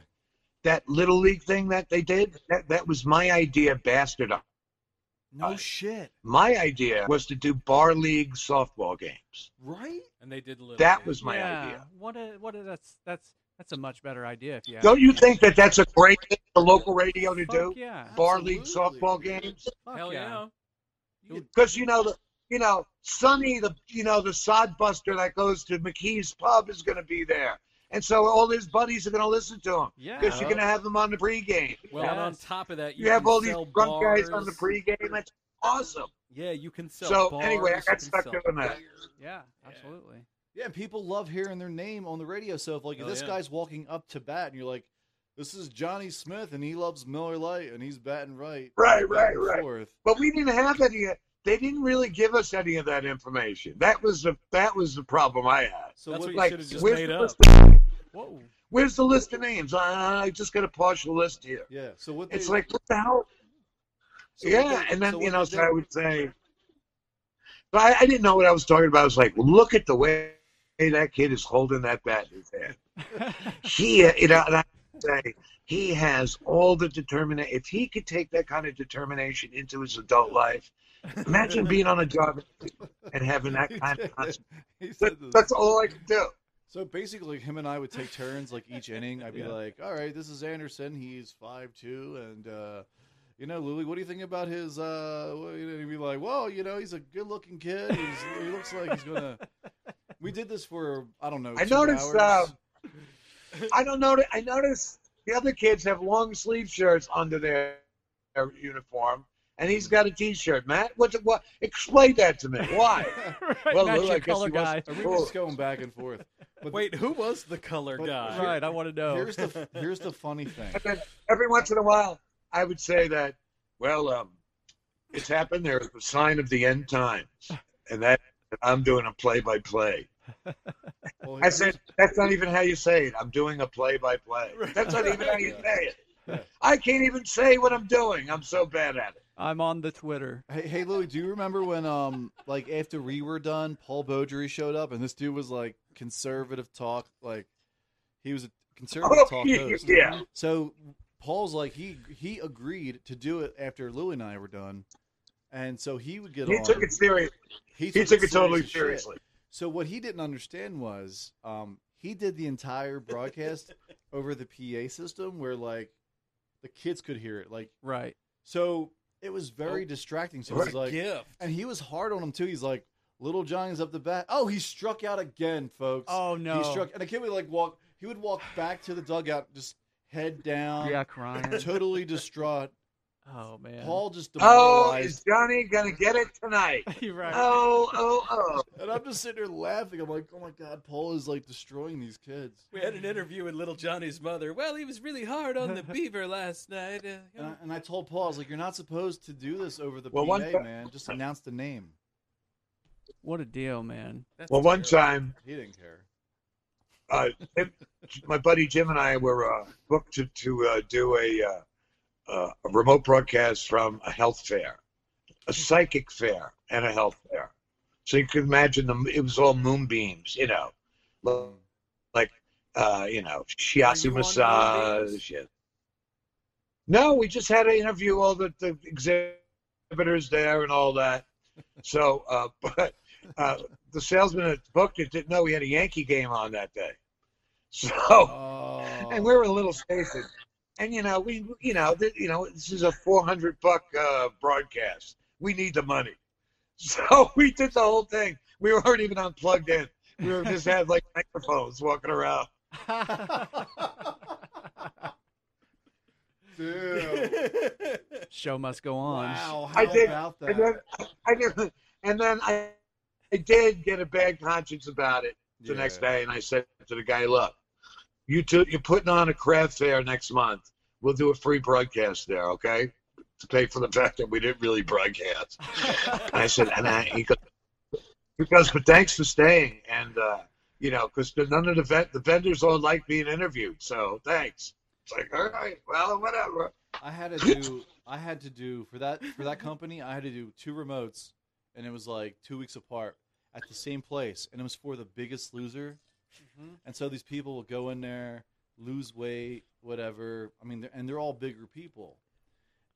Speaker 6: That little league thing that they did, that, that was my idea bastardized.
Speaker 4: No
Speaker 6: Uh,
Speaker 4: shit.
Speaker 6: My idea was to do bar league softball games.
Speaker 4: Right?
Speaker 2: and they did a little.
Speaker 6: That
Speaker 2: bit.
Speaker 6: was my
Speaker 3: yeah.
Speaker 6: idea.
Speaker 3: What a what a that's that's that's a much better idea if you. ask
Speaker 6: Don't you
Speaker 3: me.
Speaker 6: think that that's a great thing for local radio to
Speaker 3: Fuck
Speaker 6: do?
Speaker 3: yeah.
Speaker 6: Bar league
Speaker 4: Absolutely.
Speaker 6: softball games?
Speaker 3: Fuck
Speaker 2: Hell yeah.
Speaker 6: Because you know the you know Sonny the you know the sod buster that goes to McKee's pub is going to be there, and so all his buddies are going to listen to him
Speaker 3: Yeah.
Speaker 6: because you're going to have them on the pregame.
Speaker 2: Well, and on
Speaker 3: Yes.
Speaker 2: top of that, you,
Speaker 6: You have
Speaker 2: can
Speaker 6: all these
Speaker 2: sell
Speaker 6: drunk guys on the
Speaker 2: bars.
Speaker 6: pregame. That's awesome.
Speaker 2: Yeah, you can sell.
Speaker 6: So anyway, I
Speaker 2: bars, you
Speaker 6: got
Speaker 2: can
Speaker 6: stuck
Speaker 2: sell-
Speaker 6: doing that.
Speaker 3: Yeah. Absolutely.
Speaker 4: Yeah. and People love hearing their name on the radio. So if like if
Speaker 2: Oh,
Speaker 4: this
Speaker 2: yeah.
Speaker 4: guy's walking up to bat, and you're like, this is Johnny Smith, and he loves Miller Lite, and he's batting right.
Speaker 6: Right,
Speaker 4: back
Speaker 6: right,
Speaker 4: and
Speaker 6: right.
Speaker 4: Forth.
Speaker 6: But we didn't have any they didn't really give us any of that information. That was the that was the problem I had.
Speaker 2: So That's what you
Speaker 6: like,
Speaker 2: should've just
Speaker 6: where's
Speaker 2: made
Speaker 6: the
Speaker 2: up.
Speaker 6: list
Speaker 3: Whoa.
Speaker 6: Where's the list of names? I, I just got a partial list here.
Speaker 4: Yeah. So what?
Speaker 6: It's
Speaker 4: they-
Speaker 6: like what the hell?
Speaker 4: so what
Speaker 6: yeah,
Speaker 4: they-
Speaker 6: and then
Speaker 4: so
Speaker 6: you
Speaker 4: what
Speaker 6: know,
Speaker 4: they
Speaker 6: so I
Speaker 4: did-
Speaker 6: would say, but I, I didn't know what I was talking about. I was like, look at the way that kid is holding that bat in his hand. he, uh, you know, and I would say he has all the determination. If he could take that kind of determination into his adult life, imagine being on a job and having that
Speaker 4: he
Speaker 6: kind
Speaker 4: said
Speaker 6: of.
Speaker 4: this-
Speaker 6: concentration.
Speaker 4: he said
Speaker 6: That-
Speaker 4: this.
Speaker 6: That's all I could do.
Speaker 4: So basically, him and I would take turns, like each inning. I'd be like, "All right, this is Anderson. He's five two, and uh, you know, Lily, what do you think about his?" Uh, well, you know, he'd be like, "Well, you know, he's a good-looking kid. He's, he looks like he's gonna." We did this for I don't know.
Speaker 6: I
Speaker 4: two
Speaker 6: noticed,
Speaker 4: hours.
Speaker 6: uh, I don't notice. I notice the other kids have long sleeve shirts under their, their uniform, and he's got a T-shirt. Matt, what's it? What? Explain that to me. Why?
Speaker 3: right,
Speaker 6: Well,
Speaker 3: not
Speaker 6: Lou, I
Speaker 3: your
Speaker 6: guess he
Speaker 3: color
Speaker 6: wasn't
Speaker 3: guy.
Speaker 4: Are we just
Speaker 6: Oh.
Speaker 4: going back and forth? But
Speaker 2: Wait, who was the color
Speaker 4: But-
Speaker 2: guy?
Speaker 3: Right, I want to know.
Speaker 4: here's the here's the funny thing.
Speaker 6: And then every once in a while, I would say that. Well, um, it's happened. There's the sign of the end times, and that I'm doing a play-by-play.
Speaker 4: Well,
Speaker 6: I said, that's not even how you say it. I'm doing a play by play. That's not even how you say it. I can't even say what I'm doing. I'm so bad at it.
Speaker 3: I'm on the Twitter.
Speaker 4: Hey, hey, Louie, do you remember when, um, like after we were done, Paul Beaudry showed up, and this dude was like conservative talk, like he was a conservative
Speaker 6: Oh,
Speaker 4: talk host.
Speaker 6: yeah.
Speaker 4: So Paul's like he he agreed to do it after Louie and I were done, and so he would get
Speaker 6: He
Speaker 4: on.
Speaker 6: took it serious.
Speaker 4: he
Speaker 6: He took it
Speaker 4: serious
Speaker 6: totally
Speaker 4: as shit.
Speaker 6: seriously.
Speaker 4: So what he didn't understand was, um, he did the entire broadcast over the PA system, where like the kids could hear it, like
Speaker 3: Right.
Speaker 4: so. It was
Speaker 6: Oh.
Speaker 4: very distracting. So it was like,
Speaker 2: gift.
Speaker 4: and he was hard on him too. He's like, "Little Johnny's up the bat." Oh, he struck out again, folks.
Speaker 3: Oh, no.
Speaker 4: he struck. And the kid would like walk. He would walk back to the dugout, just head down,
Speaker 3: yeah, crying.
Speaker 4: totally distraught.
Speaker 3: Oh man.
Speaker 4: Paul just
Speaker 6: Oh, is
Speaker 4: demoralized,
Speaker 6: Johnny going to get it tonight?
Speaker 3: You're right.
Speaker 6: Oh, oh, oh.
Speaker 4: and I'm just sitting there laughing. I'm like, "Oh my god, Paul is like destroying these kids."
Speaker 2: We had an interview with little Johnny's mother. Well, he was really hard on the beaver last night. Uh,
Speaker 4: And I, and I told Paul, I was like, "You're not supposed to do this over the
Speaker 6: Well,
Speaker 4: PA,
Speaker 6: one ti-
Speaker 4: man. Just announce the name."
Speaker 3: What a deal, man.
Speaker 2: that's
Speaker 6: Well, one
Speaker 2: terrible.
Speaker 6: time,
Speaker 4: He didn't care.
Speaker 6: uh, Jim- my buddy Jim and I were uh, booked to, to uh, do a, uh, uh, a remote broadcast from a health fair, a psychic fair, and a health fair. So you could imagine them. It was all moonbeams, you know, like- like uh, you know, shiatsu
Speaker 2: you on
Speaker 6: massage. and- No, we just had to interview all the, the exhibitors there and all that. So, uh, but uh, the salesman that booked it didn't know we had a Yankee game on that day. So
Speaker 4: Oh,
Speaker 6: and we were a little station. And you know, we you know, th- you know, this is a four hundred buck uh, broadcast. We need the money, so we did the whole thing. We weren't even unplugged in. We were just had like microphones walking around.
Speaker 4: dude.
Speaker 3: Show must go on.
Speaker 4: Wow, how
Speaker 6: I did,
Speaker 4: about that?
Speaker 6: and then I did, and then I, I did get a bad conscience about it the next
Speaker 4: Yeah.
Speaker 6: day, and I said to the guy, "Look, you two, you're putting on a craft fair next month. We'll do a free broadcast there, okay?" To pay for the fact that we didn't really broadcast. and I said, and I, he goes, he goes, but thanks for staying, and uh, you know, because none of the vet, the vendors all like being interviewed, so thanks. It's like, all right, well, whatever.
Speaker 4: I had to do. I had to do for that for that company. I had to do two remotes, and it was like two weeks apart at the same place, and it was for the Biggest Loser.
Speaker 2: Mm-hmm.
Speaker 4: And so these people will go in there, lose weight, whatever. I mean, they're, and they're all bigger people.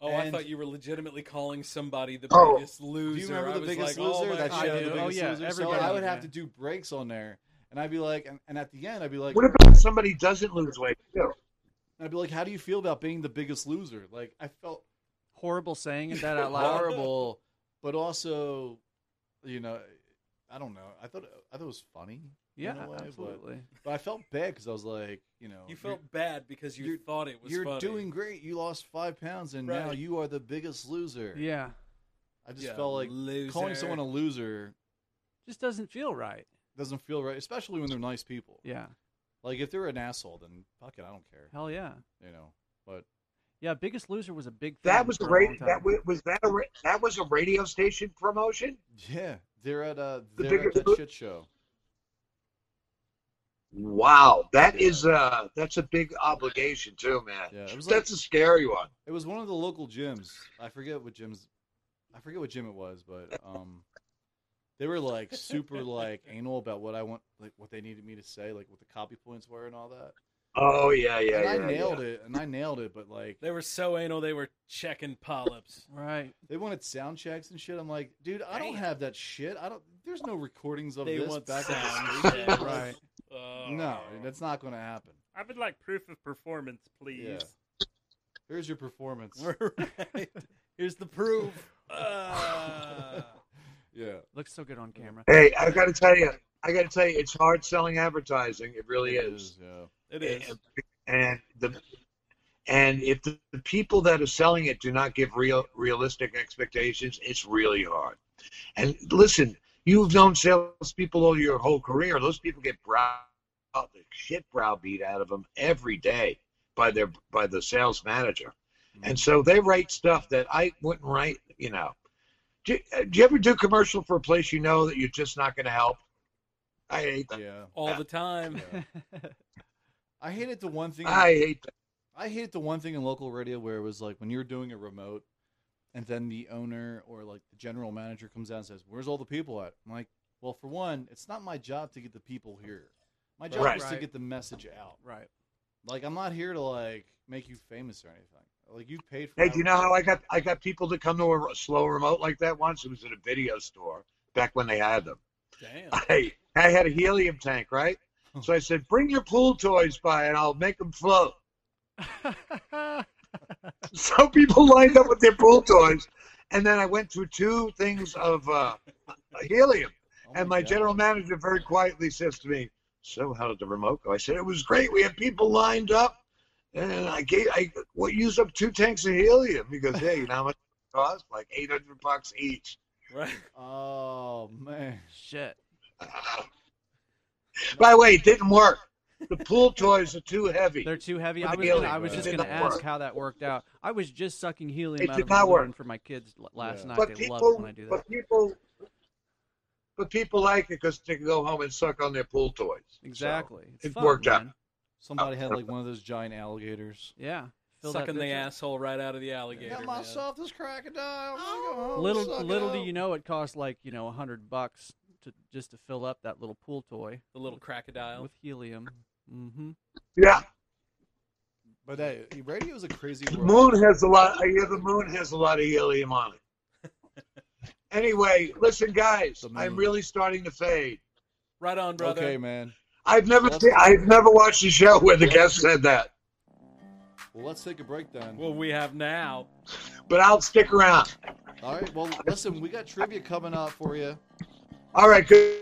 Speaker 2: Oh, I
Speaker 4: And-
Speaker 2: thought you were legitimately calling somebody the
Speaker 6: Oh.
Speaker 2: biggest loser.
Speaker 4: Do you remember
Speaker 2: I
Speaker 4: the
Speaker 2: was
Speaker 4: Biggest
Speaker 2: like, oh
Speaker 4: Loser?
Speaker 2: my
Speaker 4: that
Speaker 2: God.
Speaker 3: I
Speaker 4: show,
Speaker 3: do.
Speaker 4: the
Speaker 3: Oh,
Speaker 4: Biggest
Speaker 3: yeah,
Speaker 4: Loser. So
Speaker 3: everybody
Speaker 4: I would
Speaker 3: did
Speaker 4: have
Speaker 3: that.
Speaker 4: to do breaks on there, and I'd be like, and, and at the end, I'd be like,
Speaker 6: What about somebody doesn't lose weight too?
Speaker 4: I'd be like, how do you feel about being the Biggest Loser? Like, I felt
Speaker 3: Horrible saying it that out loud.
Speaker 4: horrible, but also, you know, I don't know. I thought I thought it was funny. in
Speaker 3: yeah,
Speaker 4: a way, but-
Speaker 3: absolutely.
Speaker 4: But, I felt bad because I was like, you know,
Speaker 3: Oh,
Speaker 2: You felt bad because you
Speaker 4: you're-
Speaker 2: thought it was
Speaker 4: you're,
Speaker 2: funny.
Speaker 4: you're doing great. You lost five pounds, and now
Speaker 2: Right.
Speaker 4: you are the biggest loser.
Speaker 3: Yeah,
Speaker 4: I just
Speaker 2: Yeah,
Speaker 4: felt like calling
Speaker 2: loser.
Speaker 4: someone a loser
Speaker 3: just doesn't feel right.
Speaker 4: doesn't feel right, especially when they're nice people.
Speaker 3: Yeah,
Speaker 4: Like if they're an asshole, then fuck it, I don't care.
Speaker 3: hell yeah.
Speaker 4: You know, but
Speaker 3: Yeah, Biggest Loser was a big thing.
Speaker 6: That was
Speaker 3: for a
Speaker 6: the
Speaker 3: long
Speaker 6: radio.
Speaker 3: time.
Speaker 6: That wa- was that a ra- that was a radio station promotion.
Speaker 4: Yeah, they're at uh,
Speaker 6: The
Speaker 4: they're
Speaker 6: bigger-
Speaker 4: at that shit show.
Speaker 6: Wow, that is uh that's a big obligation too, man.
Speaker 4: Yeah, it was like-
Speaker 6: that's a scary one.
Speaker 4: It was one of the local gyms. I forget what gyms, I forget what gym it was, but um, they were like super like anal about what I want, like what they needed me to say, like what the copy points were and all that.
Speaker 6: Oh yeah, yeah,
Speaker 4: and I
Speaker 6: yeah,
Speaker 4: nailed it, and I nailed it, but like
Speaker 2: They were so anal, they were checking polyps.
Speaker 3: Right.
Speaker 4: they wanted sound checks and shit. I'm like, dude, I don't
Speaker 2: Damn.
Speaker 4: have that shit. I don't. There's no recordings of
Speaker 2: They
Speaker 4: this
Speaker 2: want
Speaker 4: back. in
Speaker 2: sound Oh.
Speaker 4: the
Speaker 2: checks.
Speaker 4: right?
Speaker 10: Uh,
Speaker 4: No, that's not going to happen.
Speaker 10: I would like proof of performance, please.
Speaker 4: Yeah. Here's your performance.
Speaker 2: right. Here's the proof. Uh,
Speaker 4: yeah.
Speaker 3: Looks so good on camera.
Speaker 6: Hey, I got to tell you, I got to tell you, it's hard selling advertising. It really
Speaker 4: It
Speaker 6: is.
Speaker 4: is, yeah.
Speaker 2: it is.
Speaker 6: And the and if the, the people that are selling it do not give real realistic expectations, it's really hard. And listen, you've known salespeople all your whole career. Those people get brow the shit browbeat out of them every day by their by the sales manager. And so they write stuff that I wouldn't write, you know. Do, uh, do you ever do commercial for a place you know that you're just not going to help? I hate that.
Speaker 4: Yeah.
Speaker 2: All the time.
Speaker 4: yeah. I hate it. The one thing
Speaker 6: I hate that.
Speaker 4: I hate the one thing in local radio where it was like when you're doing a remote and then the owner or like the general manager comes out and says, Where's all the people at? I'm like, Well, for one, it's not my job to get the people here. My job
Speaker 6: Right.
Speaker 4: is to
Speaker 3: Right.
Speaker 4: get the message out.
Speaker 3: right.
Speaker 4: Like I'm not here to like make you famous or anything. Like you paid for
Speaker 6: Hey, do you know
Speaker 4: everything.
Speaker 6: how I got I got people to come to a r- slow remote like that once? It was at a video store back when they had them.
Speaker 2: Damn.
Speaker 6: I I had a helium tank, right? So I said, "Bring your pool toys by, and I'll make them float." so people lined up with their pool toys, and then I went through two things of uh, helium.
Speaker 4: Oh
Speaker 6: and my
Speaker 4: God.
Speaker 6: general manager very quietly says to me, "So how did the remote go?" I said, "It was great. We had people lined up, and I gave I what used up two tanks of helium." He goes, "Hey, you know how much it cost? Like eight hundred bucks each."
Speaker 2: Right.
Speaker 4: Oh man.
Speaker 3: Shit.
Speaker 6: By the way, it didn't work. The pool toys are too heavy.
Speaker 3: They're too heavy. I
Speaker 6: For the
Speaker 3: was, gonna,
Speaker 6: helium,
Speaker 3: I was
Speaker 4: right.
Speaker 3: just
Speaker 6: It
Speaker 3: going to
Speaker 6: did not
Speaker 3: ask
Speaker 6: work.
Speaker 3: how that worked out. I was just sucking helium
Speaker 6: It
Speaker 3: out
Speaker 6: did
Speaker 3: of
Speaker 6: not
Speaker 3: a balloon
Speaker 6: work.
Speaker 3: for my kids l- last
Speaker 4: Yeah.
Speaker 3: night.
Speaker 6: but
Speaker 3: they love it
Speaker 6: people,
Speaker 3: when I do that.
Speaker 6: but people, but people like it because they can go home and suck on their pool toys. So,
Speaker 3: Exactly. It's
Speaker 6: it
Speaker 3: fun,
Speaker 6: worked out.
Speaker 3: man.
Speaker 4: Somebody had like one of those giant alligators.
Speaker 3: Yeah. Fill that
Speaker 2: Sucking the
Speaker 3: bitch up.
Speaker 2: asshole right out of the alligator.
Speaker 4: Got
Speaker 2: man.
Speaker 4: myself this crocodile. I'm gonna go home and
Speaker 3: Oh. Little
Speaker 4: Oh, suck it
Speaker 3: little do
Speaker 4: up.
Speaker 3: you know it cost like, you know, a hundred bucks to just to fill up that little pool toy
Speaker 2: The little crocodile.
Speaker 3: with helium. Mm-hmm.
Speaker 6: Yeah,
Speaker 4: But hey, radio is a crazy world.
Speaker 6: Moon has a lot. I hear the moon has a lot of helium on it. anyway, listen, guys,
Speaker 4: The
Speaker 6: I'm
Speaker 4: moon.
Speaker 6: really starting to fade.
Speaker 2: Right on, brother.
Speaker 4: Okay, man.
Speaker 6: I've never,
Speaker 4: Let's-
Speaker 6: seen, I've never watched a show where the guest said that,
Speaker 4: Well, let's take a break then.
Speaker 2: What we have now.
Speaker 6: but I'll stick around.
Speaker 4: All right. Well, listen, we got trivia coming up for you.
Speaker 6: All right, good,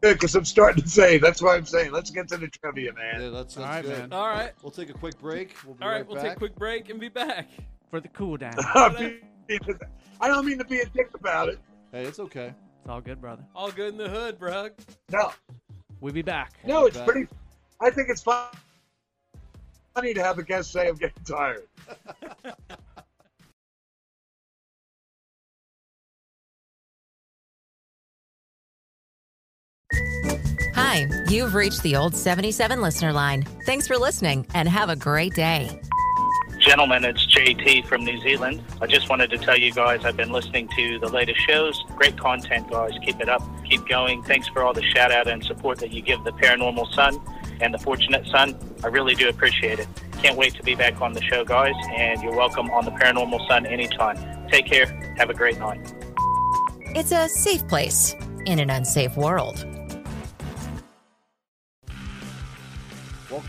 Speaker 6: good, because I'm starting to fade. That's what I'm saying. Let's get to the trivia, man.
Speaker 4: Yeah, that's, that's
Speaker 3: All right,
Speaker 4: good.
Speaker 3: man.
Speaker 2: All right.
Speaker 4: We'll take a quick break. We'll be
Speaker 2: All
Speaker 4: right,
Speaker 2: right. We'll
Speaker 4: back.
Speaker 2: take a quick break and be back.
Speaker 3: For the cool down.
Speaker 6: I don't mean to be a dick about it.
Speaker 4: Hey, it's okay.
Speaker 3: it's all good, brother.
Speaker 2: All good in the hood, brug.
Speaker 6: No,
Speaker 3: We'll be back.
Speaker 6: no, it's
Speaker 4: bet.
Speaker 6: pretty. I think it's fun. Funny to have a guest say I'm getting tired.
Speaker 5: Hi, you've reached the Old 77 listener line. Thanks for listening and have a great day.
Speaker 11: Gentlemen, it's JT from New Zealand. I just wanted to tell you guys I've been listening to the latest shows. Great content, guys. Keep it up. Keep going. Thanks for all the shout out and support that you give the Paranormal Sun and the Fortunate Sun. I really do appreciate it. Can't wait to be back on the show, guys. And you're welcome on the Paranormal Sun anytime. Take care. Have a great night.
Speaker 5: It's a safe place in an unsafe world.
Speaker 4: Well,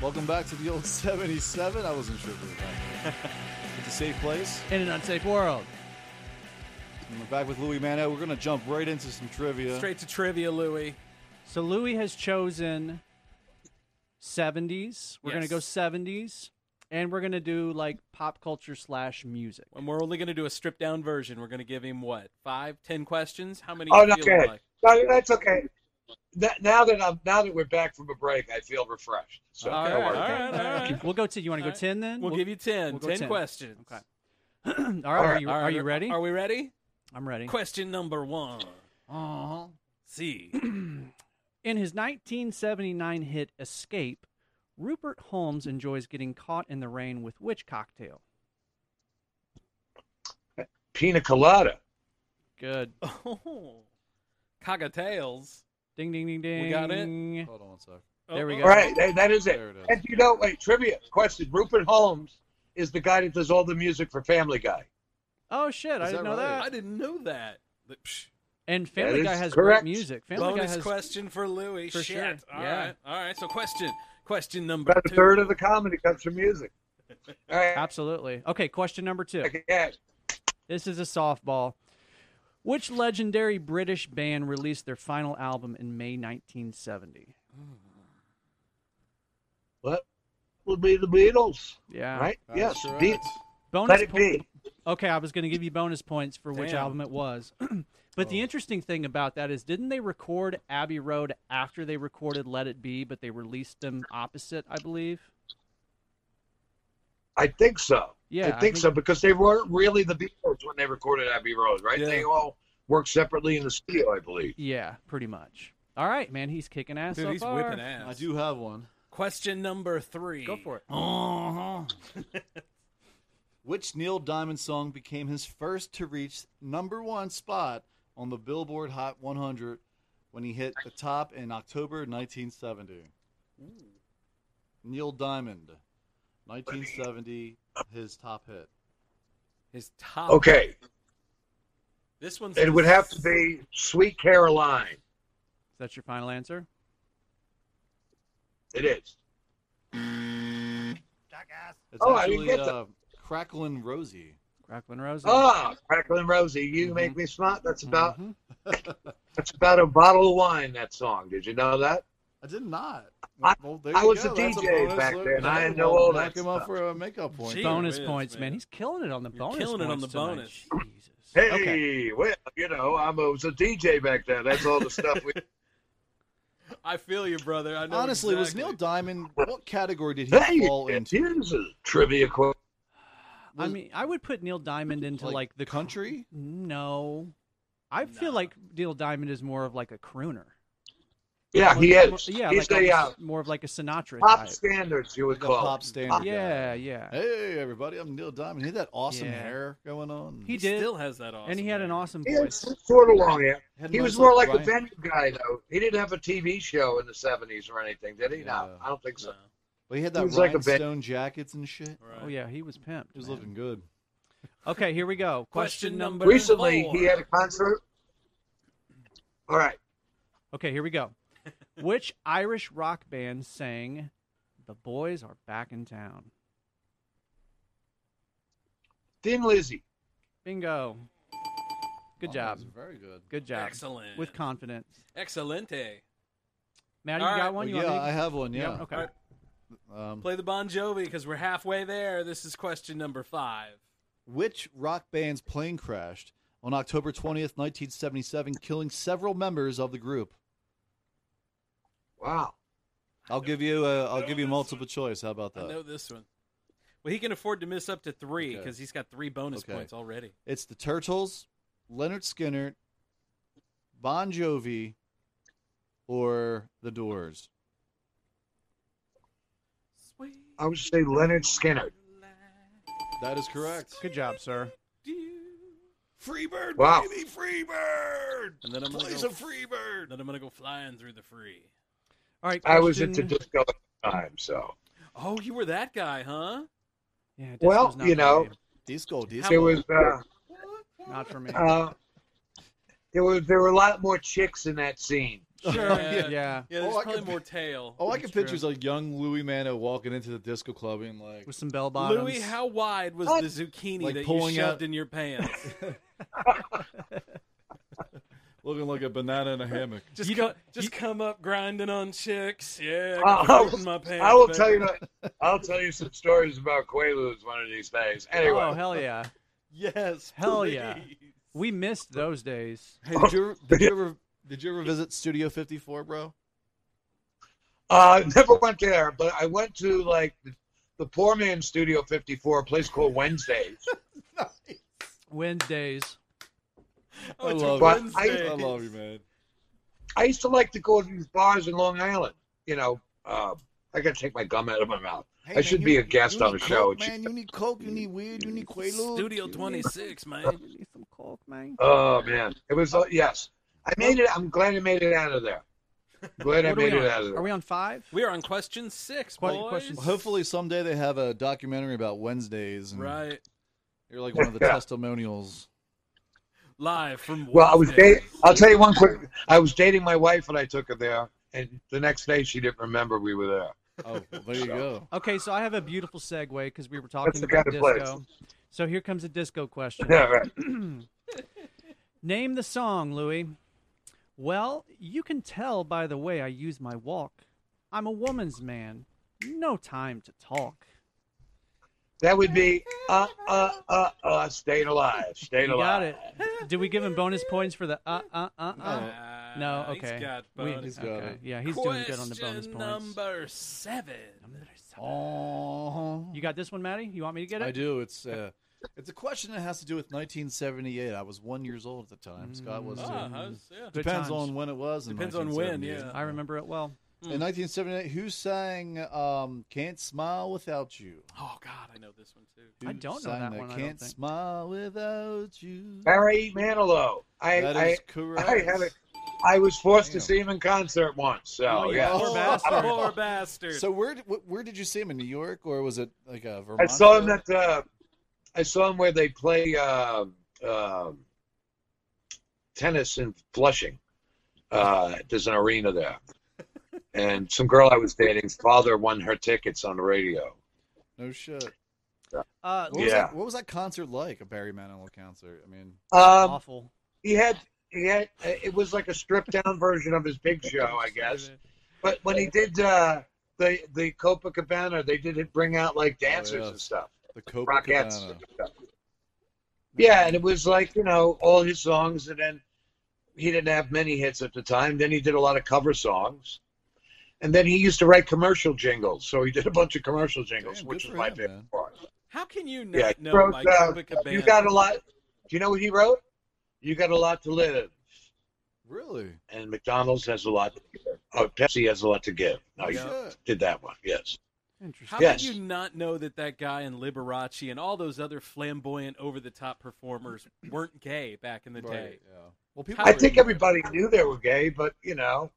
Speaker 4: welcome back to the old 77. I wasn't sure if we were back. it's a safe place.
Speaker 3: In an unsafe world.
Speaker 4: And we're back with Louis Mano. We're going to jump right into some trivia.
Speaker 2: Straight to trivia, Louie.
Speaker 3: So Louis has chosen 70s. We're going to
Speaker 2: Yes.
Speaker 3: go 70s. And we're going to do like pop culture slash music.
Speaker 2: And we're only going to do a stripped down version. We're going to give him what? Five, ten questions? How many?
Speaker 6: Oh,
Speaker 2: you
Speaker 6: no,
Speaker 2: feeling
Speaker 6: go ahead.
Speaker 2: like?
Speaker 6: No, that's okay. that, now that I'm now that we're back from a break, I feel refreshed. So
Speaker 3: all, right,
Speaker 6: don't
Speaker 3: all,
Speaker 6: worry.
Speaker 3: right, all right. We'll go to. You want to go ten then?
Speaker 2: We'll, give you 10.
Speaker 3: we'll go
Speaker 2: 10 questions.
Speaker 3: Okay. all right. Are you, are you ready?
Speaker 2: Are we ready?
Speaker 3: I'm ready.
Speaker 2: Question number one.
Speaker 3: Aw.
Speaker 2: See.
Speaker 3: In his 1979 hit Escape, Rupert Holmes enjoys getting caught in the rain with which cocktail?
Speaker 6: Pina colada.
Speaker 3: Good.
Speaker 2: Oh, cockatails.
Speaker 3: Ding, ding, ding, ding.
Speaker 2: We got it?
Speaker 4: Hold on one sec.
Speaker 3: There we go.
Speaker 6: All right, that- that is it.
Speaker 4: There it is.
Speaker 6: And you know, wait, trivia question: Rupert Holmes is the guy that does all the music for Family Guy.
Speaker 3: Oh, shit. I
Speaker 4: Is
Speaker 3: didn't
Speaker 4: that
Speaker 3: know
Speaker 4: right?
Speaker 2: I
Speaker 3: that.
Speaker 2: didn't know that. But, psh,
Speaker 3: And Family
Speaker 6: That
Speaker 3: Guy
Speaker 6: is
Speaker 3: has
Speaker 6: correct.
Speaker 3: great music. Family Guy
Speaker 2: bonus
Speaker 3: has.
Speaker 2: question for Louis.
Speaker 3: For
Speaker 2: Shit.
Speaker 3: sure.
Speaker 2: All
Speaker 3: Yeah.
Speaker 2: right, All right. So question question number
Speaker 6: About a
Speaker 2: two.
Speaker 6: third of the comedy comes from music. All right,
Speaker 3: Absolutely. Okay, question number two.
Speaker 6: I can ask.
Speaker 3: This is a softball. Which legendary British band released their final album in May 1970?
Speaker 6: What would be the Beatles?
Speaker 3: Yeah.
Speaker 6: Right?
Speaker 4: That's
Speaker 6: yes.
Speaker 4: right.
Speaker 6: Beat-
Speaker 3: Bonus
Speaker 6: Let it
Speaker 3: po-
Speaker 6: be.
Speaker 3: Okay, I was going to give you bonus points for which
Speaker 2: Damn. Oh.
Speaker 3: album it was. but the interesting thing about that is, didn't they record Abbey Road after they recorded Let It Be, but they released them opposite, I believe?
Speaker 6: I think so.
Speaker 3: Yeah,
Speaker 6: I
Speaker 3: I
Speaker 6: think,
Speaker 3: think-
Speaker 6: so because they weren't really the Beatles when they recorded Abbey Road, right?
Speaker 2: Yeah.
Speaker 6: They all worked separately in the studio, I believe.
Speaker 3: Yeah, pretty much. All right, man, he's kicking ass.
Speaker 2: Dude,
Speaker 3: so
Speaker 2: he's
Speaker 3: far.
Speaker 2: whipping ass.
Speaker 4: I do have one.
Speaker 2: Question number three.
Speaker 3: Go for it.
Speaker 4: Which Neil Diamond song became his first to reach number one spot on the Billboard Hot 100 when he hit the top in October 1970? Neil Diamond, 1970, his top hit.
Speaker 2: His top.
Speaker 6: Okay,
Speaker 2: This one's.
Speaker 6: it would have to be Sweet Caroline.
Speaker 3: Is that your final answer?
Speaker 6: It is.
Speaker 4: It's
Speaker 6: Oh, I didn't
Speaker 4: actually
Speaker 6: get that.
Speaker 4: uh, Cracklin' Rosie.
Speaker 3: Cracklin' Rose.
Speaker 6: Ah, Cracklin' Rosie, you make me smart. That's about
Speaker 3: Mhm.
Speaker 6: that's about a bottle of wine. That song. Did you know that?
Speaker 4: I did not.
Speaker 6: I-
Speaker 4: Well, there
Speaker 6: I
Speaker 4: you
Speaker 6: was
Speaker 4: go.
Speaker 6: a
Speaker 4: That's
Speaker 6: DJ
Speaker 4: bonus.
Speaker 6: back
Speaker 4: Look,
Speaker 6: then. I
Speaker 4: knock him
Speaker 6: know
Speaker 4: up-
Speaker 6: all
Speaker 4: knock
Speaker 6: that
Speaker 4: him up
Speaker 6: stuff.
Speaker 4: for a makeup point.
Speaker 2: Gee
Speaker 3: bonus
Speaker 2: whiz,
Speaker 3: points, man.
Speaker 2: man.
Speaker 3: He's killing it on the
Speaker 2: You're
Speaker 3: bonus.
Speaker 2: killing it on
Speaker 3: points
Speaker 2: the
Speaker 3: tonight.
Speaker 2: bonus.
Speaker 3: Jesus.
Speaker 6: Hey,
Speaker 3: Okay.
Speaker 6: well, you know, I was a DJ back then. That's all the stuff we.
Speaker 2: I feel you, brother. I know
Speaker 4: Honestly, was
Speaker 2: exactly.
Speaker 4: Neil Diamond? What category did he
Speaker 6: Hey,
Speaker 4: fall
Speaker 6: it
Speaker 4: into?
Speaker 6: is a trivia question.
Speaker 3: I
Speaker 4: Was-
Speaker 3: mean, I would put Neil Diamond into like, the cr-
Speaker 4: country.
Speaker 3: No, I feel like Neil Diamond is more of like a crooner.
Speaker 6: Yeah, he
Speaker 3: Like, more-
Speaker 6: is.
Speaker 3: Yeah,
Speaker 6: he's
Speaker 3: like
Speaker 6: a
Speaker 3: almost
Speaker 6: uh,
Speaker 3: more of like a Sinatra
Speaker 6: pop
Speaker 3: type.
Speaker 6: standards. You would
Speaker 4: Like a
Speaker 6: call.
Speaker 4: pop
Speaker 6: him.
Speaker 4: standard.
Speaker 3: Yeah, yeah.
Speaker 4: Hey everybody, I'm Neil Diamond. He had that awesome
Speaker 3: Yeah.
Speaker 4: hair going on.
Speaker 3: He
Speaker 2: He
Speaker 3: did,
Speaker 2: still has that awesome.
Speaker 3: and he had an
Speaker 2: hair.
Speaker 3: awesome
Speaker 6: He had
Speaker 3: voice.
Speaker 6: sort of long hair.
Speaker 4: Had
Speaker 6: He
Speaker 4: nice
Speaker 6: was more like a
Speaker 4: Brian-
Speaker 6: venue guy, though. He didn't have a TV show in the '70s or anything, did he? No,
Speaker 4: Yeah.
Speaker 6: I don't think so.
Speaker 4: But he had
Speaker 6: he
Speaker 4: that
Speaker 6: was like a ven-
Speaker 4: rhinestone jackets and shit.
Speaker 2: No. Right.
Speaker 3: Oh yeah, he was pimped.
Speaker 4: He was
Speaker 3: man.
Speaker 4: looking good.
Speaker 3: Okay, here we go.
Speaker 2: Question
Speaker 3: Question
Speaker 2: number-
Speaker 3: number.
Speaker 6: Recently,
Speaker 2: four.
Speaker 6: he had a concert. All right,
Speaker 3: Okay, here we go. Which Irish rock band sang "The Boys Are Back in Town"?
Speaker 6: Thin Lizzy.
Speaker 3: Bingo. Good
Speaker 4: Oh,
Speaker 3: job.
Speaker 4: he was Very good.
Speaker 3: Good job.
Speaker 2: Excellent.
Speaker 3: With confidence.
Speaker 2: Excelente.
Speaker 3: Maddie,
Speaker 2: All
Speaker 3: you
Speaker 2: right.
Speaker 3: got one?
Speaker 4: Oh,
Speaker 3: you want
Speaker 4: yeah,
Speaker 3: me to-
Speaker 4: I have one.
Speaker 3: you
Speaker 4: Yeah.
Speaker 3: got- Okay.
Speaker 2: All right.
Speaker 4: Um,
Speaker 2: Play the Bon Jovi because we're halfway there. This is question number five.
Speaker 4: which rock band's plane crashed on October 20th, 1977, killing several members of the group?
Speaker 6: Wow.
Speaker 4: I'll give you. Uh, I'll give you multiple choice. How about
Speaker 2: I know
Speaker 4: that?
Speaker 2: this one. Well, he can afford to miss up to three
Speaker 4: Okay.
Speaker 2: because he's got three bonus
Speaker 4: Okay.
Speaker 2: points already.
Speaker 4: It's the Turtles, Leonard Skinner, Bon Jovi, or the Doors.
Speaker 2: Sweet.
Speaker 6: I would say Leonard Skinner.
Speaker 4: That is correct.
Speaker 3: Good job, sir.
Speaker 4: Freebird,
Speaker 6: Wow.
Speaker 4: baby, Freebird.
Speaker 2: And then I'm gonna
Speaker 4: Plays
Speaker 2: go-
Speaker 4: a Freebird.
Speaker 2: Then I'm gonna go flying through the free.
Speaker 3: All right.
Speaker 6: I was into
Speaker 3: question-
Speaker 6: disco at the time, so
Speaker 2: Oh, you were that guy, huh?
Speaker 3: Yeah, disco's
Speaker 6: Well,
Speaker 3: not
Speaker 6: you
Speaker 3: for
Speaker 6: know.
Speaker 3: me.
Speaker 4: Disco, disco.
Speaker 6: there was. Uh,
Speaker 3: not for me.
Speaker 6: uh, there was there were a lot more chicks in that scene.
Speaker 3: sure.
Speaker 2: yeah.
Speaker 3: Yeah.
Speaker 2: Yeah,
Speaker 4: Oh,
Speaker 2: there's
Speaker 4: I
Speaker 2: probably
Speaker 4: could-
Speaker 2: more tail.
Speaker 4: Oh, I
Speaker 3: That's
Speaker 4: can
Speaker 3: true.
Speaker 4: picture a young Louis Mano walking into the disco club and like,
Speaker 3: With some bell bottoms.
Speaker 2: Louis, how wide was
Speaker 6: What?
Speaker 2: the zucchini
Speaker 4: Like
Speaker 2: that you
Speaker 4: pulling
Speaker 2: shoved
Speaker 4: out-
Speaker 2: in your pants?
Speaker 4: looking like a banana in a hammock.
Speaker 2: Just
Speaker 3: You
Speaker 2: co-
Speaker 3: don't-
Speaker 2: just
Speaker 3: you-
Speaker 2: come up grinding on chicks. Yeah,
Speaker 6: Uh,
Speaker 2: got fruit
Speaker 6: I
Speaker 2: in my pants.
Speaker 6: I will
Speaker 2: baby.
Speaker 6: tell you that I'll tell you some stories about Quaaludes one of these days. Anyway,
Speaker 3: Oh hell yeah!
Speaker 2: Yes.
Speaker 3: Hell yeah.
Speaker 2: please.
Speaker 3: We missed those days.
Speaker 4: Hey, did you, ever, did you ever Did you ever visit Studio 54, bro?
Speaker 6: Uh, never went there, but I went to like the, the poor man's Studio 54, a place called Wednesdays.
Speaker 3: Wednesdays.
Speaker 4: I love
Speaker 6: But
Speaker 4: you.
Speaker 6: I-
Speaker 4: I love you, man.
Speaker 6: I used to like to go to these bars in Long Island. You know, uh, I got to take my gum out of my mouth. I should be a guest on the show. It should-
Speaker 4: man. You need coke. You need weird. You need Quaaludes.
Speaker 2: Studio 26, man.
Speaker 6: Oh man, it was uh, yes. I made it. I'm glad I made it out of there. Glad I
Speaker 3: What are
Speaker 6: made
Speaker 3: we
Speaker 6: it
Speaker 3: on?
Speaker 6: out of
Speaker 3: Are
Speaker 6: there.
Speaker 3: we on five?
Speaker 2: We are on question six,
Speaker 3: Que-
Speaker 2: boys.
Speaker 3: question
Speaker 4: Hopefully someday they have a documentary about Wednesdays. And
Speaker 2: Right.
Speaker 4: You're like one of the
Speaker 6: Yeah.
Speaker 4: testimonials.
Speaker 2: Live from
Speaker 6: Well, I was
Speaker 2: Wednesday.
Speaker 6: dating. I'll tell you one quick. I was dating my wife and I took her there, and the next day she didn't remember we were there.
Speaker 4: Oh, well, there you go.
Speaker 3: Okay, so I have a beautiful segue because we were talking
Speaker 6: the
Speaker 3: about
Speaker 6: kind of place.
Speaker 3: disco. So here comes a disco question.
Speaker 6: Yeah, right.
Speaker 3: Name the song, Louis. Well, you can tell by the way I use my walk. I'm a woman's man. No time to talk.
Speaker 6: That would be uh uh uh uh. Stayed alive. Stayed
Speaker 3: You got
Speaker 6: alive.
Speaker 3: it. Did we give him bonus points for the uh uh uh uh?
Speaker 2: Uh,
Speaker 3: No,
Speaker 2: he's
Speaker 3: okay.
Speaker 2: got
Speaker 3: We-
Speaker 2: bonus
Speaker 4: He's got
Speaker 3: okay.
Speaker 4: it.
Speaker 3: Yeah, he's doing good on the bonus
Speaker 2: Question
Speaker 3: points.
Speaker 2: Number seven.
Speaker 4: Oh,
Speaker 3: You got this one, Maddie? You want me to get it?
Speaker 4: I do. It's uh, it's a question that has to do with 1978. I was one years old at the time. Scott was.
Speaker 2: Ah,
Speaker 4: too.
Speaker 2: how's- yeah.
Speaker 3: Mm. Good
Speaker 4: Depends
Speaker 3: times.
Speaker 4: on when it was. in
Speaker 2: Depends on when,
Speaker 4: 1978.
Speaker 2: yeah.
Speaker 3: I remember it well.
Speaker 4: In 1978, who sang um, "Can't Smile Without You"?
Speaker 2: Oh God, I know this one too.
Speaker 4: Who
Speaker 3: I don't know
Speaker 4: sang
Speaker 3: that one, I
Speaker 4: Can't
Speaker 3: don't think.
Speaker 4: smile without you.
Speaker 6: Barry Manilow. I
Speaker 4: That
Speaker 6: I,
Speaker 4: is correct.
Speaker 6: I had it. I was forced
Speaker 4: Damn.
Speaker 6: to see him in concert once. So
Speaker 3: Oh, you
Speaker 6: yeah.
Speaker 3: poor
Speaker 4: Oh.
Speaker 3: bastard.
Speaker 2: Poor bastard.
Speaker 4: So where d- wh- where did you see him in New York or was it like a Vermont?
Speaker 6: I saw him
Speaker 4: show?
Speaker 6: at uh, I saw him where they play uh, um tennis in Flushing. Uh, there's an arena there, and some girl I was dating's father won her tickets on the radio.
Speaker 4: No shit.
Speaker 3: Uh,
Speaker 4: What, was
Speaker 6: Yeah.
Speaker 4: that, what was that concert like? A Barry Manilow concert? I mean,
Speaker 6: Um,
Speaker 3: awful.
Speaker 6: he had he had it was like a stripped down version of his big show, I guess. But when he did uh, the the Copacabana, they did it bring out like dancers
Speaker 4: Oh, yeah.
Speaker 6: and stuff,
Speaker 4: the
Speaker 6: rockettes.
Speaker 4: Copacabana.
Speaker 6: and stuff. Yeah, and it was like you know all his songs, and then he didn't have many hits at the time. Then he did a lot of cover songs, and then he used to write commercial jingles. So he did a bunch of commercial jingles,
Speaker 4: Damn,
Speaker 6: which
Speaker 4: good
Speaker 6: was
Speaker 4: for
Speaker 6: my
Speaker 4: him,
Speaker 6: favorite
Speaker 4: man.
Speaker 6: part.
Speaker 2: How can you not
Speaker 6: Yeah, he
Speaker 2: know
Speaker 6: wrote,
Speaker 2: my
Speaker 6: uh,
Speaker 2: Copacabana?
Speaker 6: You got a lot. Do you know what he wrote? You got a lot to live,
Speaker 4: Really?
Speaker 6: and McDonald's has a lot. To give. Oh, Pepsi has a lot to give. No, you
Speaker 4: Yeah.
Speaker 6: did that one. Yes.
Speaker 3: Interesting.
Speaker 2: How
Speaker 6: Yes.
Speaker 2: could you not know that that guy in Liberace and all those other flamboyant, over-the-top performers weren't gay back in the day?
Speaker 4: Right, yeah. Well, people.
Speaker 6: I
Speaker 4: were-
Speaker 6: think everybody knew they were gay, but you know,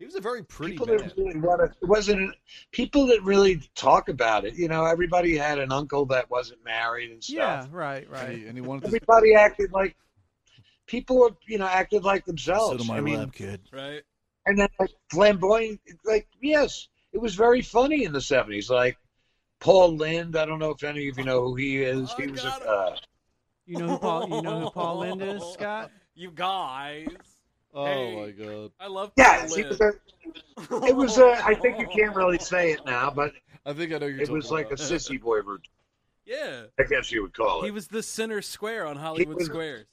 Speaker 4: he was a very pretty
Speaker 6: people
Speaker 4: man.
Speaker 6: didn't really want to. It wasn't people that really talk about it. You know, everybody had an uncle that wasn't married and stuff.
Speaker 3: Yeah, right,
Speaker 4: And
Speaker 3: right.
Speaker 4: he, and he wanted to
Speaker 6: Everybody acted like people were, you know, acted like themselves. I mean,
Speaker 4: kid.
Speaker 2: Right?
Speaker 6: and then like flamboyant, like yes, it was very funny in the seventies. Like Paul Lind, I don't know if any of you know who he is. he was a, uh,
Speaker 3: You know who Paul, you know who Paul Lind is, Scott?
Speaker 2: You guys,
Speaker 6: uh,
Speaker 4: Oh
Speaker 2: Hey.
Speaker 4: my god!
Speaker 2: I love.
Speaker 6: yeah,
Speaker 2: Paul
Speaker 6: he
Speaker 2: Lynde.
Speaker 6: was a, it was. A, I think you can't really say it now, but
Speaker 4: I think I know you're.
Speaker 6: it was like a sissy boy routine.
Speaker 2: yeah.
Speaker 6: I guess you would call it.
Speaker 2: He was the center square on Hollywood
Speaker 6: was-
Speaker 2: Squares.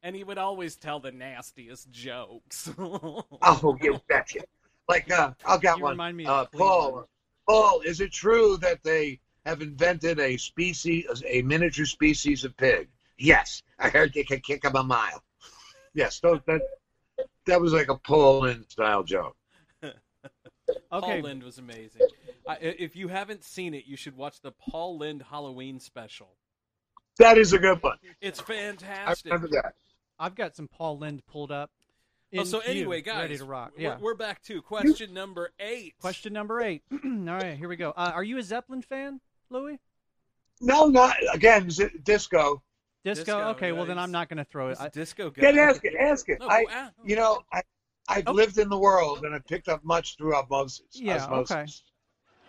Speaker 2: And he would always tell the nastiest jokes.
Speaker 6: oh, you betcha. Like, uh, I've got
Speaker 3: You
Speaker 6: one.
Speaker 3: remind me
Speaker 6: uh,
Speaker 3: of
Speaker 6: Paul,
Speaker 3: Cleveland.
Speaker 6: Paul, is it true that they have invented a species, a miniature species of pig? Yes, I heard they can kick 'em a mile. Yes, those, that that was like a Poland style joke.
Speaker 3: Okay,
Speaker 2: Paul Lind was amazing. I, i- if you haven't seen it, you should watch the Paul Lind Halloween special.
Speaker 6: That is a good one.
Speaker 2: It's
Speaker 6: I
Speaker 2: fantastic.
Speaker 6: remember that.
Speaker 3: I've got some Paul Lind pulled up.
Speaker 2: Oh,
Speaker 3: in
Speaker 2: so
Speaker 3: queue,
Speaker 2: anyway, guys,
Speaker 3: ready to rock.
Speaker 2: we're-
Speaker 3: Yeah.
Speaker 2: we're back to question number eight.
Speaker 3: Question number eight. All right, here we go. Uh, are you a Zeppelin fan, Louis?
Speaker 6: No, not again. Z- disco.
Speaker 3: Disco.
Speaker 2: Disco,
Speaker 3: okay, well then
Speaker 2: nice.
Speaker 3: I'm not going to throw it.
Speaker 2: He's a
Speaker 3: I,
Speaker 2: disco guy.
Speaker 6: Yeah, ask it. Ask it.
Speaker 2: No,
Speaker 6: I,
Speaker 2: ah, no.
Speaker 6: you know, I, I've
Speaker 3: Oh.
Speaker 6: lived in the world and I've picked up much through osmosis.
Speaker 3: Yeah,
Speaker 6: osmosis.
Speaker 3: okay.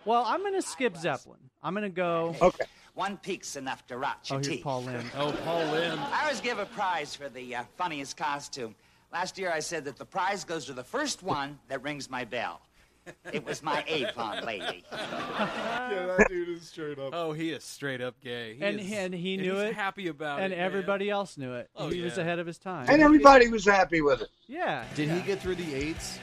Speaker 3: well, I'm going to skip Zeppelin. I'm going to go.
Speaker 6: Okay.
Speaker 12: One peak's enough to rot
Speaker 3: Oh,
Speaker 12: your
Speaker 3: here's
Speaker 12: teeth.
Speaker 3: Paul Lind.
Speaker 2: Oh, Paul Lind.
Speaker 12: I always give a prize for the uh, funniest costume. Last year I said that the prize goes to the first one that rings my bell. It was my Avon lady.
Speaker 4: yeah, that dude is straight up.
Speaker 2: Oh, he is straight up gay. He
Speaker 3: and,
Speaker 2: is-
Speaker 3: he- and he knew
Speaker 2: he's
Speaker 3: it.
Speaker 2: Happy about
Speaker 3: and
Speaker 2: it. man.
Speaker 3: everybody else knew it.
Speaker 2: Oh,
Speaker 3: he was
Speaker 2: yeah.
Speaker 3: ahead of his time.
Speaker 6: And everybody was happy with it.
Speaker 3: Yeah.
Speaker 4: Did
Speaker 3: yeah.
Speaker 4: he get through the eights?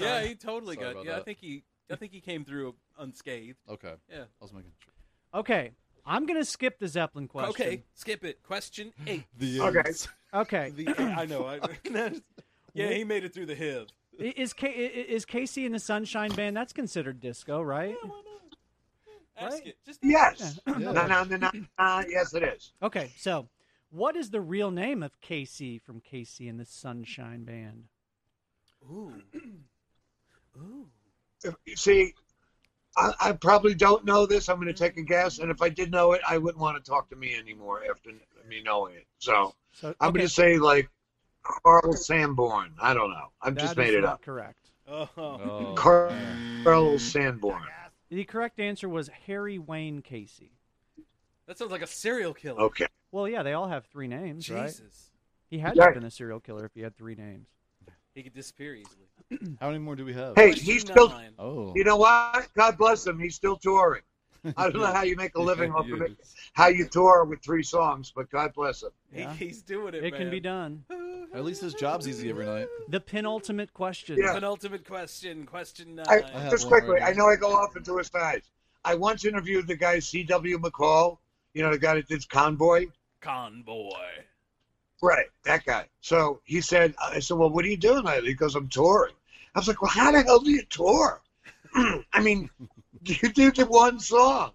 Speaker 2: Yeah, he totally
Speaker 4: Sorry
Speaker 2: got.
Speaker 4: about
Speaker 2: Yeah, I
Speaker 4: that.
Speaker 2: think he. I think he came through unscathed.
Speaker 4: Okay.
Speaker 2: Yeah.
Speaker 4: I was making sure.
Speaker 3: Okay, I'm gonna skip the Zeppelin question.
Speaker 2: Okay, skip it. Question eight.
Speaker 4: The
Speaker 6: Okay.
Speaker 4: eights.
Speaker 3: Okay.
Speaker 2: The, I know. I, yeah, he made it through the hiv.
Speaker 3: I- Is K- i- is Casey and the Sunshine Band? That's considered disco, right?
Speaker 2: Ask
Speaker 3: Right?
Speaker 2: it. Just
Speaker 6: Yes.
Speaker 4: Yeah.
Speaker 6: Na, na, na, na, na. Yes, it is.
Speaker 3: Okay, so what is the real name of Casey from Casey and the Sunshine Band?
Speaker 2: Ooh. Ooh.
Speaker 6: If- you See, I, I probably don't know this. I'm going to take a guess, and if I did know it, I wouldn't want to talk to me anymore after me knowing it. So
Speaker 3: So
Speaker 6: I'm
Speaker 3: okay,
Speaker 6: going to say like Carl Sanborn. I don't know. I just
Speaker 3: that is
Speaker 6: made it
Speaker 3: not
Speaker 6: up.
Speaker 3: Correct.
Speaker 2: Oh.
Speaker 4: Oh,
Speaker 6: Carl
Speaker 4: man.
Speaker 6: Sanborn.
Speaker 3: The correct answer was Harry Wayne Casey.
Speaker 2: That sounds like a serial killer.
Speaker 6: Okay.
Speaker 3: Well, yeah, they all have three names,
Speaker 2: Jesus.
Speaker 3: right? He had to
Speaker 6: Right.
Speaker 3: have been a serial killer if he had three names.
Speaker 2: He could disappear easily.
Speaker 4: How many more do we have?
Speaker 6: Hey,
Speaker 2: Question
Speaker 6: he's still-
Speaker 2: nine.
Speaker 4: Oh.
Speaker 6: You know what? God bless him. He's still touring. I don't know how you make a living off of it, how you tour with three songs, but God bless him.
Speaker 2: He-
Speaker 3: Yeah.
Speaker 2: he's doing it.
Speaker 3: It can
Speaker 2: man.
Speaker 3: be done.
Speaker 4: At least his job's easy every night.
Speaker 3: The penultimate question.
Speaker 6: Yeah.
Speaker 2: Penultimate question. Question nine.
Speaker 6: I,
Speaker 4: have
Speaker 6: just
Speaker 4: one
Speaker 6: quickly,
Speaker 4: right
Speaker 6: I
Speaker 4: here.
Speaker 6: know I go off into a side. I once interviewed the guy C.W. McCall. You know, the guy that did Convoy.
Speaker 2: Convoy.
Speaker 6: Right, that guy. So he said, I said, well, what are you doing lately? He goes, I'm touring. I was like, well, how the hell do you tour? I mean, you do the one song.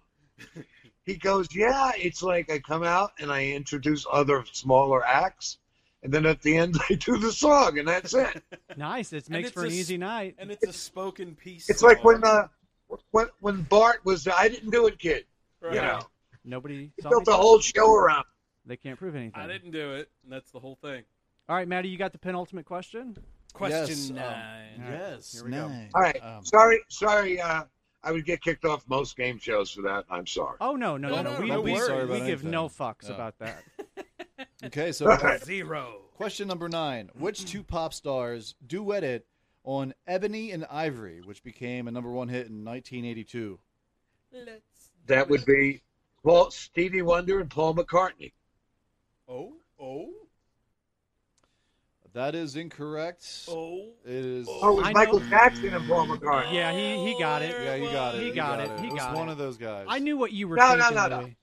Speaker 6: He goes, yeah, it's like I come out and I introduce other smaller acts, and then at the end I do the song, and that's it.
Speaker 3: Nice. It makes
Speaker 2: it's
Speaker 3: for an
Speaker 2: a s-
Speaker 3: easy night.
Speaker 2: And it's a spoken piece.
Speaker 6: It's like
Speaker 2: song.
Speaker 6: when uh, when when Bart was, I didn't do it, kid.
Speaker 2: Right.
Speaker 6: uh, You know,
Speaker 3: Nobody
Speaker 6: he
Speaker 3: saw
Speaker 6: built
Speaker 3: me.
Speaker 6: the whole show around.
Speaker 3: They can't prove anything.
Speaker 2: I didn't do it, and that's the whole thing.
Speaker 3: All right, Maddie, you got the penultimate question?
Speaker 2: Question
Speaker 4: um,
Speaker 2: nine.
Speaker 3: All right,
Speaker 4: Yes.
Speaker 3: here we go.
Speaker 4: nine.
Speaker 6: All right,
Speaker 4: Um,
Speaker 6: sorry, sorry. Uh, I would get kicked off most game shows for that. I'm sorry.
Speaker 3: Oh, no, no,
Speaker 2: No,
Speaker 3: no. no,
Speaker 2: no,
Speaker 3: we
Speaker 2: no
Speaker 3: we,
Speaker 2: worries. Sorry
Speaker 3: we
Speaker 4: about
Speaker 3: give no
Speaker 4: anything.
Speaker 3: fucks
Speaker 4: No.
Speaker 3: about that.
Speaker 4: Okay, so
Speaker 2: Zero.
Speaker 4: question number nine: Which two pop stars duetted on "Ebony and Ivory," which became a number one hit in 1982?
Speaker 6: That would be Paul Stevie Wonder and Paul McCartney.
Speaker 2: Oh, oh,
Speaker 4: That is incorrect.
Speaker 2: oh.
Speaker 4: It is.
Speaker 6: Oh, it was
Speaker 3: I
Speaker 6: Michael
Speaker 3: know-
Speaker 6: Jackson and Paul McCartney.
Speaker 3: Yeah, he, he got it.
Speaker 4: Yeah, you got it.
Speaker 3: He
Speaker 4: you
Speaker 3: got it, he
Speaker 4: It was
Speaker 3: got
Speaker 4: one
Speaker 3: it.
Speaker 4: of those guys.
Speaker 3: I knew what you were
Speaker 6: No, no,
Speaker 3: thinking.
Speaker 6: no, no.
Speaker 3: Louis.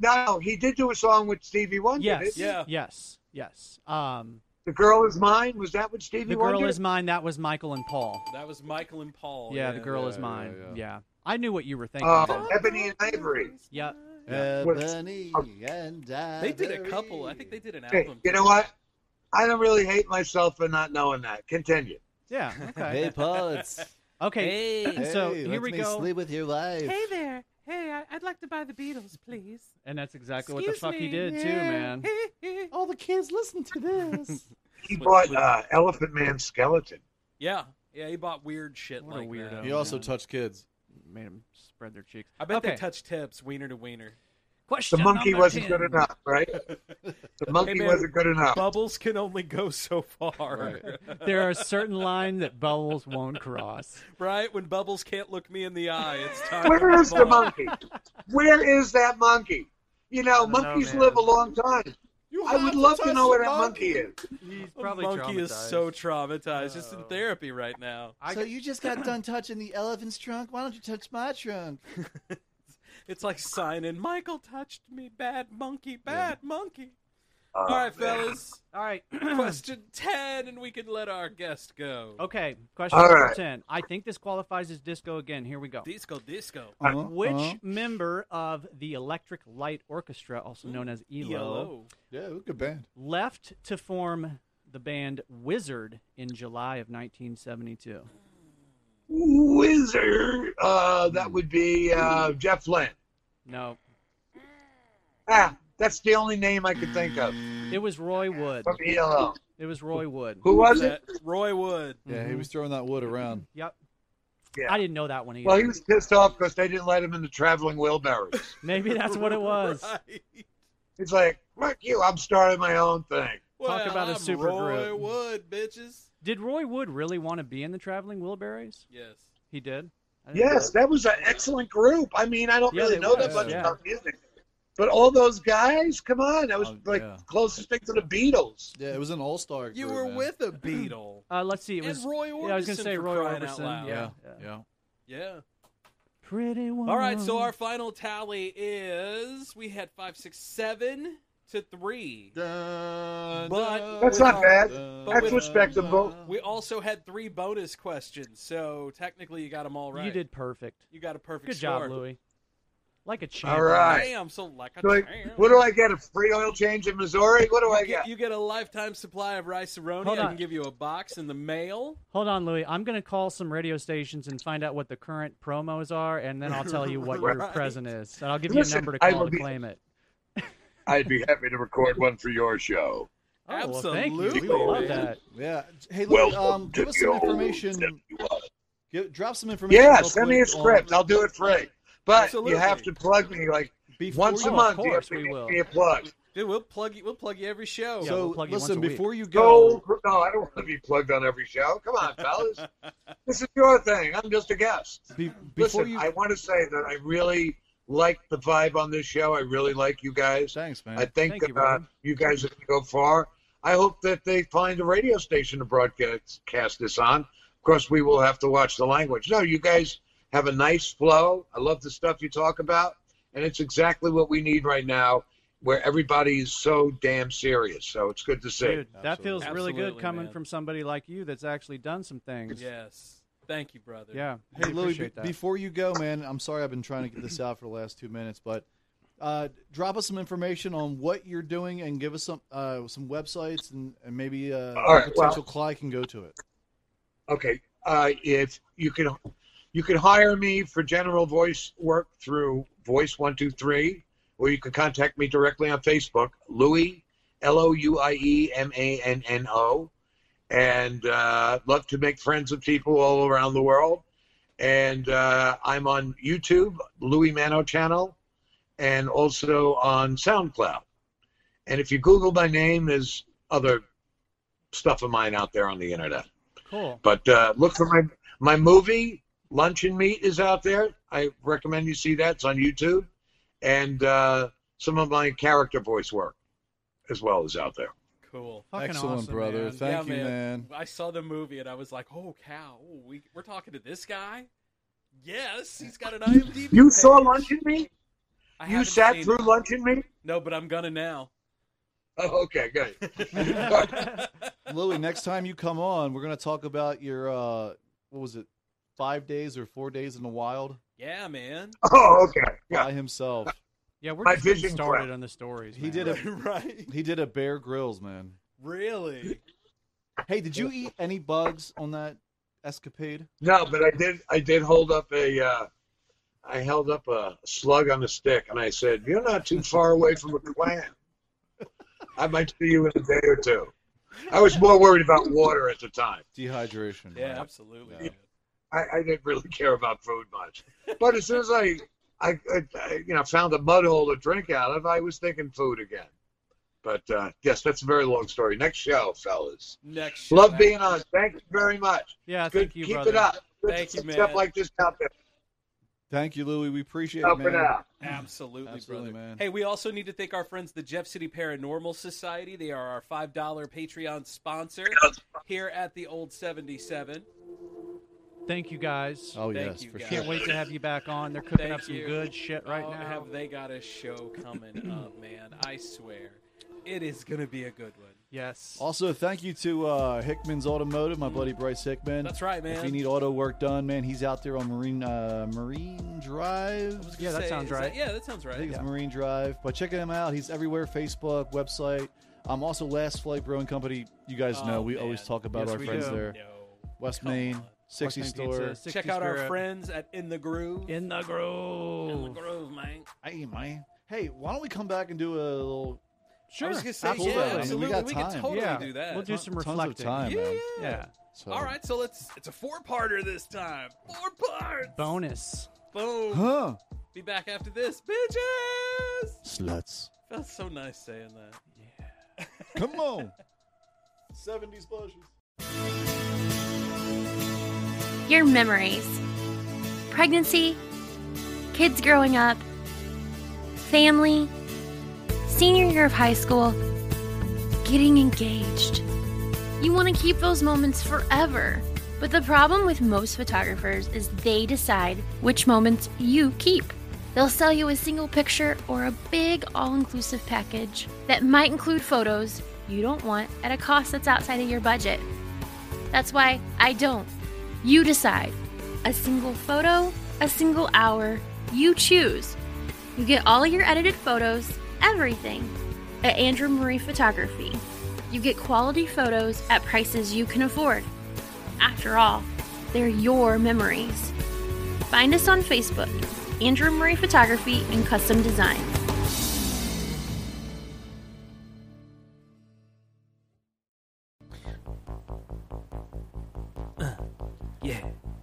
Speaker 6: No, no, he did do a song with Stevie Wonder.
Speaker 3: Yes,
Speaker 6: didn't he?
Speaker 2: Yeah.
Speaker 3: yes, yes. Um,
Speaker 6: The Girl Is Mine, was that with Stevie
Speaker 3: the
Speaker 6: Wonder?
Speaker 3: girl is mine. That was Michael and Paul.
Speaker 2: That was Michael and Paul.
Speaker 3: yeah, the girl
Speaker 4: yeah,
Speaker 3: is
Speaker 4: yeah,
Speaker 3: mine. Yeah,
Speaker 4: yeah.
Speaker 3: I knew what you were thinking.
Speaker 4: Oh,
Speaker 6: Uh,
Speaker 3: Louis.
Speaker 6: Ebony and Ivory.
Speaker 3: Yep.
Speaker 4: Ebony and
Speaker 2: They did a
Speaker 4: Ivory.
Speaker 2: couple. I think they did an
Speaker 6: Hey,
Speaker 2: album.
Speaker 6: you know what? I don't really hate myself for not knowing that. Continue.
Speaker 3: Yeah. Okay.
Speaker 4: Hey, pods.
Speaker 3: Okay.
Speaker 2: Hey.
Speaker 3: so
Speaker 4: Hey,
Speaker 3: here
Speaker 4: let
Speaker 3: we
Speaker 4: me
Speaker 3: go.
Speaker 4: Sleep with your wife.
Speaker 13: there. Hey, I- I'd like to buy the Beatles, please.
Speaker 3: And that's exactly what the
Speaker 13: Excuse
Speaker 3: fuck he
Speaker 13: me.
Speaker 3: did too, man.
Speaker 4: All the kids listen to this.
Speaker 6: He
Speaker 2: Wait,
Speaker 6: bought
Speaker 2: wait.
Speaker 6: uh, Elephant Man Skeleton.
Speaker 2: Yeah, yeah. He bought weird shit
Speaker 3: What a
Speaker 2: like
Speaker 3: weirdo.
Speaker 2: that.
Speaker 4: he also touched kids.
Speaker 3: Made him spread their cheeks.
Speaker 2: I bet
Speaker 3: okay.
Speaker 2: they touched tips, wiener to wiener.
Speaker 6: The
Speaker 3: Question
Speaker 6: monkey
Speaker 3: number
Speaker 6: wasn't
Speaker 3: 10.
Speaker 6: good enough, right? The monkey
Speaker 2: man.
Speaker 6: wasn't good enough.
Speaker 2: Bubbles can only go so far. Right.
Speaker 3: There are certain lines that bubbles won't cross.
Speaker 2: When bubbles can't look me in the eye, it's time. to
Speaker 6: Where
Speaker 2: move
Speaker 6: is the
Speaker 2: on.
Speaker 6: monkey? Where is that monkey? You know,
Speaker 13: don't know,
Speaker 6: monkeys
Speaker 13: man.
Speaker 6: live a long time.
Speaker 4: You
Speaker 6: I would love to know where that monkey is.
Speaker 13: He's
Speaker 2: The monkey is so traumatized. Just
Speaker 6: Oh.
Speaker 2: in therapy right now.
Speaker 4: so you just got done touching the elephant's trunk. Why don't you touch my trunk?
Speaker 2: It's like signing. Michael touched me. Bad monkey. Bad monkey.
Speaker 6: Oh,
Speaker 2: All
Speaker 6: Uh,
Speaker 2: right, fellas.
Speaker 3: All right.
Speaker 2: Question ten, and we can let our guest go.
Speaker 3: okay. Question
Speaker 6: All
Speaker 3: number
Speaker 6: right.
Speaker 3: ten. I think this qualifies as disco again. Here we go.
Speaker 2: Disco, disco.
Speaker 4: Uh-huh,
Speaker 3: Which
Speaker 4: uh-huh.
Speaker 3: member of the Electric Light Orchestra, also known as
Speaker 2: E
Speaker 3: ELO,
Speaker 2: ELO.
Speaker 4: Yeah, good band.
Speaker 3: left to form the band Wizard in July of 1972?
Speaker 6: Wizard. Uh, that would be uh, Jeff Lynne.
Speaker 3: No,
Speaker 6: Ah, that's the only name I could think of
Speaker 3: it was Roy Wood.
Speaker 6: from ELO.
Speaker 3: It was Roy Wood.
Speaker 6: Who was it?
Speaker 2: That- Roy Wood.
Speaker 4: Yeah, he was throwing that wood around.
Speaker 3: Yep.
Speaker 6: Yeah.
Speaker 3: I didn't know that one either.
Speaker 6: Well, he was pissed off because they didn't let him in the traveling wheelbarrows.
Speaker 3: Maybe that's what it was.
Speaker 2: Right.
Speaker 6: He's like, "Fuck you! I'm starting my own thing."
Speaker 2: Well,
Speaker 3: about a
Speaker 2: I'm
Speaker 3: supergroup.
Speaker 2: Roy Wood, bitches.
Speaker 3: Did Roy Wood really want to be in the Traveling Wilburys?
Speaker 2: Yes.
Speaker 3: He did? I didn't
Speaker 6: Yes,
Speaker 3: know
Speaker 6: that was an excellent group. I mean, I don't
Speaker 3: Yeah,
Speaker 6: really
Speaker 3: they
Speaker 6: know
Speaker 3: were.
Speaker 6: that much
Speaker 3: Yeah.
Speaker 6: about music, but all those guys, come on, that was
Speaker 3: Oh,
Speaker 6: like closest thing to the Beatles.
Speaker 4: Yeah, it was an all star.
Speaker 2: You were with a Beatle.
Speaker 3: Uh, let's see. It
Speaker 2: And
Speaker 3: was
Speaker 2: Roy
Speaker 3: Yeah, I was gonna
Speaker 2: Orbison
Speaker 3: say
Speaker 2: for
Speaker 3: Roy
Speaker 2: crying out
Speaker 3: Orbison.
Speaker 2: loud.
Speaker 3: Yeah,
Speaker 4: yeah.
Speaker 2: Yeah.
Speaker 3: Pretty one.
Speaker 2: All right, so
Speaker 3: Mm-hmm.
Speaker 2: our final tally is we had five, six, seven to three. but
Speaker 6: That's
Speaker 2: we
Speaker 6: not
Speaker 2: al-
Speaker 6: bad.
Speaker 2: but
Speaker 6: That's
Speaker 2: we-
Speaker 6: respectable.
Speaker 2: We also had three bonus questions, so technically you got them all right.
Speaker 3: You did perfect.
Speaker 2: You got a perfect
Speaker 3: Good
Speaker 2: score.
Speaker 3: job, Louis. Like a champ.
Speaker 6: All right.
Speaker 2: Damn, so like a
Speaker 6: So, like,
Speaker 2: champ.
Speaker 6: what do I get? A free oil change in Missouri? What do I
Speaker 2: You get-
Speaker 6: get?
Speaker 2: You get a lifetime supply of rice aroni. I
Speaker 3: Hold on.
Speaker 2: can give you a box in the mail.
Speaker 3: Hold on, Louis. I'm going to call some radio stations and find out what the current promos are, and then I'll tell you what your
Speaker 6: Right.
Speaker 3: present is. And I'll give
Speaker 6: Listen,
Speaker 3: you a number to
Speaker 6: I
Speaker 3: call
Speaker 6: will
Speaker 3: to
Speaker 6: be-
Speaker 3: claim it.
Speaker 6: I'd be happy to record one for your show.
Speaker 3: Oh, well, thank you. We
Speaker 4: Absolutely,
Speaker 3: would love
Speaker 4: man.
Speaker 3: that.
Speaker 4: Yeah. Hey, look,
Speaker 6: Welcome
Speaker 4: um,
Speaker 6: to
Speaker 4: give us some
Speaker 6: the old
Speaker 4: information. Give, drop some information.
Speaker 6: Yeah,
Speaker 4: real
Speaker 6: send me a
Speaker 4: quick on-
Speaker 6: script. I'll do it free. But
Speaker 2: Absolutely.
Speaker 6: you have to plug me like
Speaker 4: Before
Speaker 6: once
Speaker 4: you-
Speaker 6: a
Speaker 4: Oh, of
Speaker 6: month. You have
Speaker 4: course
Speaker 6: to
Speaker 4: we
Speaker 6: give
Speaker 4: will.
Speaker 6: me a plug.
Speaker 2: Dude, we'll plug you. We'll plug you every show.
Speaker 4: So listen, before you go,
Speaker 6: No, no, I don't want to be plugged on every show. Come on, fellas. this is your thing. I'm just a guest.
Speaker 4: be- before
Speaker 6: Listen,
Speaker 4: you,
Speaker 6: I want to say that I really like the vibe on this show. I really like you guys.
Speaker 4: Thanks, man.
Speaker 6: I think
Speaker 3: Thank you,
Speaker 6: that, uh,
Speaker 3: brother.
Speaker 6: you guys are going to go far. I hope that they find a radio station to broadcast cast this on. Of course, we will have to watch the language. No, you guys have a nice flow. I love the stuff you talk about, and it's exactly what we need right now, where everybody is so damn serious. So it's good to see.
Speaker 3: Dude, that feels really good
Speaker 2: Absolutely,
Speaker 3: coming
Speaker 2: man.
Speaker 3: from somebody like you that's actually done some things.
Speaker 2: Yes. Thank you, brother.
Speaker 3: Yeah.
Speaker 4: hey,
Speaker 3: we
Speaker 4: Louis,
Speaker 3: appreciate
Speaker 4: be-
Speaker 3: that.
Speaker 4: before you go, man, I'm sorry I've been trying to get this out for the last two minutes, but uh, drop us some information on what you're doing and give us some uh, some websites and, and maybe uh,
Speaker 6: All right,
Speaker 4: a
Speaker 6: well-
Speaker 4: potential client can go to it.
Speaker 6: Okay, uh, if you can, you can hire me for general voice work through Voice One Two Three, or you can contact me directly on Facebook, Louis L O U I E M A N N O, and uh, love to make friends with people all around the world. And uh, I'm on YouTube, Louis Mano channel, and also on SoundCloud. And if you Google my name, there's other stuff of mine out there on the internet.
Speaker 3: Cool.
Speaker 6: But uh, look for my my movie Lunch and Meat is out there. I recommend you see that. It's on YouTube, and uh, some of my character voice work as well is out there.
Speaker 2: Cool.
Speaker 3: Fucking
Speaker 4: Excellent,
Speaker 3: awesome,
Speaker 4: brother.
Speaker 3: man.
Speaker 4: Thank
Speaker 2: yeah,
Speaker 4: you,
Speaker 2: man.
Speaker 4: man.
Speaker 2: I saw the movie and I was like, oh, cow. ooh, we, we're talking to this guy? Yes, he's got an IMDb.
Speaker 6: You saw
Speaker 2: page.
Speaker 6: Lunch and Meat?
Speaker 2: I
Speaker 6: You
Speaker 2: haven't
Speaker 6: sat
Speaker 2: seen
Speaker 6: through
Speaker 2: it.
Speaker 6: Lunch and Meat?
Speaker 2: No, but I'm gonna now.
Speaker 6: Oh, okay, good.
Speaker 4: Louis, next time you come on, we're going to talk about your, uh, what was it, five days or four days in the wild
Speaker 2: yeah, man.
Speaker 6: Oh, okay. Yeah.
Speaker 4: by himself.
Speaker 3: Yeah, we're
Speaker 6: My
Speaker 3: just getting
Speaker 6: vision
Speaker 3: started
Speaker 6: quest.
Speaker 3: on the stories.
Speaker 4: He
Speaker 3: man.
Speaker 4: did a
Speaker 2: right.
Speaker 4: he did a Bear Grylls, man.
Speaker 2: Really?
Speaker 4: Hey, did you eat any bugs on that escapade?
Speaker 6: No, but I did. I did hold up a. Uh, I held up a slug on a stick, and I said, "You're not too far away from a clan. I might see you in a day or two. I was more worried about water at the time.
Speaker 4: Dehydration.
Speaker 2: Yeah,
Speaker 4: right.
Speaker 2: absolutely.
Speaker 4: Yeah.
Speaker 2: dude.
Speaker 6: I, I didn't really care about food much. But as soon as I, I, I, I, you know, found a mud hole to drink out of, I was thinking food again. But uh, yes, that's a very long story. Next show, fellas.
Speaker 2: Next show.
Speaker 6: Love being on. Thank you very much.
Speaker 3: Yeah,
Speaker 6: Good.
Speaker 3: thank you,
Speaker 6: Keep
Speaker 3: brother.
Speaker 6: it up. Good
Speaker 2: Thank you,
Speaker 6: Stuff
Speaker 2: man.
Speaker 6: like this out there.
Speaker 4: Thank you, Louis. We appreciate
Speaker 6: Out
Speaker 4: it,
Speaker 6: for
Speaker 4: man.
Speaker 6: now.
Speaker 2: Absolutely,
Speaker 4: Absolutely,
Speaker 2: brother.
Speaker 4: man.
Speaker 2: Hey, we also need to thank our friends, the Jeff City Paranormal Society. They are our $5 Patreon sponsor here at the Old 77.
Speaker 3: Thank you guys.
Speaker 4: Oh
Speaker 2: Thank
Speaker 4: yes,
Speaker 2: you,
Speaker 4: for
Speaker 2: guys.
Speaker 4: sure.
Speaker 3: Can't wait to have you back on. They're cooking
Speaker 2: Thank
Speaker 3: up some
Speaker 2: you.
Speaker 3: good shit right
Speaker 2: Oh,
Speaker 3: now.
Speaker 2: Have they got a show coming up, man? I swear, it is gonna be a good one.
Speaker 3: Yes.
Speaker 4: Also, thank you to uh, Hickman's Automotive, my buddy Bryce Hickman.
Speaker 2: That's right,
Speaker 4: If
Speaker 2: man.
Speaker 4: you need auto work done, man, he's out there on Marine uh, Marine Drive.
Speaker 3: Yeah, that
Speaker 2: Say-
Speaker 3: sounds
Speaker 2: is that-
Speaker 3: right.
Speaker 2: yeah, that sounds
Speaker 4: I
Speaker 2: right.
Speaker 4: think it's Marine Drive. But check him out. He's everywhere: Facebook, website. Um, also, Last Flight Brewing Company. You guys
Speaker 2: Oh,
Speaker 4: know we
Speaker 2: man.
Speaker 4: always talk about
Speaker 3: Yes,
Speaker 4: our
Speaker 3: we
Speaker 4: friends
Speaker 3: do.
Speaker 4: there.
Speaker 2: No.
Speaker 4: West
Speaker 2: Come
Speaker 4: Main,
Speaker 2: on.
Speaker 4: 60
Speaker 3: West Main
Speaker 4: store.
Speaker 3: Pizza, Sixty
Speaker 2: Check out our
Speaker 3: Spirit.
Speaker 2: friends at In the Groove.
Speaker 3: in the
Speaker 2: In the
Speaker 3: grove.
Speaker 2: Groove, man.
Speaker 4: Hey, man. Hey, why don't we come back and do a little?
Speaker 3: Sure.
Speaker 2: I was gonna say,
Speaker 4: absolutely.
Speaker 2: yeah,
Speaker 4: I mean, we
Speaker 2: absolutely.
Speaker 4: got
Speaker 2: we can
Speaker 4: time.
Speaker 2: totally
Speaker 3: yeah,
Speaker 2: do that.
Speaker 3: We'll do
Speaker 4: Ton-
Speaker 3: some
Speaker 4: tons of
Speaker 3: reflecting.
Speaker 4: time,
Speaker 2: yeah.
Speaker 4: man.
Speaker 3: Yeah.
Speaker 4: So.
Speaker 2: All right, so let's. It's a four-parter this time. Four parts.
Speaker 3: Bonus.
Speaker 2: Boom.
Speaker 4: Huh?
Speaker 2: Be back after this, bitches.
Speaker 4: Sluts.
Speaker 2: Felt so nice saying that.
Speaker 4: Come on. 70s bushes.
Speaker 14: your memories pregnancy, kids growing up, family, senior year of high school, getting engaged. You want to keep those moments forever. But the problem with most photographers is they decide which moments you keep. They'll sell you a single picture or a big all inclusive package that might include photos you don't want at a cost that's outside of your budget. That's why I don't. You decide. A single photo, a single hour, you choose. You get all of your edited photos, everything, at Andrew Marie Photography. You get quality photos at prices you can afford. After all, they're your memories. Find us on Facebook, Andrew Murray Photography and Custom Design.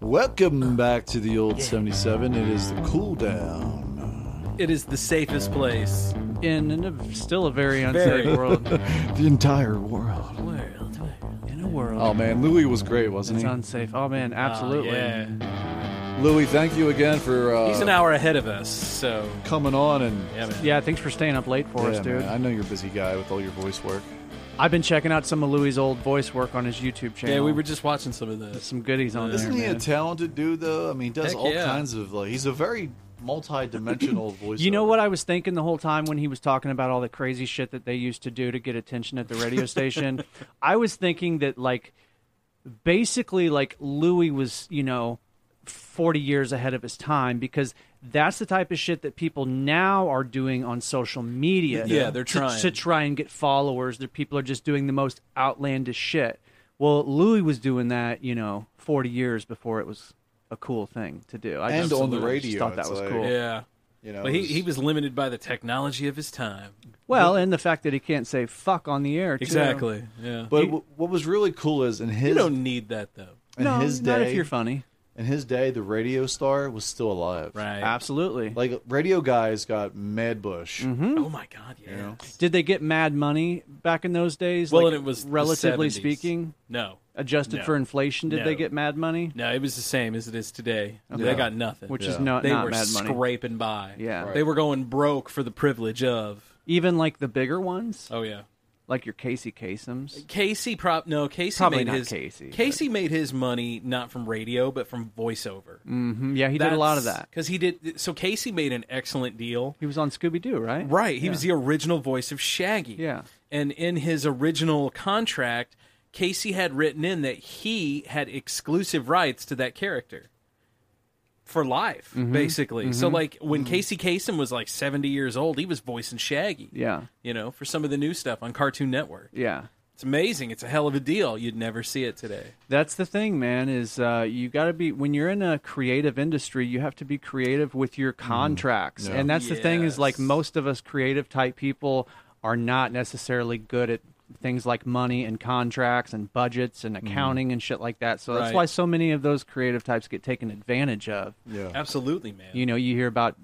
Speaker 4: Welcome back to the old 77. It is the cool down.
Speaker 2: It is the safest place
Speaker 3: in an, still a very unsafe world.
Speaker 4: the entire world.
Speaker 3: In a world.
Speaker 4: Oh man, Louis was great, wasn't
Speaker 3: It's
Speaker 4: he?
Speaker 3: unsafe. Oh man, absolutely.
Speaker 2: Ah, yeah.
Speaker 4: Louis, thank you again for uh,
Speaker 2: He's an hour ahead of us, so
Speaker 4: coming on and
Speaker 2: yeah, man.
Speaker 3: Yeah, thanks for staying up late for us,
Speaker 4: Yeah,
Speaker 3: dude.
Speaker 4: man, I know you're a busy guy with all your voice work.
Speaker 3: I've been checking out some of Louis' old voice work on his YouTube channel.
Speaker 2: yeah, we were just watching some of the
Speaker 3: some goodies on
Speaker 4: Isn't
Speaker 3: there.
Speaker 4: he
Speaker 3: man.
Speaker 4: a talented dude though? I mean, he does
Speaker 2: Heck
Speaker 4: all
Speaker 2: yeah.
Speaker 4: kinds of like he's a very multi-dimensional voice.
Speaker 3: You know what I was thinking the whole time when he was talking about all the crazy shit that they used to do to get attention at the radio station? I was thinking that like basically like Louis was, you know, 40 years ahead of his time because that's the type of shit that people now are doing on social media.
Speaker 2: Yeah, they're
Speaker 3: to-
Speaker 2: trying.
Speaker 3: to try and get followers. Their people are just doing the most outlandish shit. Well, Louis was doing that, you know, 40 years before it was a cool thing to do. I
Speaker 4: And
Speaker 3: just,
Speaker 4: on the
Speaker 3: just
Speaker 4: radio,
Speaker 3: thought that
Speaker 4: it's
Speaker 3: was
Speaker 4: like-
Speaker 3: cool.
Speaker 2: yeah.
Speaker 4: You know,
Speaker 2: but he,
Speaker 4: it was-
Speaker 2: he was limited by the technology of his time.
Speaker 3: Well, and the fact that he can't say fuck on the air, too.
Speaker 2: Exactly. Yeah.
Speaker 4: But w- what was really cool is in his
Speaker 2: you don't need that though.
Speaker 4: in
Speaker 3: No,
Speaker 4: his day
Speaker 3: not if you're funny.
Speaker 4: In his day, the radio star was still alive.
Speaker 2: Right.
Speaker 3: Absolutely.
Speaker 4: Like radio guys got mad bush.
Speaker 3: Mhm.
Speaker 2: Oh my god, yeah.
Speaker 3: Did they get mad money back in those days?
Speaker 2: Well,
Speaker 3: Like,
Speaker 2: and it was the
Speaker 3: relatively
Speaker 2: 70s.
Speaker 3: speaking.
Speaker 2: No.
Speaker 3: Adjusted
Speaker 2: No.
Speaker 3: for inflation, did
Speaker 2: No.
Speaker 3: they get mad money?
Speaker 2: No, it was the same as it is today.
Speaker 3: Okay.
Speaker 2: They got nothing,
Speaker 3: Which is Yeah. not-
Speaker 2: they
Speaker 3: not
Speaker 2: were
Speaker 3: mad money.
Speaker 2: scraping by.
Speaker 3: Yeah. Right.
Speaker 2: they were going broke for the privilege of.
Speaker 3: Even like the bigger ones,
Speaker 2: Oh yeah,
Speaker 3: like your Casey Kasem's.
Speaker 2: Casey prop no Casey
Speaker 3: Probably
Speaker 2: made
Speaker 3: not
Speaker 2: his
Speaker 3: Casey, but-
Speaker 2: Casey made his money not from radio but from voiceover.
Speaker 3: hmm Yeah, he did a lot of that.
Speaker 2: because he did. So Casey made an excellent deal.
Speaker 3: He was on Scooby Doo, right?
Speaker 2: Right, he was
Speaker 3: Yeah.
Speaker 2: the original voice of Shaggy.
Speaker 3: Yeah.
Speaker 2: and in his original contract, Casey had written in that he had exclusive rights to that character for life,
Speaker 3: Mhm.
Speaker 2: basically. So
Speaker 3: Mhm.
Speaker 2: like when Casey Kasem was like seventy years old, he was voicing Shaggy.
Speaker 3: Yeah.
Speaker 2: you know, for some of the new stuff on Cartoon Network.
Speaker 3: Yeah.
Speaker 2: It's amazing. It's a hell of a deal. You'd never see it today.
Speaker 3: That's the thing, man. Is uh, you got to be when you're in a creative industry, you have to be creative with your
Speaker 2: Mm-hmm.
Speaker 3: contracts,
Speaker 4: yeah.
Speaker 3: and that's the thing is like most of us creative type people are not necessarily good at things like money and contracts and budgets and accounting and shit like that. So that's
Speaker 2: Mm-hmm. Right.
Speaker 3: why so many of those creative types get taken advantage of.
Speaker 4: Yeah.
Speaker 2: Absolutely, man.
Speaker 3: You know, you hear about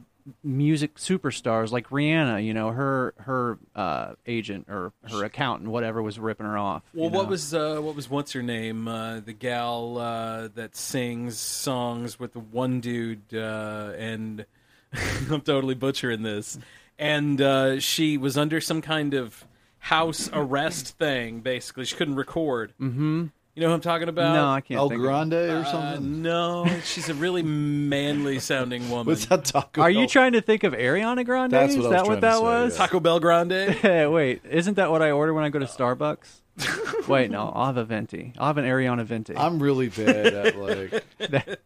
Speaker 3: music superstars like Rihanna. You know, her her uh, agent or her accountant, whatever, was ripping her off.
Speaker 2: Well,
Speaker 3: you know?
Speaker 2: what was uh, what was what's her name? Uh, the gal uh, that sings songs with the one dude, uh, and I'm totally butchering this. And uh, she was under some kind of house arrest thing. Basically, she couldn't record.
Speaker 3: Mm-hmm.
Speaker 2: You know who I'm talking about?
Speaker 3: No, I can't
Speaker 4: El
Speaker 3: think of it.
Speaker 4: Grande or
Speaker 2: Uh,
Speaker 4: something.
Speaker 2: no, she's a really manly sounding woman.
Speaker 4: What's that Taco
Speaker 3: Are
Speaker 4: Bell?
Speaker 3: you trying to think of Ariana Grande?
Speaker 4: That's what
Speaker 3: Is
Speaker 4: I
Speaker 3: that
Speaker 4: was
Speaker 3: what
Speaker 4: trying
Speaker 3: that
Speaker 4: to say,
Speaker 3: was?
Speaker 2: Taco Bell Grande.
Speaker 3: Hey, wait, isn't that what I order when I go to Starbucks? wait, no, I'll have a venti. I'll have an Ariana venti.
Speaker 4: I'm really bad at like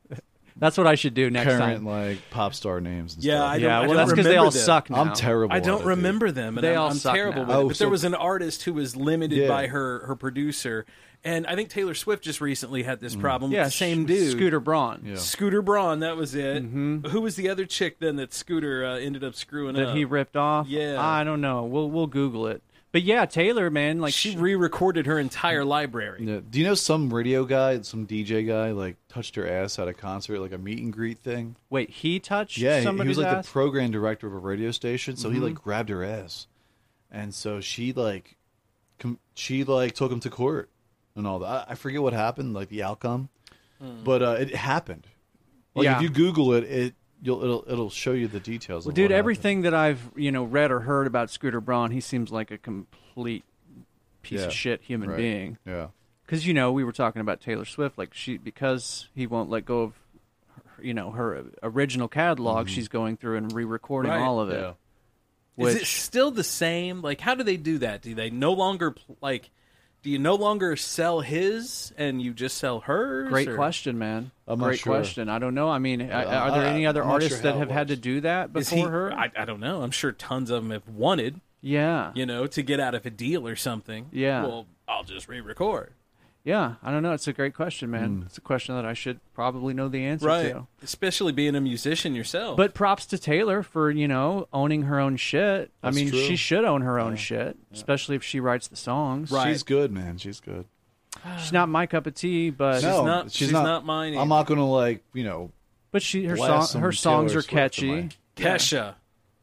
Speaker 3: That's what I should do next
Speaker 4: current
Speaker 3: time.
Speaker 4: like pop star names. And
Speaker 2: Yeah,
Speaker 4: stuff.
Speaker 2: I don't,
Speaker 3: Yeah,
Speaker 2: I
Speaker 3: well,
Speaker 2: don't
Speaker 3: that's 'cause they
Speaker 2: remember
Speaker 3: all
Speaker 2: them.
Speaker 3: suck now.
Speaker 4: I'm terrible.
Speaker 2: I
Speaker 4: at
Speaker 2: don't
Speaker 4: it, dude.
Speaker 2: remember them, and
Speaker 3: They
Speaker 2: I'm,
Speaker 3: all
Speaker 2: I'm
Speaker 3: suck
Speaker 2: terrible
Speaker 3: now.
Speaker 2: with it.
Speaker 4: Oh,
Speaker 2: But there
Speaker 4: so-
Speaker 2: was an artist who was limited
Speaker 4: Yeah.
Speaker 2: by her her producer, and I think Taylor Swift just recently had
Speaker 4: Mm.
Speaker 2: this problem. with
Speaker 3: Yeah,
Speaker 2: the same
Speaker 3: Sh-
Speaker 2: dude,
Speaker 3: Scooter Braun.
Speaker 4: Yeah.
Speaker 2: Scooter Braun. That was it. Who was the other chick then that Scooter uh, ended up screwing
Speaker 3: That
Speaker 2: up?
Speaker 3: he ripped off.
Speaker 2: Yeah.
Speaker 3: I don't know. We'll we'll Google it. But yeah, Taylor, man, like Mm.
Speaker 2: like she re-recorded her entire library.
Speaker 4: Yeah. Do you know some radio guy, some DJ guy, like touched her ass at a concert, like a meet and greet thing?
Speaker 3: wait, he touched
Speaker 4: Yeah, he- he
Speaker 3: somebody's
Speaker 4: was like
Speaker 3: ass?
Speaker 4: the program director of a radio station, so he
Speaker 3: Mhm.
Speaker 4: like grabbed her ass, and so she like, com- she like took him to court and all that. I, I forget what happened, like the outcome, but uh, it happened. Like
Speaker 3: Yeah.
Speaker 4: if you Google it, it you'll it'll it'll show you the details.
Speaker 3: Well,
Speaker 4: of
Speaker 3: dude,
Speaker 4: what
Speaker 3: everything that I've you know read or heard about Scooter Braun, he seems like a complete piece
Speaker 4: Yeah.
Speaker 3: of shit human
Speaker 4: Right.
Speaker 3: being.
Speaker 4: Yeah.
Speaker 3: Because you know we were talking about Taylor Swift, like she because he won't let go of, her, you know, her original catalog.
Speaker 2: Mhm.
Speaker 3: She's going through and re-recording
Speaker 2: Right.
Speaker 3: all of it.
Speaker 2: Yeah.
Speaker 3: Which
Speaker 2: Is it still the same? Like, how do they do that? Do they no longer pl- like? Do you no longer sell his and you just sell hers?
Speaker 3: Great
Speaker 2: or-
Speaker 3: question, man.
Speaker 2: I'm not
Speaker 3: Great
Speaker 2: sure.
Speaker 3: question. I don't know. I mean, I-
Speaker 2: Yeah,
Speaker 3: are there
Speaker 2: I-
Speaker 3: any other
Speaker 2: I'm not
Speaker 3: artists
Speaker 2: sure
Speaker 3: that
Speaker 2: how it
Speaker 3: have had to do that
Speaker 2: Is
Speaker 3: before
Speaker 2: he-
Speaker 3: her?
Speaker 2: I, I don't know. I'm sure tons of them have wanted.
Speaker 3: Yeah.
Speaker 2: You know, to get out of a deal or something.
Speaker 3: Yeah.
Speaker 2: Well, I'll just re-record.
Speaker 3: Yeah, I don't know. It's a great question, man. It's a question that I should probably know the answer
Speaker 2: Mm. right.
Speaker 3: to.
Speaker 2: Especially being a musician yourself.
Speaker 3: But props to Taylor for, you know, owning her own shit.
Speaker 4: That's
Speaker 3: I mean,
Speaker 4: true.
Speaker 3: she should own her own shit, especially if she writes the songs.
Speaker 4: happened. She's good, man. She's good.
Speaker 3: She's not my cup of tea, but
Speaker 4: no, she's, not,
Speaker 2: mine
Speaker 4: I'm not gonna like you know.
Speaker 3: But she her
Speaker 4: blast
Speaker 3: song her
Speaker 4: some
Speaker 3: songs
Speaker 4: Taylor
Speaker 3: are
Speaker 4: Swift in
Speaker 3: catchy.
Speaker 4: my-
Speaker 2: Kesha.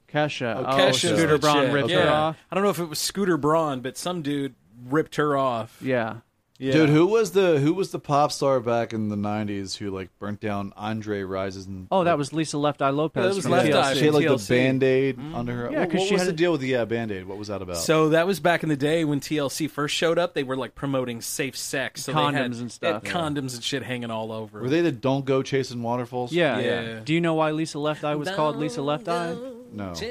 Speaker 3: Kesha. Oh,
Speaker 2: Kesha.
Speaker 3: Scooter Braun ripped her off.
Speaker 2: I don't know if it was Scooter Braun, but some dude ripped her off.
Speaker 3: Yeah.
Speaker 2: Yeah.
Speaker 4: Dude, who was the who was the pop star back in the '90s who like burnt down Andre Rises and
Speaker 3: Oh, that was Lisa Left Eye Lopez.
Speaker 2: was
Speaker 3: from
Speaker 2: Left
Speaker 3: TLC.
Speaker 2: Eye
Speaker 4: she had like
Speaker 2: TLC.
Speaker 4: the band aid under her.
Speaker 3: Yeah,
Speaker 4: what,
Speaker 3: 'cause
Speaker 4: what
Speaker 3: she
Speaker 4: was
Speaker 3: had
Speaker 4: the
Speaker 3: a-
Speaker 4: deal with the yeah, band aid? What was that about?
Speaker 2: So that was back in the day when TLC first showed up. They were like promoting safe sex, so they had,
Speaker 3: Condoms and
Speaker 2: they had
Speaker 3: stuff. Yeah.
Speaker 2: condoms and shit hanging all over.
Speaker 4: were they the Don't Go Chasing Waterfalls?
Speaker 3: Yeah,
Speaker 2: Yeah.
Speaker 3: yeah. Do you know why Lisa Left Eye was called Lisa Left Eye?
Speaker 4: No.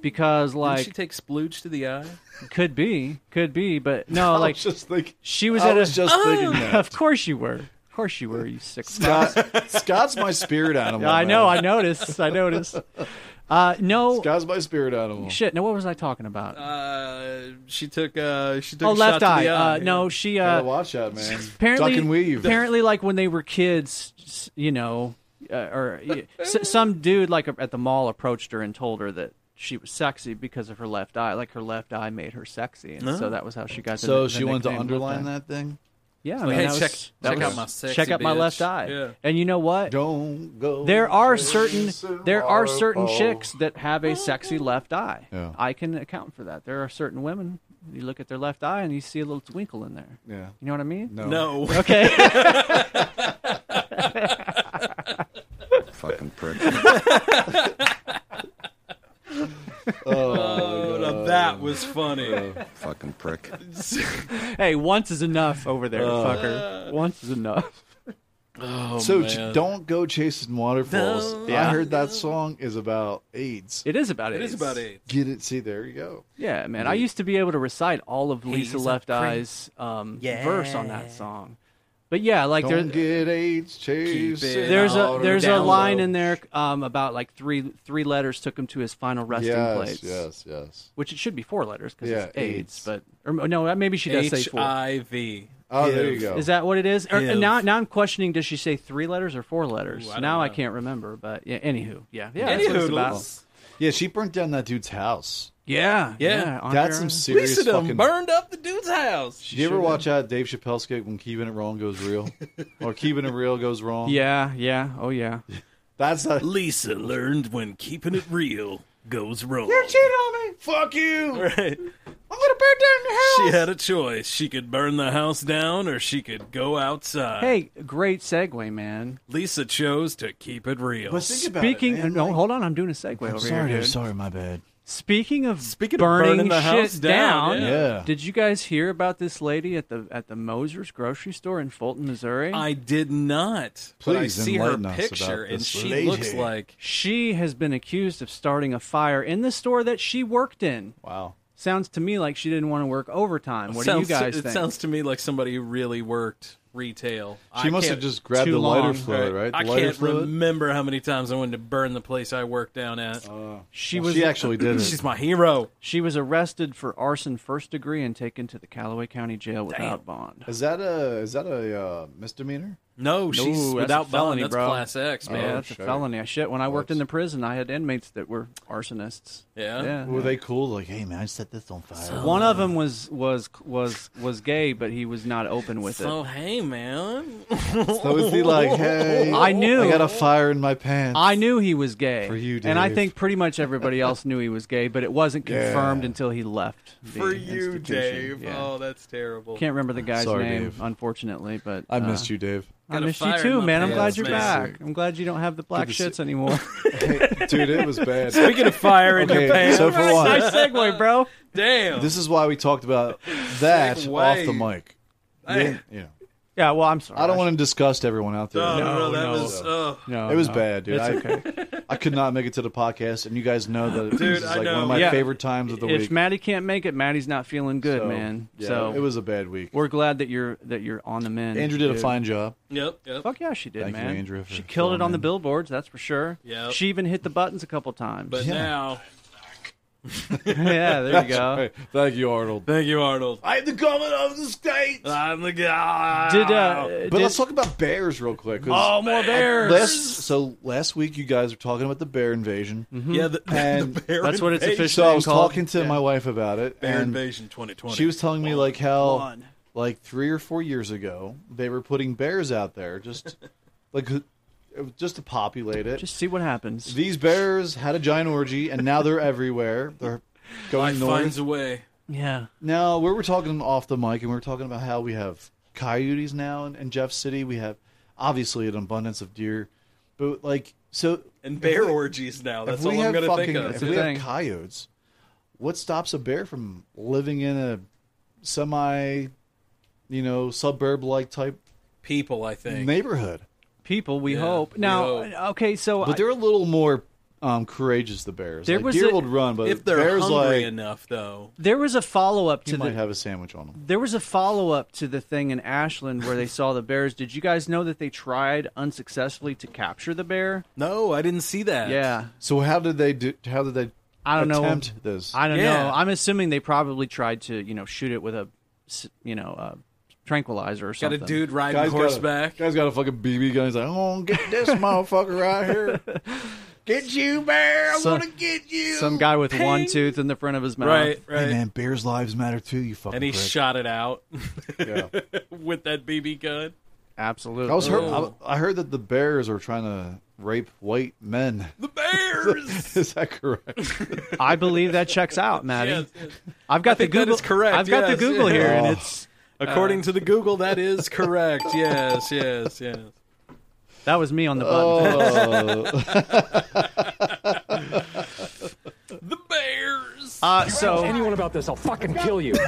Speaker 3: Because
Speaker 2: Did
Speaker 3: like
Speaker 2: she take splooge to the eye?
Speaker 3: could be, could be, but no,
Speaker 4: I was
Speaker 3: like
Speaker 4: just thinking-
Speaker 3: she was
Speaker 4: I
Speaker 3: at
Speaker 4: was
Speaker 3: a,
Speaker 4: just thinking that.
Speaker 3: Of course you were. Of course you were. You sick fuck.
Speaker 4: Scott, Scott's my spirit animal.
Speaker 3: I know.
Speaker 4: man.
Speaker 3: I noticed. I noticed. Uh, no.
Speaker 4: Scott's my spirit animal.
Speaker 3: Shit. No. What was I talking about?
Speaker 2: Uh, she took. Uh, she took. a
Speaker 3: oh, left
Speaker 2: shot to
Speaker 3: eye.
Speaker 2: the
Speaker 3: Uh, no, she. Uh,
Speaker 4: Gotta watch out, man.
Speaker 3: apparently,
Speaker 4: Duck and weave.
Speaker 3: apparently, like when they were kids, s- you know, uh, or y- s- some dude like at the mall approached her and told her that she was sexy because of her left eye. Like her left eye made her sexy, and
Speaker 4: Oh.
Speaker 3: so that was how she got. the-
Speaker 4: So
Speaker 3: the
Speaker 4: she wanted to
Speaker 3: nickname Left
Speaker 4: underline
Speaker 3: Eye.
Speaker 4: that thing.
Speaker 3: Yeah,
Speaker 4: It's
Speaker 3: I
Speaker 4: like,
Speaker 3: mean,
Speaker 4: hey,
Speaker 3: that was-
Speaker 4: check-
Speaker 3: that
Speaker 4: check out
Speaker 3: was-
Speaker 4: my sexy
Speaker 3: check out my
Speaker 4: bitch.
Speaker 3: left eye.
Speaker 4: Yeah.
Speaker 3: And you know what?
Speaker 4: Don't go.
Speaker 3: There are
Speaker 4: chasing
Speaker 3: certain there are certain
Speaker 4: waterfalls.
Speaker 3: chicks that have a sexy left eye.
Speaker 4: Yeah.
Speaker 3: I can account for that. There are certain women. You look at their left eye and you see a little twinkle in there.
Speaker 4: Yeah.
Speaker 3: You know what I mean?
Speaker 4: No.
Speaker 2: No.
Speaker 3: Okay.
Speaker 15: Fucking prick.
Speaker 2: Oh, now that was funny.
Speaker 15: fucking prick.
Speaker 3: hey, once is enough over there,
Speaker 4: Oh.
Speaker 3: fucker. Once is enough.
Speaker 2: Oh,
Speaker 4: so j- don't go chasing waterfalls.
Speaker 3: Don't
Speaker 4: I
Speaker 3: Yeah.
Speaker 4: heard that song is about AIDS.
Speaker 3: It is about It is AIDS. about AIDS.
Speaker 4: Get it? See, there you go.
Speaker 3: Yeah, man. I used to be able to recite all of Lisa
Speaker 4: He's a
Speaker 3: Left
Speaker 4: creep.
Speaker 3: Eye's um,
Speaker 4: Yeah.
Speaker 3: verse on that song. But yeah, like there,
Speaker 4: Don't get AIDS chasing.
Speaker 3: there's a
Speaker 4: water
Speaker 3: there's a
Speaker 4: down
Speaker 3: line
Speaker 4: low.
Speaker 3: in there um, about like three three letters took him to his final resting
Speaker 4: Yes,
Speaker 3: place.
Speaker 4: yes, yes.
Speaker 3: Which it should be four letters because
Speaker 4: Yeah,
Speaker 3: it's AIDS, but or, no, maybe she does say four.
Speaker 2: HIV.
Speaker 4: Oh, there you go.
Speaker 3: Is that what it is? Or,
Speaker 2: Give.
Speaker 3: now, now I'm questioning: Does she say three letters or four letters?
Speaker 2: Ooh, I don't
Speaker 3: now I
Speaker 2: know.
Speaker 3: can't remember, but yeah. Anywho, yeah, yeah. that's what it's about.
Speaker 4: Yeah, she burnt down that dude's house.
Speaker 3: Yeah, yeah. yeah, on
Speaker 4: That's
Speaker 3: her
Speaker 4: some
Speaker 3: own.
Speaker 4: serious
Speaker 2: Lisa done
Speaker 4: fucking.
Speaker 2: burned up the dude's house.
Speaker 4: Did you ever watch out Dave Chappelle's skit when keeping it wrong goes real, or keeping it real goes wrong?
Speaker 3: Yeah, yeah. Oh yeah.
Speaker 4: That's a
Speaker 2: Lisa learned when keeping it real goes wrong.
Speaker 4: cheating on me. Fuck you.
Speaker 2: Right.
Speaker 4: I'm gonna burn down your house.
Speaker 2: She had a choice. She could burn the house down or she could go outside.
Speaker 3: Hey, great segue, man.
Speaker 2: Lisa chose to keep it real.
Speaker 3: Speaking, no, hold on. I'm doing a segue
Speaker 4: I'm
Speaker 3: over
Speaker 4: sorry,
Speaker 3: here.
Speaker 4: I'm
Speaker 3: dude.
Speaker 4: sorry, my bad.
Speaker 3: Speaking of
Speaker 2: Speaking of
Speaker 3: burning,
Speaker 2: burning the
Speaker 3: shit
Speaker 2: house down, yeah. Yeah.
Speaker 3: Did you guys hear about this lady at the at the Moser's grocery store in Fulton, Missouri?
Speaker 2: I did not. but I
Speaker 4: Please
Speaker 2: see her
Speaker 4: enlighten us
Speaker 2: picture
Speaker 4: about
Speaker 2: and
Speaker 4: this
Speaker 2: she
Speaker 4: lady.
Speaker 2: looks like
Speaker 3: she has been accused of starting a fire in the store that she worked in.
Speaker 4: Wow.
Speaker 3: Sounds to me like she didn't want to work overtime. What
Speaker 2: sounds
Speaker 3: do you guys
Speaker 2: to,
Speaker 3: think?
Speaker 2: It sounds to me like somebody who really worked retail.
Speaker 4: She must have
Speaker 2: can't-
Speaker 4: just grabbed Too the lighter long. fluid, right?
Speaker 2: I
Speaker 4: The lighter
Speaker 2: can't
Speaker 4: fluid?
Speaker 2: remember how many times I wanted to burn the place I worked down at.
Speaker 3: she
Speaker 2: Well,
Speaker 3: was
Speaker 2: she actually did it. She's my hero.
Speaker 3: She was arrested for arson first degree and taken to the Callaway County Jail without
Speaker 4: Damn.
Speaker 3: bond.
Speaker 4: Is that a is that a uh, misdemeanor?
Speaker 2: No, she's
Speaker 3: that's a
Speaker 2: without bond.
Speaker 3: felony,
Speaker 2: That's
Speaker 3: bro.
Speaker 2: class X, man.
Speaker 3: Yeah, that's a felony. I shit. When I worked in the prison, I had inmates that were arsonists. yeah.
Speaker 4: Were they cool? Like, hey man, I set this on fire.
Speaker 3: One of them was was was was gay, but he was not open with
Speaker 2: So
Speaker 3: it.
Speaker 2: Oh, hey, man.
Speaker 4: So is he like, hey?
Speaker 3: I knew.
Speaker 4: I got a fire in my pants.
Speaker 3: I knew he was gay for
Speaker 4: you,
Speaker 3: and I
Speaker 4: Dave.
Speaker 3: think pretty much everybody else knew he was gay, but it wasn't
Speaker 4: Yeah.
Speaker 3: confirmed until he left. the
Speaker 2: For you,
Speaker 3: institution.
Speaker 2: Dave.
Speaker 3: Yeah.
Speaker 2: Oh, that's terrible.
Speaker 3: Can't remember the guy's
Speaker 4: Sorry,
Speaker 3: name,
Speaker 4: Dave.
Speaker 3: unfortunately, but
Speaker 4: I
Speaker 3: uh,
Speaker 4: missed you, Dave.
Speaker 3: I
Speaker 2: Got a
Speaker 3: missed
Speaker 2: fire
Speaker 3: you
Speaker 2: in
Speaker 3: too,
Speaker 2: my
Speaker 3: man. I'm
Speaker 2: pants,
Speaker 3: glad you're
Speaker 2: man.
Speaker 3: back. I'm glad you don't have the black
Speaker 2: Good to
Speaker 3: shits anymore.
Speaker 4: Dude, it was bad.
Speaker 2: Speaking of fire in your pants,
Speaker 4: So for
Speaker 2: Nice
Speaker 4: what?
Speaker 3: segue, bro.
Speaker 2: Damn.
Speaker 4: This is why we talked about that
Speaker 2: Segue.
Speaker 4: off the mic. We
Speaker 2: Hey.
Speaker 4: didn't- you know.
Speaker 3: Yeah, well, I'm sorry.
Speaker 4: I don't want to disgust everyone out there.
Speaker 2: No, no, Oh, that was. Uh,
Speaker 4: it was
Speaker 3: no.
Speaker 4: bad, dude.
Speaker 3: It's
Speaker 4: I,
Speaker 3: okay.
Speaker 4: I could not make it to the podcast, and you guys know that
Speaker 2: Dude,
Speaker 4: this is
Speaker 2: I
Speaker 4: like one
Speaker 2: know.
Speaker 4: of my
Speaker 3: Yeah.
Speaker 4: favorite times of the
Speaker 3: if
Speaker 4: week.
Speaker 3: Maddie can't make it, Maddie's not feeling good,
Speaker 4: So,
Speaker 3: man.
Speaker 4: yeah,
Speaker 3: so
Speaker 4: it was a bad week.
Speaker 3: We're glad that you're that you're on the mend.
Speaker 4: Andrew did a
Speaker 3: dude.
Speaker 4: fine job.
Speaker 2: Yep, yep.
Speaker 3: Fuck yeah, she did,
Speaker 4: Thank you,
Speaker 3: man.
Speaker 4: Andrew, for
Speaker 3: she killed it
Speaker 4: filling
Speaker 3: on the
Speaker 4: in.
Speaker 3: billboards, that's for sure.
Speaker 2: Yep.
Speaker 3: She even hit the buttons a couple times.
Speaker 2: But now.
Speaker 3: yeah, there you
Speaker 4: That's
Speaker 3: go.
Speaker 4: right. Thank you, Arnold.
Speaker 2: Thank you, Arnold.
Speaker 4: I'm the governor of the state.
Speaker 2: I'm the guy.
Speaker 3: Did, uh,
Speaker 4: but
Speaker 3: did-
Speaker 4: let's talk about bears real quick. 'cause
Speaker 2: Oh, more bears.
Speaker 4: Last, so last week you guys were talking about the bear invasion.
Speaker 2: Yeah, the- the
Speaker 4: and
Speaker 2: bear That's what it's invasion.
Speaker 4: So
Speaker 2: officially
Speaker 4: I was
Speaker 2: Mm-hmm. called.
Speaker 4: talking to
Speaker 2: Yeah.
Speaker 4: my wife about it.
Speaker 2: Bear
Speaker 4: and
Speaker 2: invasion 2020.
Speaker 4: She was telling me like how
Speaker 2: One.
Speaker 4: like three or four years ago they were putting bears out there just like just to populate it.
Speaker 3: Just see what happens.
Speaker 4: These bears had a giant orgy and now they're everywhere. They're going
Speaker 2: Life
Speaker 4: north.
Speaker 2: finds a way.
Speaker 3: Yeah.
Speaker 4: Now we were talking off the mic, and we were talking about how we have coyotes now in, in Jeff City. We have obviously an abundance of deer, but like so
Speaker 2: And bear orgies now.
Speaker 4: If
Speaker 2: That's
Speaker 4: we
Speaker 2: all I'm
Speaker 4: have
Speaker 2: going to think
Speaker 4: fucking
Speaker 2: of.
Speaker 4: if we have coyotes, what stops a bear from living in a semi, you know, suburb like type
Speaker 2: people? I think
Speaker 4: neighborhood.
Speaker 3: People, we hope. Now, okay, so
Speaker 4: But
Speaker 3: I-
Speaker 4: they're a little more um, courageous. The bears.
Speaker 3: There
Speaker 4: Like,
Speaker 3: was
Speaker 4: deer
Speaker 3: a-
Speaker 4: would run, but
Speaker 2: if they're
Speaker 4: bears
Speaker 2: hungry
Speaker 4: like
Speaker 2: enough, though.
Speaker 3: there was a follow up
Speaker 4: he
Speaker 3: to
Speaker 4: might
Speaker 3: the
Speaker 4: have a sandwich on them.
Speaker 3: There was a follow up to the thing in Ashland where they saw the bears. Did you guys know that they tried unsuccessfully to capture the bear?
Speaker 2: No, I didn't see that.
Speaker 3: Yeah.
Speaker 4: So how did they do? How did they?
Speaker 3: I don't know.
Speaker 4: attempt this.
Speaker 3: I don't
Speaker 2: Yeah.
Speaker 3: know. I'm assuming they probably tried to, you know, shoot it with a, s- you know, uh, tranquilizer or
Speaker 2: Got a
Speaker 3: something.
Speaker 2: dude riding
Speaker 4: Guys got a-
Speaker 2: horseback.
Speaker 4: Guy's got a fucking BB gun. He's like, oh, get this motherfucker right here. Get you, bear. I'm
Speaker 3: Some-
Speaker 4: going to get you.
Speaker 3: Some guy with one tooth in the front of his mouth.
Speaker 2: Right, right.
Speaker 4: Hey, man, bears' lives matter too, you fucking
Speaker 2: and he
Speaker 4: prick.
Speaker 2: shot it out
Speaker 4: Yeah.
Speaker 2: with that BB gun.
Speaker 3: Absolutely.
Speaker 4: I, was heard,
Speaker 2: Oh.
Speaker 4: I, I heard that the bears are trying to rape white men.
Speaker 2: The bears.
Speaker 4: Is that correct?
Speaker 3: I believe that checks out, Maddie.
Speaker 2: Yes, yes.
Speaker 3: I've got
Speaker 2: I think
Speaker 3: the
Speaker 2: that
Speaker 3: Google.
Speaker 2: is correct,
Speaker 3: I've got
Speaker 2: yes,
Speaker 3: the Google
Speaker 2: yes.
Speaker 3: here, and
Speaker 4: Oh.
Speaker 3: it's Uh,
Speaker 2: According to the Google, that is correct. Yes, yes, yes.
Speaker 3: that was me on the button.
Speaker 4: oh.
Speaker 2: The bears.
Speaker 3: Uh, so
Speaker 15: anyone about this, I'll fucking kill you.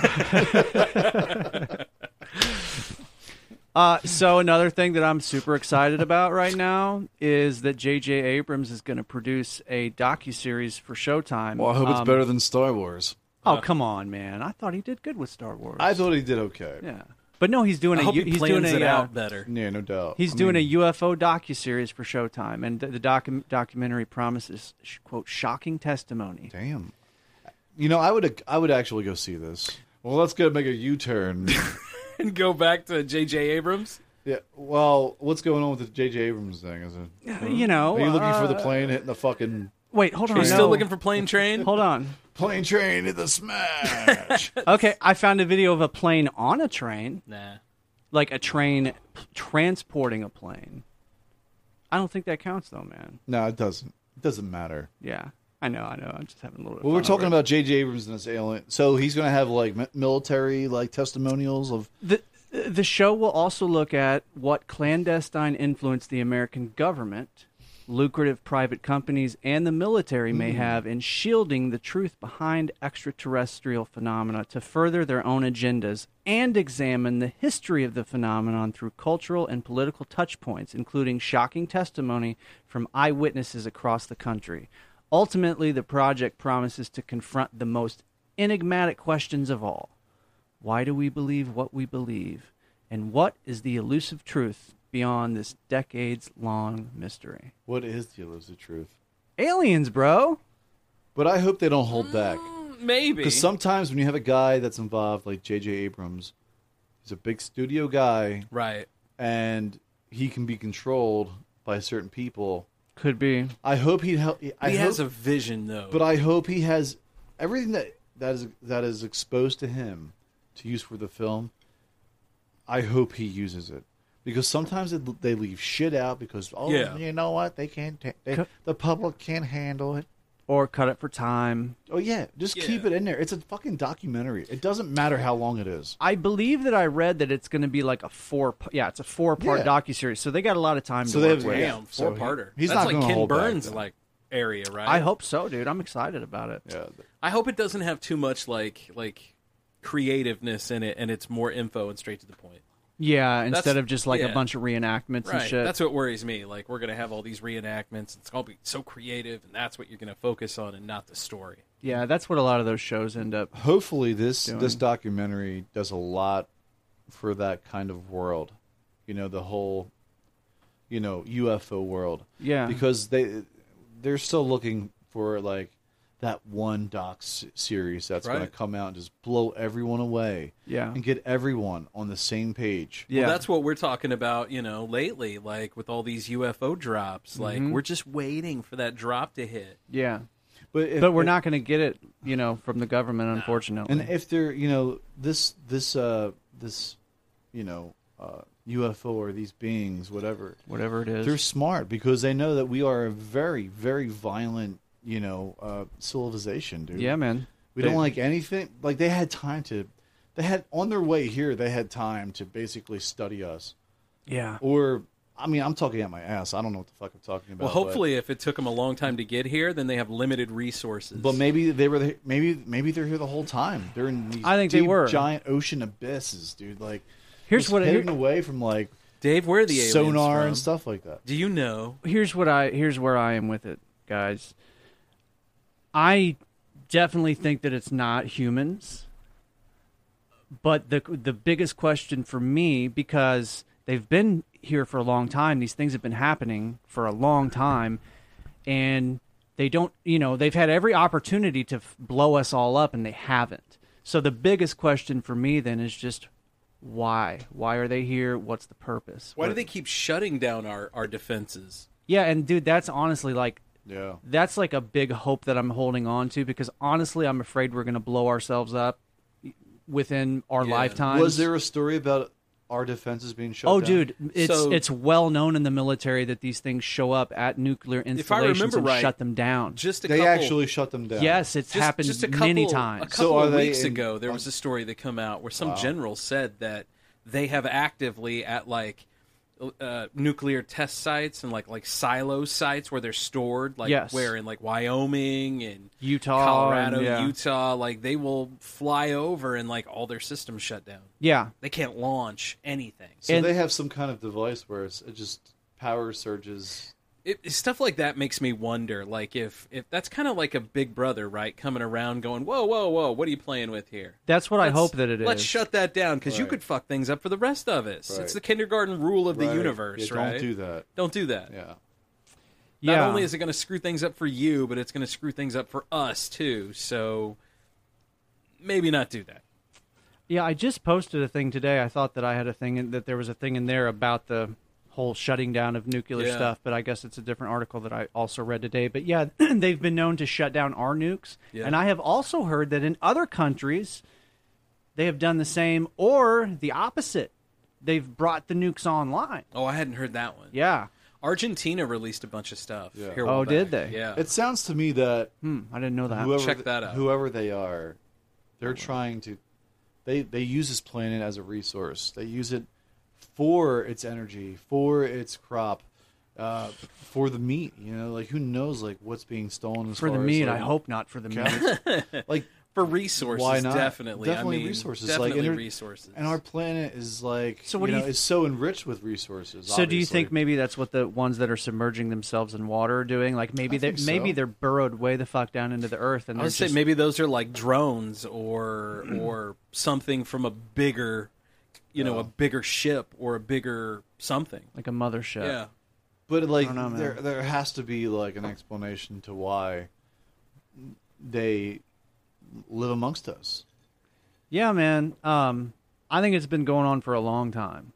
Speaker 3: Uh, so another thing that I'm super excited about right now is that J.J. Abrams is going to produce a docu series for Showtime.
Speaker 4: Well, I hope it's
Speaker 3: Um,
Speaker 4: better than Star Wars.
Speaker 3: Oh come on, man! I thought he did good with Star Wars.
Speaker 4: I thought he did okay.
Speaker 3: yeah, but no, he's doing
Speaker 2: I
Speaker 3: a
Speaker 2: hope
Speaker 3: U-
Speaker 2: he
Speaker 3: he's
Speaker 2: plans
Speaker 3: doing a
Speaker 2: it
Speaker 3: uh,
Speaker 2: out better.
Speaker 4: Yeah, no doubt.
Speaker 3: He's
Speaker 4: I
Speaker 3: doing
Speaker 4: mean,
Speaker 3: a UFO docu series for Showtime, and the, the docu- documentary promises sh- quote shocking testimony.
Speaker 4: Damn. You know, I would I would actually go see this. Well, let's go make a U turn.
Speaker 2: And go back to J.J. Abrams.
Speaker 4: yeah. Well, what's going on with the J.J. Abrams thing? Is it?
Speaker 3: You know,
Speaker 4: Are you looking for the
Speaker 3: uh,
Speaker 4: plane hitting the fucking
Speaker 3: Wait, hold on.
Speaker 2: He's
Speaker 3: no.
Speaker 2: still looking for plane train.
Speaker 3: Hold on.
Speaker 4: plane train hit the smash?
Speaker 3: Okay, I found a video of a plane on a train.
Speaker 2: Nah.
Speaker 3: like a train p- transporting a plane. I don't think that counts though, man.
Speaker 4: no, it doesn't. It doesn't matter.
Speaker 3: Yeah, I know, I know. I'm just having a little. bit of
Speaker 4: Well, we're
Speaker 3: fun
Speaker 4: talking
Speaker 3: over it.
Speaker 4: about J.J. Abrams and this alien. So he's going to have like mi- military like testimonials of.
Speaker 3: the the show. Will also look at what clandestine influence the American government, lucrative private companies, and the military may have in shielding the truth behind extraterrestrial phenomena to further their own agendas, and examine the history of the phenomenon through cultural and political touchpoints, including shocking testimony from eyewitnesses across the country. Ultimately, the project promises to confront the most enigmatic questions of all. Why do we believe what we believe? And what is the elusive truth beyond this decades long mystery?
Speaker 4: What is the elusive truth?
Speaker 3: Aliens, bro.
Speaker 4: But I hope they don't hold back
Speaker 2: Mm, Maybe.
Speaker 4: because sometimes when you have a guy that's involved like J.J. Abrams, he's a big studio guy
Speaker 2: Right.
Speaker 4: and he can be controlled by certain people.
Speaker 3: Could be.
Speaker 4: I hope he. hel- I
Speaker 2: he
Speaker 4: hope,
Speaker 2: has a vision though.
Speaker 4: But I hope he has everything that that is that is exposed to him to use for the film. I hope he uses it because sometimes it, they leave shit out because oh
Speaker 2: Yeah.
Speaker 4: you know what they can't ta- they,
Speaker 3: Co-
Speaker 4: the public can't handle it.
Speaker 3: or cut it for time.
Speaker 4: Oh yeah, just keep it in there. It's a fucking documentary. It doesn't matter how long it is.
Speaker 3: I believe that I read that it's going to be like a four. Yeah, it's a four part
Speaker 4: Yeah.
Speaker 3: docu series, so they got a lot of time.
Speaker 4: So
Speaker 3: to
Speaker 4: they
Speaker 3: work
Speaker 4: have-
Speaker 3: with.
Speaker 4: yeah, Damn,
Speaker 2: four parter.
Speaker 3: He's
Speaker 2: That's
Speaker 3: not
Speaker 2: like
Speaker 3: gonna
Speaker 2: Ken
Speaker 3: hold back,
Speaker 2: Burns
Speaker 3: though.
Speaker 2: like area, right?
Speaker 3: I hope so, dude. I'm excited about it.
Speaker 4: Yeah,
Speaker 2: I hope it doesn't have too much like like creativeness in it, and it's more info and straight to the point.
Speaker 3: yeah.
Speaker 2: That's-
Speaker 3: Instead of just like
Speaker 2: yeah.
Speaker 3: a bunch of reenactments
Speaker 2: Right.
Speaker 3: and shit.
Speaker 2: That's what worries me. Like we're gonna have all these reenactments. It's gonna be so creative, and that's what you're gonna focus on, and not the story.
Speaker 3: yeah, that's what a lot of those shows end up.
Speaker 4: Hopefully, this
Speaker 3: doing.
Speaker 4: this documentary does a lot for that kind of world. You know, the whole you know UFO world.
Speaker 3: Yeah.
Speaker 4: because they they're still looking for like that one doc s- series that's going
Speaker 2: Right.
Speaker 4: to come out and just blow everyone away.
Speaker 2: Yeah.
Speaker 4: and get everyone on the same page.
Speaker 2: Well, that's what we're talking about, you know, lately, like with all these UFO drops. Like,
Speaker 4: Mm-hmm.
Speaker 3: Mhm.
Speaker 2: we're just waiting for that drop to hit.
Speaker 3: Yeah.
Speaker 4: But if-
Speaker 3: but we're
Speaker 4: if-
Speaker 3: not going to get it, you know, from the government, unfortunately.
Speaker 4: And if they're, you know, this this uh this, you know, uh UFO or these beings, whatever,
Speaker 3: Whatever it is.
Speaker 4: they're smart because they know that we are a very very violent, you know, uh civilization, dude.
Speaker 3: Yeah, man.
Speaker 4: We
Speaker 3: They-
Speaker 4: don't like anything. Like they had time to, they had on their way here. They had time to basically study us.
Speaker 3: Yeah.
Speaker 4: Or, I mean, I'm talking at my ass. I don't know what the fuck I'm talking about.
Speaker 2: Well,
Speaker 4: but-
Speaker 2: hopefully, if it took them a long time to get here, then they have limited resources.
Speaker 4: But maybe they were there, maybe maybe they're here the whole time. They're in these
Speaker 2: I think they
Speaker 4: deep,
Speaker 2: were.
Speaker 4: giant ocean abysses, dude. Like
Speaker 3: Here's
Speaker 4: just
Speaker 3: what-
Speaker 4: hidden
Speaker 3: here-
Speaker 4: away from like
Speaker 2: Dave, where are the aliens
Speaker 4: sonar
Speaker 2: from?
Speaker 4: and stuff like that.
Speaker 2: Do you know?
Speaker 3: Here's what I here's where I am with it, guys. I definitely think that it's not humans. But the the biggest question for me because they've been here for a long time, these things have been happening for a long time and they don't, you know, they've had every opportunity to f- blow us all up and they haven't. So the biggest question for me then is just why? Why are they here? What's the purpose?
Speaker 2: Why do
Speaker 3: What-
Speaker 2: they keep shutting down our, our defenses?
Speaker 3: yeah, and dude, that's honestly like
Speaker 4: Yeah.
Speaker 3: that's like a big hope that I'm holding on to because honestly, I'm afraid we're gonna blow ourselves up within our lifetimes.
Speaker 4: Was there a story about our defenses being shut?
Speaker 3: Oh,
Speaker 4: down?
Speaker 3: dude, it's it's well known in the military that these things show up at nuclear
Speaker 4: If I
Speaker 3: installations
Speaker 4: remember
Speaker 3: and
Speaker 4: right,
Speaker 3: shut them down.
Speaker 2: Just a
Speaker 4: They
Speaker 2: couple-
Speaker 4: actually shut them down.
Speaker 3: Yes, it's
Speaker 2: Just-
Speaker 3: happened
Speaker 2: just a couple,
Speaker 3: many times.
Speaker 2: A couple of weeks ago, there was a story that come out where some
Speaker 3: Wow.
Speaker 2: general said that they have actively at like uh, nuclear test sites and like like silo sites where they're stored, like
Speaker 3: Yes.
Speaker 2: where in like Wyoming and
Speaker 3: Utah,
Speaker 2: Colorado,
Speaker 3: and- yeah.
Speaker 2: Utah, like they will fly over and like all their systems shut down.
Speaker 3: Yeah.
Speaker 2: they can't launch anything.
Speaker 4: So they have some kind of device where it's, it just power surges.
Speaker 2: it, stuff like that makes me wonder like if if that's kind of like a big brother right coming around going whoa whoa whoa what are you playing with here
Speaker 3: That's what I
Speaker 2: Let's-
Speaker 3: hope that it
Speaker 2: let's
Speaker 3: is.
Speaker 2: shut that down because you
Speaker 3: Right.
Speaker 2: could fuck things up for the rest of us
Speaker 3: Right.
Speaker 2: it's the kindergarten rule of the
Speaker 4: Right.
Speaker 2: universe
Speaker 4: Yeah, don't
Speaker 2: right
Speaker 4: do that.
Speaker 2: don't do that
Speaker 4: yeah
Speaker 2: not
Speaker 3: Yeah.
Speaker 2: only is it going to screw things up for you but it's going to screw things up for us too so maybe not do that
Speaker 3: Yeah, I just posted a thing today. I thought that I had a thing in, that there was a thing in there about the whole shutting down of nuclear
Speaker 2: Yeah.
Speaker 3: stuff, but I guess it's a different article that I also read today. But yeah, they've been known to shut down our nukes,
Speaker 2: Yeah.
Speaker 3: and I have also heard that in other countries they have done the same or the opposite. They've brought the nukes online.
Speaker 2: oh i hadn't heard that one
Speaker 3: yeah
Speaker 2: argentina released a bunch of stuff yeah. here a
Speaker 3: Oh,
Speaker 2: while
Speaker 3: did
Speaker 2: back.
Speaker 3: they?
Speaker 2: yeah
Speaker 4: It sounds to me that
Speaker 3: hmm, I didn't know that.
Speaker 4: Whoever
Speaker 3: Check
Speaker 4: th-
Speaker 3: that out.
Speaker 4: Whoever they are, they're trying to. They they use this planet as a resource. They use it for its energy, for its crop, uh, for the meat. You know, like who knows, like what's being stolen as
Speaker 3: For the
Speaker 4: far as,
Speaker 3: meat,
Speaker 4: like,
Speaker 3: I hope not for the meat.
Speaker 4: cows. like
Speaker 2: for resources
Speaker 4: why not?
Speaker 2: definitely I
Speaker 4: definitely
Speaker 2: mean,
Speaker 4: resources,
Speaker 2: definitely
Speaker 4: like and it-
Speaker 2: resources
Speaker 4: And our planet is like
Speaker 3: So what do
Speaker 4: you
Speaker 3: you
Speaker 4: know,
Speaker 3: th-
Speaker 4: is so enriched with resources.
Speaker 3: So do you
Speaker 4: obviously.
Speaker 3: think maybe that's what the ones that are submerging themselves in water are doing? Like maybe
Speaker 4: I
Speaker 3: they
Speaker 4: think so.
Speaker 3: maybe they're burrowed way the fuck down into the earth
Speaker 2: I
Speaker 3: and they're
Speaker 2: would say
Speaker 3: just-
Speaker 2: maybe those are like drones or or something from a bigger, you know, a bigger ship or a bigger something.
Speaker 3: like a mothership.
Speaker 2: Yeah.
Speaker 4: But like,
Speaker 3: don't know, man.
Speaker 4: there there has to be like an explanation to why they live amongst us.
Speaker 3: Yeah, man. Um, I think it's been going on for a long time.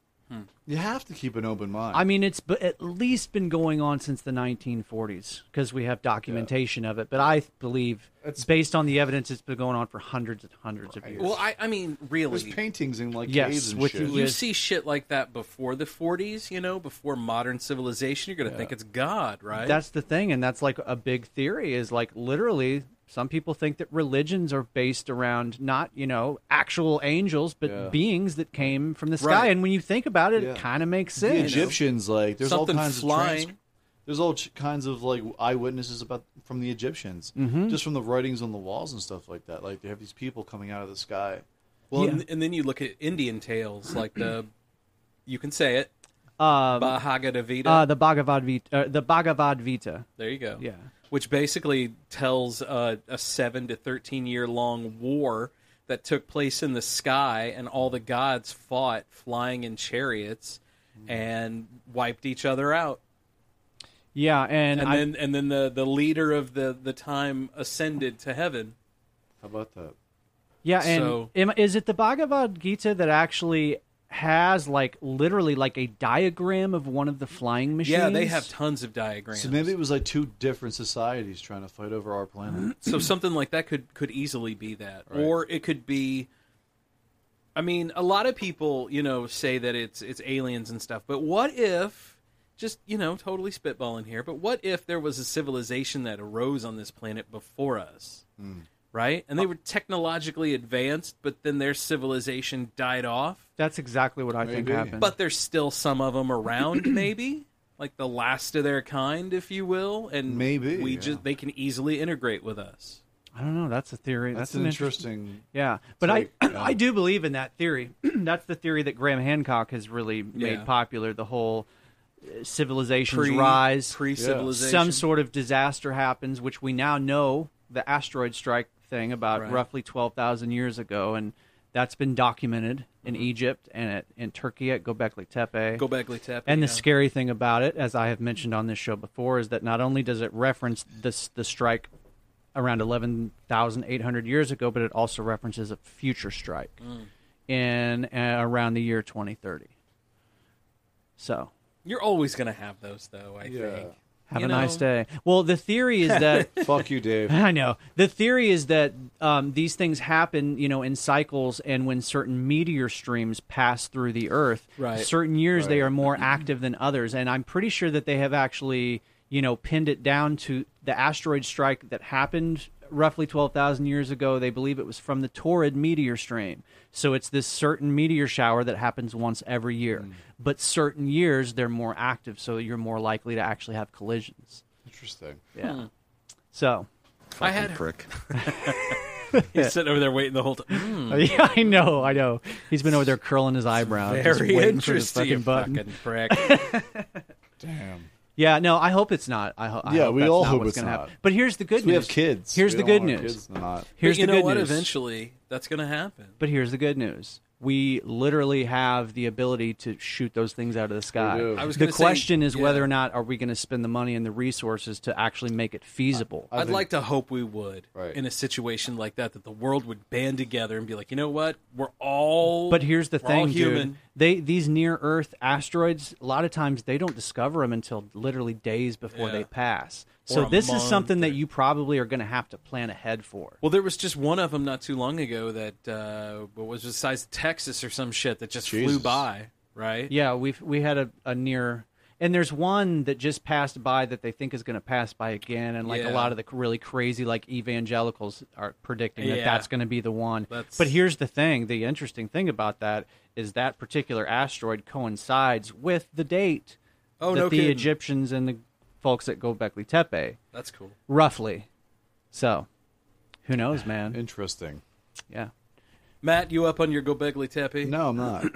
Speaker 4: You have to keep an open mind.
Speaker 3: I mean, it's b- at least been going on since the 1940s because we have documentation of it. But I th- believe, based on the evidence, it's been going on for hundreds and hundreds of years.
Speaker 2: Well, I, I mean, really,
Speaker 4: There's paintings in like
Speaker 3: Yes,
Speaker 4: caves and
Speaker 3: with-
Speaker 4: shit.
Speaker 2: you see shit like that before the 40s, you know, before modern civilization, you're going to think it's God, right?
Speaker 3: That's the thing, and that's like a big theory is like literally some people think that religions are based around not, you know, actual angels, but
Speaker 4: Yeah.
Speaker 3: beings that came from the sky.
Speaker 4: Right.
Speaker 3: And when you think about it,
Speaker 4: Yeah.
Speaker 3: it kind of makes
Speaker 4: The
Speaker 3: sense.
Speaker 4: Egyptians, like, there's
Speaker 3: Something
Speaker 4: all kinds of
Speaker 3: flying.
Speaker 4: trans- there's all ch- kinds of like eyewitnesses about from the Egyptians,
Speaker 3: Mm-hmm.
Speaker 2: Mhm.
Speaker 4: just from the writings on the walls and stuff like that. Like they have these people coming out of the sky.
Speaker 2: Well, and, and then you look at Indian tales like the, you can say it,
Speaker 3: um,
Speaker 2: Bhagavad Gita.
Speaker 3: Uh, the Bhagavad Gita. Uh, the Bhagavad Gita.
Speaker 2: There you go.
Speaker 3: Yeah.
Speaker 2: Which basically tells uh, a seven to thirteen year long war that took place in the sky, and all the gods fought flying in chariots
Speaker 3: Mm-hmm.
Speaker 2: and wiped each other out.
Speaker 3: Yeah, and,
Speaker 2: And,
Speaker 3: I,
Speaker 2: then and then the, the leader of the, the time ascended to heaven.
Speaker 4: How about that?
Speaker 3: yeah, and
Speaker 2: so-
Speaker 3: am- is it the Bhagavad Gita that actually has like literally like a diagram of one of the flying machines?
Speaker 2: Yeah, they have tons of diagrams.
Speaker 4: So maybe it was like two different societies trying to fight over our
Speaker 3: Mm-hmm.
Speaker 4: planet.
Speaker 2: so something like that could could easily be that
Speaker 4: Mm. Right.
Speaker 2: or it could be i mean a lot of people you know say that it's it's aliens and stuff but what if just you know totally spitballing here but what if there was a civilization that arose on this planet before us
Speaker 4: Mm.
Speaker 2: right
Speaker 4: Uh.
Speaker 2: and they were technologically advanced but then their civilization died off
Speaker 3: That's exactly what I think
Speaker 2: Maybe.
Speaker 3: happened.
Speaker 2: But there's still some of them around, maybe like the last of their kind, if you will, and
Speaker 4: Maybe,
Speaker 2: we
Speaker 4: yeah.
Speaker 2: just they can easily integrate with us.
Speaker 3: I don't know. That's a theory. That's,
Speaker 4: That's
Speaker 3: an
Speaker 4: an
Speaker 3: interesting.
Speaker 4: interesting
Speaker 3: yeah, but I
Speaker 4: take, yeah.
Speaker 3: I do believe in that theory. That's the theory that Graham Hancock has really made
Speaker 2: Yeah.
Speaker 3: popular. The whole uh, civilization's
Speaker 2: Pre-
Speaker 3: rise,
Speaker 2: pre-civilization.
Speaker 3: some sort of disaster happens, which we now know the asteroid strike thing about
Speaker 2: Right.
Speaker 3: roughly twelve thousand years ago, and that's been documented in Egypt and at, in Turkey at Göbekli Tepe.
Speaker 2: Mm-hmm. Göbekli Tepe,
Speaker 3: And the
Speaker 2: yeah.
Speaker 3: scary thing about it, as I have mentioned on this show before, is that not only does it reference this the strike around 11,800 years ago, but it also references a future strike
Speaker 2: Mm.
Speaker 3: in uh, around the year 2030. So,
Speaker 2: You're always going to have those, though. I think.
Speaker 3: have
Speaker 2: You
Speaker 3: a nice
Speaker 2: know?
Speaker 3: day. Well, the theory is that
Speaker 4: Fuck you, Dave.
Speaker 3: I know. The theory is that um, these things happen, you know, in cycles, and when certain meteor streams pass through the Earth,
Speaker 2: Right.
Speaker 3: certain years they
Speaker 2: Right.
Speaker 3: are more active than others. And I'm pretty sure that they have actually, you know, pinned it down to the asteroid strike that happened roughly 12,000 years ago. They believe it was from the Torrid meteor stream. So it's this certain meteor shower that happens once every year.
Speaker 2: Hmm.
Speaker 3: But certain years they're more active, so you're more likely to actually have collisions.
Speaker 4: Interesting.
Speaker 3: Yeah.
Speaker 2: Hmm.
Speaker 3: So.
Speaker 2: I had prick. He's sitting over there waiting the whole time.
Speaker 3: Uh, Yeah, I know, I know. He's been over there curling his eyebrows. just
Speaker 2: Very
Speaker 3: waiting for this
Speaker 2: interesting, you
Speaker 3: button.
Speaker 2: fucking prick.
Speaker 4: Damn.
Speaker 3: Yeah, no, I hope it's not. I, ho- I
Speaker 4: Yeah,
Speaker 3: hope
Speaker 4: we
Speaker 3: that's
Speaker 4: all
Speaker 3: not
Speaker 4: hope
Speaker 3: what's
Speaker 4: it's
Speaker 3: gonna
Speaker 4: not.
Speaker 3: happen. But here's the good
Speaker 4: We
Speaker 3: news.
Speaker 4: have kids.
Speaker 3: Here's the
Speaker 4: We don't
Speaker 3: good
Speaker 4: want our
Speaker 3: news.
Speaker 4: kids to not-
Speaker 3: Here's
Speaker 2: but you
Speaker 3: the
Speaker 2: know
Speaker 3: good
Speaker 2: what?
Speaker 3: news.
Speaker 2: Eventually, that's going to happen.
Speaker 3: But here's the good news. We literally have the ability to shoot those things out of the sky.
Speaker 2: do. I was
Speaker 3: the
Speaker 2: gonna say,
Speaker 3: question is
Speaker 2: yeah.
Speaker 3: whether or not are we going to spend the money and the resources to actually make it feasible.
Speaker 2: I'd like to hope we would in a situation like that that the world would band together and be like, you know what, we're all.
Speaker 3: But here's the
Speaker 2: we're
Speaker 3: thing,
Speaker 2: all human.
Speaker 3: dude. They these near Earth asteroids, a lot of times they don't discover them until literally days before
Speaker 2: Yeah.
Speaker 3: they pass.
Speaker 2: Or
Speaker 3: so
Speaker 2: a
Speaker 3: this is
Speaker 2: month
Speaker 3: something that you probably are going to have to plan ahead for.
Speaker 2: Well, there was just one of them not too long ago that uh, what was the size of Texas or some shit that just flew
Speaker 3: Jesus.
Speaker 2: by, right?
Speaker 3: Yeah, we've we had a, a near, and there's one that just passed by that they think is going to pass by again, and like
Speaker 2: Yeah.
Speaker 3: a lot of the really crazy like evangelicals are predicting that
Speaker 2: Yeah.
Speaker 3: that's going to be the one.
Speaker 2: That's-
Speaker 3: But here's the thing: the interesting thing about that is that particular asteroid coincides with the date
Speaker 2: Oh,
Speaker 3: that
Speaker 2: no
Speaker 3: the
Speaker 2: kidding.
Speaker 3: Egyptians and the folks at Gobekli Tepe.
Speaker 2: That's cool.
Speaker 3: Roughly, so who knows, man?
Speaker 4: Interesting.
Speaker 3: Yeah.
Speaker 2: Matt, you up on your Gobekli Tepe?
Speaker 4: No, I'm not.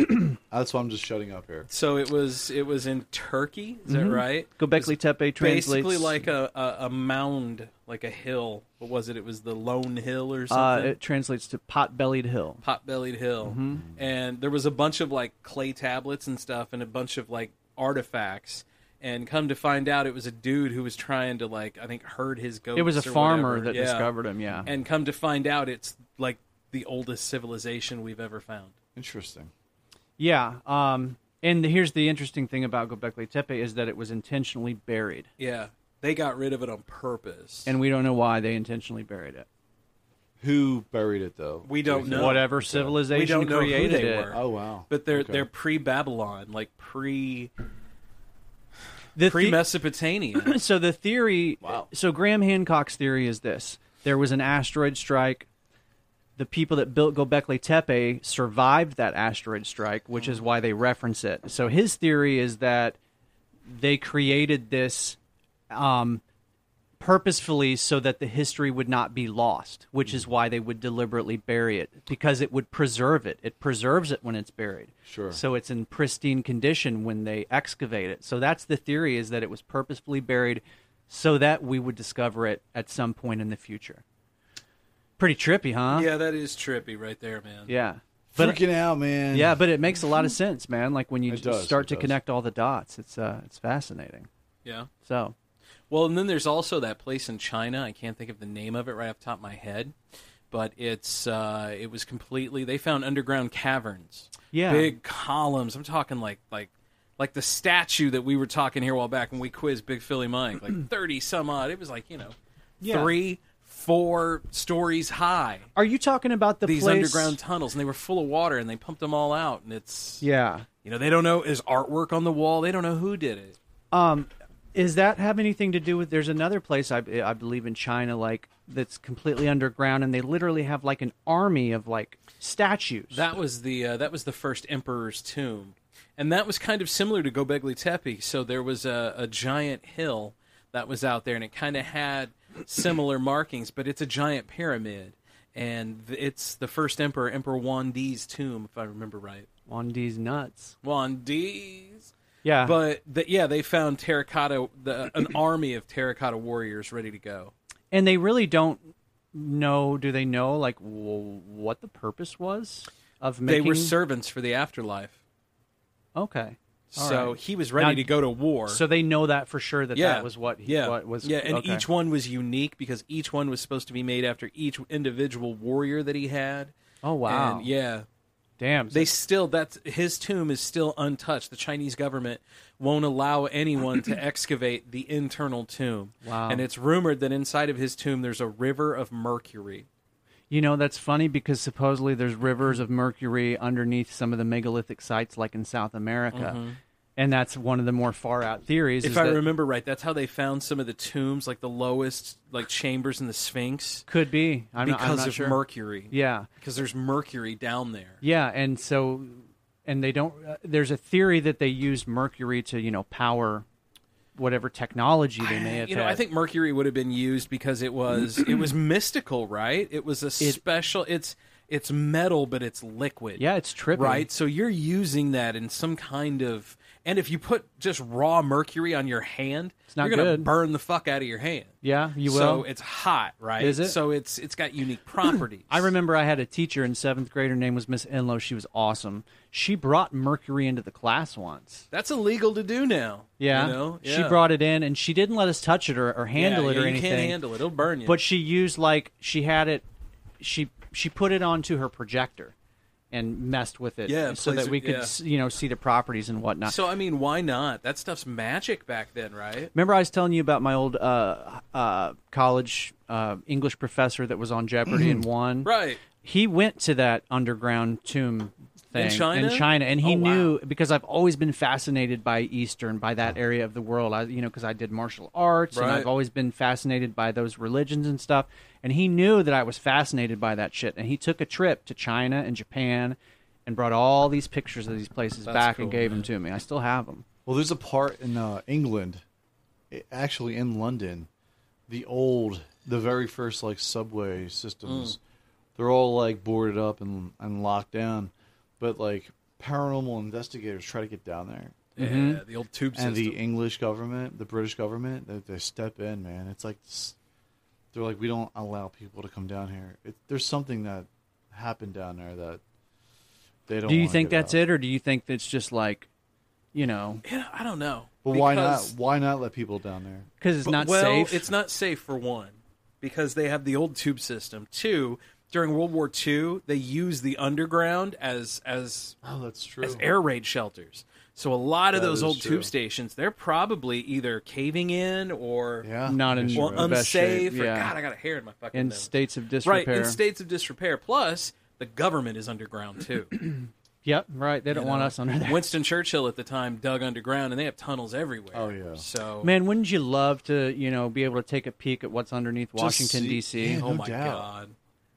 Speaker 4: That's why I'm just shutting up here.
Speaker 2: So it was it was in Turkey, is
Speaker 3: Mhm.
Speaker 2: that right?
Speaker 3: Gobekli
Speaker 2: It's
Speaker 3: Tepe
Speaker 2: basically
Speaker 3: translates-
Speaker 2: like a, a, a mound, like a hill. What was it? It was the Lone Hill or
Speaker 3: Uh,
Speaker 2: something.
Speaker 3: it translates to pot-bellied hill.
Speaker 2: pot bellied hill
Speaker 3: Mhm.
Speaker 2: and there was a bunch of like clay tablets and stuff and a bunch of like artifacts and come to find out it was a dude who was trying to like i think herd his goats
Speaker 3: It was a
Speaker 2: or
Speaker 3: farmer
Speaker 2: whatever.
Speaker 3: that discovered 'em, yeah.
Speaker 2: and come to find out it's like the oldest civilization we've ever found
Speaker 4: Interesting.
Speaker 3: Yeah. Um, And here's the interesting thing about Gobekli Tepe is that it was intentionally buried,
Speaker 2: Yeah, they got rid of it on purpose.
Speaker 3: and we don't know why they intentionally buried it.
Speaker 4: Who buried it though?
Speaker 2: We don't know.
Speaker 3: Whatever
Speaker 2: Okay.
Speaker 3: civilization
Speaker 2: we don't know
Speaker 3: created
Speaker 2: who they
Speaker 3: it.
Speaker 2: Were.
Speaker 4: Oh, wow.
Speaker 2: But they're
Speaker 4: Okay.
Speaker 2: they're pre Babylon, like pre
Speaker 3: The
Speaker 2: pre
Speaker 3: the-
Speaker 2: Mesopotamia.
Speaker 3: so the theory so graham hancock's theory is this there was an asteroid strike the people that built gobekli tepe survived that asteroid strike which is why they reference it so his theory is that they created this um, purposefully so that the history would not be lost which
Speaker 4: Mm-hmm.
Speaker 3: is why they would deliberately bury it because it would preserve it it preserves it when it's buried
Speaker 4: Sure.
Speaker 3: so it's in pristine condition when they excavate it. So that's the theory is that it was purposefully buried so that we would discover it at some point in the future. Pretty trippy, huh?
Speaker 2: Yeah, that is trippy right there, man.
Speaker 3: Yeah.
Speaker 4: Freaking out, man.
Speaker 3: Yeah, but it makes a lot of sense, man. Like when you
Speaker 4: It
Speaker 3: just
Speaker 4: does,
Speaker 3: start
Speaker 4: it
Speaker 3: to
Speaker 4: does.
Speaker 3: connect all the dots, it's uh it's fascinating.
Speaker 2: Yeah.
Speaker 3: So,
Speaker 2: Well, and then there's also that place in China. I can't think of the name of it right off the top of my head, but it's uh, it was completely. They found underground caverns.
Speaker 3: Yeah.
Speaker 2: big columns. I'm talking like like like the statue that we were talking here a while back when we quizzed Big Philly Mike. Like thirty some odd. It was like you know
Speaker 3: Yeah.
Speaker 2: three four stories high.
Speaker 3: are you talking about the
Speaker 2: these
Speaker 3: place
Speaker 2: underground tunnels, and they were full of water, and they pumped them all out, and it's
Speaker 3: Yeah.
Speaker 2: you know they don't know is artwork on the wall. They don't know who did it.
Speaker 3: Um, is that have anything to do with? There's another place I, I believe in China, like that's completely underground, and they literally have like an army of like statues.
Speaker 2: That was the uh, that was the first emperor's tomb, and that was kind of similar to Gobekli Tepe. So there was a, a giant hill that was out there, and it kind of had similar markings, but it's a giant pyramid, and th- it's the first emperor, Emperor Wandi's tomb, if I remember right.
Speaker 3: Wandi's nuts.
Speaker 2: Wandi's.
Speaker 3: Yeah.
Speaker 2: but the, yeah, they found terracotta, the, an army of terracotta warriors ready to go.
Speaker 3: and they really don't know. Do they know like w- what the purpose was of making?
Speaker 2: They were servants for the afterlife.
Speaker 3: okay. All
Speaker 2: So
Speaker 3: right.
Speaker 2: he was ready to go to war.
Speaker 3: So they know that for sure that that was what he
Speaker 2: yeah.
Speaker 3: what was
Speaker 2: yeah, and
Speaker 3: okay.
Speaker 2: each one was unique because each one was supposed to be made after each individual warrior that he had.
Speaker 3: Oh wow!
Speaker 2: And, yeah,
Speaker 3: damn.
Speaker 2: They still that's his tomb is still untouched. The Chinese government won't allow anyone to excavate the internal tomb.
Speaker 3: Wow.
Speaker 2: And it's rumored that inside of his tomb there's a river of mercury.
Speaker 3: You know, that's funny because supposedly there's rivers of mercury underneath some of the megalithic sites, like in South America.
Speaker 2: Mhm.
Speaker 3: And that's one of the more far out theories.
Speaker 2: If
Speaker 3: is
Speaker 2: I
Speaker 3: that-
Speaker 2: remember right, that's how they found some of the tombs, like the lowest like chambers in the Sphinx.
Speaker 3: Could be. I'm not- I'm
Speaker 2: because
Speaker 3: not
Speaker 2: of
Speaker 3: sure.
Speaker 2: mercury.
Speaker 3: Yeah.
Speaker 2: Because there's mercury down there.
Speaker 3: Yeah, and so, and they don't. Uh, there's a theory that they used mercury to, you know, power whatever technology they may have
Speaker 2: you know,
Speaker 3: had.
Speaker 2: I think mercury would have been used because it was it was mystical, right? It was a special. It's it's metal, but it's liquid.
Speaker 3: Yeah, it's trippy.
Speaker 2: right? So you're using that in some kind of. And if you put just raw mercury on your hand,
Speaker 3: It's not
Speaker 2: you're gonna
Speaker 3: good.
Speaker 2: burn the fuck out of your hand.
Speaker 3: Yeah, you will.
Speaker 2: So it's hot, right?
Speaker 3: Is it?
Speaker 2: So it's it's got unique properties.
Speaker 3: I remember I had a teacher in seventh grade. Her name was Miss Enlow. She was awesome. She brought mercury into the class once.
Speaker 2: That's illegal to do now.
Speaker 3: Yeah.
Speaker 2: you know?
Speaker 3: She
Speaker 2: Yeah.
Speaker 3: brought it in and she didn't let us touch it or, or handle
Speaker 2: Yeah,
Speaker 3: it
Speaker 2: yeah,
Speaker 3: or
Speaker 2: you can't
Speaker 3: anything.
Speaker 2: handle it. It'll burn you.
Speaker 3: But she used like she had it she she put it onto her projector and messed with it
Speaker 2: Yeah,
Speaker 3: so
Speaker 2: plays
Speaker 3: that
Speaker 2: it-
Speaker 3: we could
Speaker 2: yeah.
Speaker 3: s you know see the properties and whatnot.
Speaker 2: So I mean, why not? That stuff's magic back then, right?
Speaker 3: Remember, I was telling you about my old uh, uh, college uh, English professor that was on Jeopardy and won.
Speaker 2: Mm-hmm. Right.
Speaker 3: He went to that underground tomb thing
Speaker 2: In China?
Speaker 3: and he
Speaker 2: Oh, wow.
Speaker 3: knew because I've always been fascinated by Eastern, by that area of the world. I, you know, because I did martial arts and
Speaker 2: Right.
Speaker 3: I've always been fascinated by those religions and stuff. And he knew that I was fascinated by that shit, and he took a trip to China and Japan. And brought all these pictures of these places
Speaker 4: That's
Speaker 3: back
Speaker 4: cool,
Speaker 3: and gave them to me. I still have them.
Speaker 4: Well, there's a part in uh, England, i- actually in London, the old, the very first like subway systems,
Speaker 3: Mm.
Speaker 4: they're all like boarded up and and locked down, but like paranormal investigators try to get down there.
Speaker 2: Yeah,
Speaker 3: Mm-hmm.
Speaker 2: Mhm. the old tube
Speaker 4: And the English government, the British government, they, they step in, man. It's like s- they're like, we don't allow people to come down here. It, there's something that happened down there that they don't.
Speaker 3: Do you
Speaker 4: wanna
Speaker 3: think
Speaker 4: give
Speaker 3: that's
Speaker 4: out.
Speaker 3: it, or do you think that's just like, you know,
Speaker 2: I don't know.
Speaker 4: But why not?
Speaker 2: Because-
Speaker 4: Why not let people down there?
Speaker 3: because it's
Speaker 2: But-
Speaker 3: not
Speaker 2: well,
Speaker 3: safe?
Speaker 2: It's not safe for one because they have the old tube system. Two, during World War II, they used the underground as as
Speaker 4: oh, that's true
Speaker 2: as air raid shelters. So a lot of
Speaker 4: That
Speaker 2: those
Speaker 4: is
Speaker 2: old
Speaker 4: true.
Speaker 2: tube stations, they're probably either caving in or
Speaker 3: Not in
Speaker 2: or
Speaker 3: the best shape,
Speaker 2: unsafe. Or,
Speaker 3: yeah.
Speaker 2: God, I got a hair in my fucking
Speaker 3: In
Speaker 2: nose.
Speaker 3: states of
Speaker 2: Right, in
Speaker 3: disrepair.
Speaker 2: states of disrepair. Plus, the government is underground too.
Speaker 3: Yep, right. They don't
Speaker 2: You
Speaker 3: want
Speaker 2: know,
Speaker 3: us under there.
Speaker 2: Winston Churchill at the time dug underground, and they have tunnels everywhere. Oh yeah. So
Speaker 3: Man, wouldn't you love to, you know, be able to take a peek at what's underneath
Speaker 2: Just
Speaker 3: Washington
Speaker 2: see-
Speaker 3: D.C.
Speaker 2: Oh my God.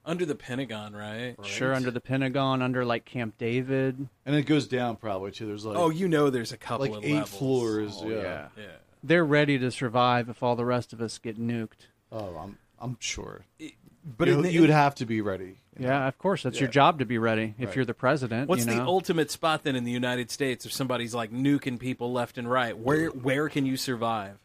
Speaker 2: Under the Pentagon, right?
Speaker 3: Sure, under the Pentagon, under like Camp David,
Speaker 4: and it goes down probably too. There's like
Speaker 2: Oh, you know, there's a couple
Speaker 4: like
Speaker 2: of
Speaker 4: eight
Speaker 2: levels.
Speaker 4: floors.
Speaker 2: Oh,
Speaker 4: yeah.
Speaker 2: yeah. Yeah.
Speaker 3: They're ready to survive if all the rest of us get nuked.
Speaker 4: Oh, I'm I'm sure.
Speaker 2: but
Speaker 4: But
Speaker 2: in
Speaker 4: you,
Speaker 2: the-
Speaker 4: you would have to be ready.
Speaker 3: Yeah, of course. That's your
Speaker 4: Yeah.
Speaker 3: job to be ready if
Speaker 4: Right.
Speaker 3: you're the president.
Speaker 2: What's
Speaker 3: you know?
Speaker 2: the ultimate spot then in the United States if somebody's like nuking people left and right? Where where can you survive?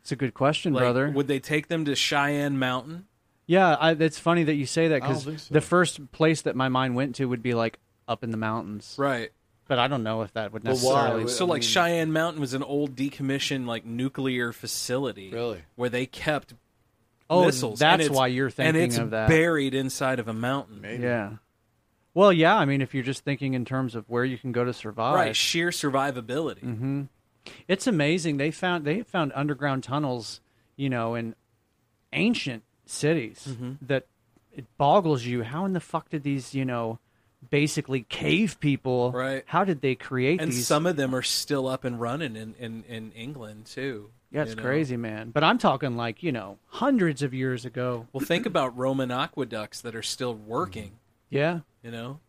Speaker 3: It's a good question,
Speaker 2: Like,
Speaker 3: brother.
Speaker 2: Would they take them to Cheyenne Mountain?
Speaker 3: Yeah, I, it's funny that you say that
Speaker 2: I don't
Speaker 3: because
Speaker 2: think so.
Speaker 3: the first place that my mind went to would be like up in the mountains,
Speaker 2: right?
Speaker 3: But I don't know if that would necessarily.
Speaker 2: So like Cheyenne Mountain was an old decommissioned like nuclear facility, really, where they kept
Speaker 3: Oh,
Speaker 2: missiles.
Speaker 3: that's
Speaker 2: and it's-
Speaker 3: why you're
Speaker 2: and
Speaker 3: thinking
Speaker 2: it's
Speaker 3: of that.
Speaker 2: Buried inside of a mountain.
Speaker 3: yeah. Well, yeah. I mean, if you're just thinking in terms of where you can go to survive,
Speaker 2: Right. Sheer survivability.
Speaker 3: hmm It's amazing. They found they found underground tunnels, you know, in ancient cities
Speaker 2: Mm-hmm.
Speaker 3: that it boggles you. How in the fuck did these, you know, basically cave people? Right. How did they create
Speaker 2: And
Speaker 3: these?
Speaker 2: some of them are still up and running in, in, in England too.
Speaker 3: yeah, it's
Speaker 2: you know?
Speaker 3: crazy, man. But I'm talking like you know, hundreds of years ago.
Speaker 2: Well, think about Roman aqueducts that are still working.
Speaker 3: Yeah,
Speaker 2: You know,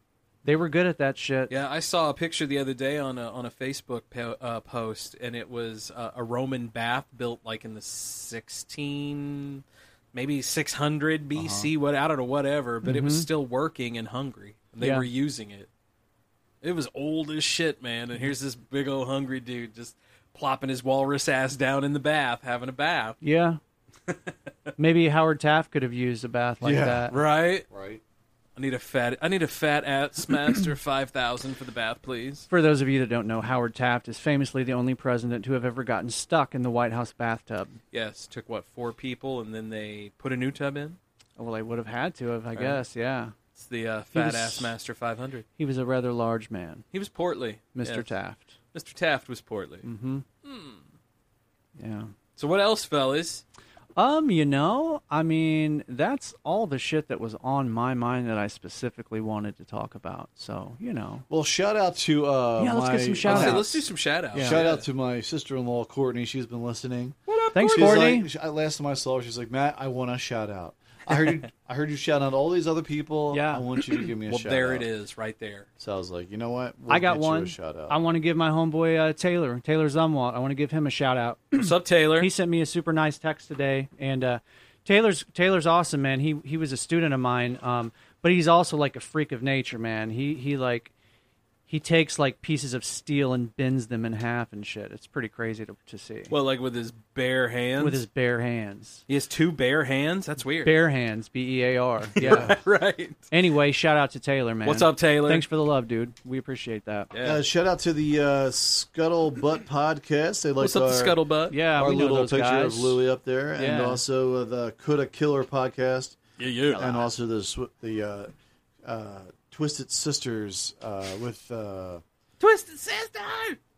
Speaker 3: they were good at that shit.
Speaker 2: Yeah, I saw a picture the other day on a on a Facebook po- uh, post, and it was uh, a Roman bath built like in the sixteen, maybe six hundred BC. What I don't know, whatever, but it was
Speaker 9: Mhm.
Speaker 2: still working and hungry. And they
Speaker 9: Yeah.
Speaker 2: were using it. It was old as shit, man. And here's this big old hungry dude just plopping his walrus ass down in the bath, having a bath.
Speaker 3: Yeah. Maybe Howard Taft could have used a bath like that.
Speaker 2: right,
Speaker 4: right.
Speaker 2: I need a fat. I need a fat ass master five thousand for the bath, please.
Speaker 3: For those of you that don't know, Howard Taft is famously the only president to have ever gotten stuck in the White House bathtub.
Speaker 2: Yes, took what four people, and then they put a new tub in.
Speaker 3: Well, they would have had to have, I
Speaker 2: Right.
Speaker 3: guess. Yeah.
Speaker 2: It's the uh,
Speaker 3: He
Speaker 2: Fat
Speaker 3: was-
Speaker 2: Ass Master 500.
Speaker 3: He was a rather large man.
Speaker 2: He was portly,
Speaker 3: Mr.
Speaker 2: yes.
Speaker 3: Taft.
Speaker 2: Mr. Taft was portly.
Speaker 3: Mm-hmm. Yeah.
Speaker 2: So what else, fellas?
Speaker 3: Um, you know, I mean, that's all the shit that was on my mind that I specifically wanted to talk about. So, you know.
Speaker 4: Well, shout out to uh,
Speaker 3: Yeah, let's get
Speaker 4: my-
Speaker 3: some shout-outs. Let's do-
Speaker 2: let's do some shout-outs.
Speaker 4: Shout
Speaker 2: Yeah.
Speaker 4: out to my sister-in-law Courtney. She's been listening.
Speaker 2: What up,
Speaker 3: Thanks,
Speaker 4: She's
Speaker 3: Courtney.
Speaker 4: like- she- I- last time I saw her, she's like, "Matt, I want a shout out. I heard you. I heard you shout out all these other people. Yeah, I want you to give me a
Speaker 2: Well,
Speaker 4: shout
Speaker 2: there it
Speaker 4: out."
Speaker 2: is, right there.
Speaker 4: So I was like, you know what?
Speaker 3: I got
Speaker 4: get you
Speaker 3: one.
Speaker 4: A shout out.
Speaker 3: I want to give my homeboy uh, Taylor, Taylor Zumwalt. I want to give him a shout out.
Speaker 2: What's up, Taylor?
Speaker 3: He sent me a super nice text today, and uh, Taylor's Taylor's awesome, man. He he was a student of mine, um, but he's also like a freak of nature, man. He he like he takes like pieces of steel and bends them in half and shit. It's pretty crazy to, to see
Speaker 2: Well, like with his bare hands.
Speaker 3: with his bare hands.
Speaker 2: he has two bare hands. That's weird.
Speaker 3: Bare hands, B E A R. Yeah,
Speaker 2: right.
Speaker 3: Anyway, shout out to Taylor, man.
Speaker 2: What's up, Taylor?
Speaker 3: Thanks for the love, dude. We appreciate that.
Speaker 4: Uh, shout out to the uh, Scuttlebutt podcast. They like
Speaker 3: What's up,
Speaker 4: our,
Speaker 3: the Scuttlebutt? Yeah,
Speaker 4: our
Speaker 3: we know
Speaker 4: little
Speaker 3: those
Speaker 4: picture
Speaker 3: guys.
Speaker 4: of Louie up there, and
Speaker 3: Yeah.
Speaker 4: also uh, the Coulda Killer podcast.
Speaker 2: Yeah, yeah.
Speaker 4: and also the sw- the uh, uh, Twisted Sisters uh, with uh,
Speaker 2: Twisted Sister.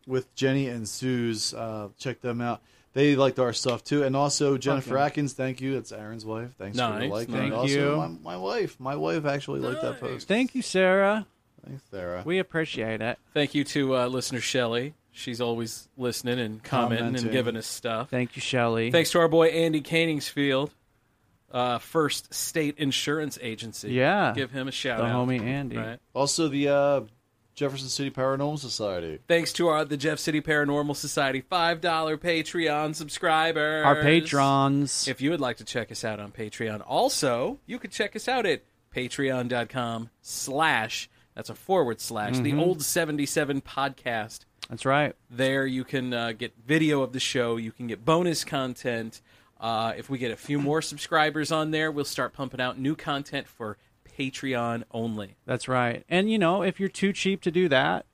Speaker 4: with Jenny and Suze. Uh, check them out. They liked our stuff too, and also Jennifer
Speaker 2: yeah.
Speaker 4: Atkins. Thank you. That's Aaron's wife. Thanks for
Speaker 2: Nice,
Speaker 4: the like.
Speaker 2: nice.
Speaker 4: And
Speaker 2: Thank
Speaker 4: also
Speaker 2: you.
Speaker 4: My, my wife. My wife actually liked that post.
Speaker 3: Thank you, Sarah.
Speaker 4: Thanks, Sarah.
Speaker 3: We appreciate it.
Speaker 2: Thank you to uh, listener Shelley. She's always listening and commenting,
Speaker 3: Commenting.
Speaker 2: and giving us stuff.
Speaker 3: Thank you, Shelley.
Speaker 2: Thanks to our boy Andy Caningsfield, uh, First State Insurance Agency.
Speaker 4: Yeah.
Speaker 2: Give him a shout
Speaker 4: The
Speaker 2: out.
Speaker 4: homie
Speaker 3: Andy.
Speaker 2: Right.
Speaker 4: Also the uh, Jefferson City Paranormal Society.
Speaker 2: Thanks to our the Jeff City Paranormal Society $5 Patreon subscribers.
Speaker 3: Our patrons.
Speaker 2: If you would like to check us out on Patreon, also, you could check us out at patreon.com slash, that's a forward slash,
Speaker 3: Mhm.
Speaker 4: Mm-hmm.
Speaker 2: the old 77 podcast.
Speaker 3: That's right.
Speaker 2: There you can uh, get video of the show. You can get bonus content. Uh, if we get a few more subscribers on there, we'll start pumping out new content for Patreon only.
Speaker 3: That's right. And you know, if you're too cheap to do that,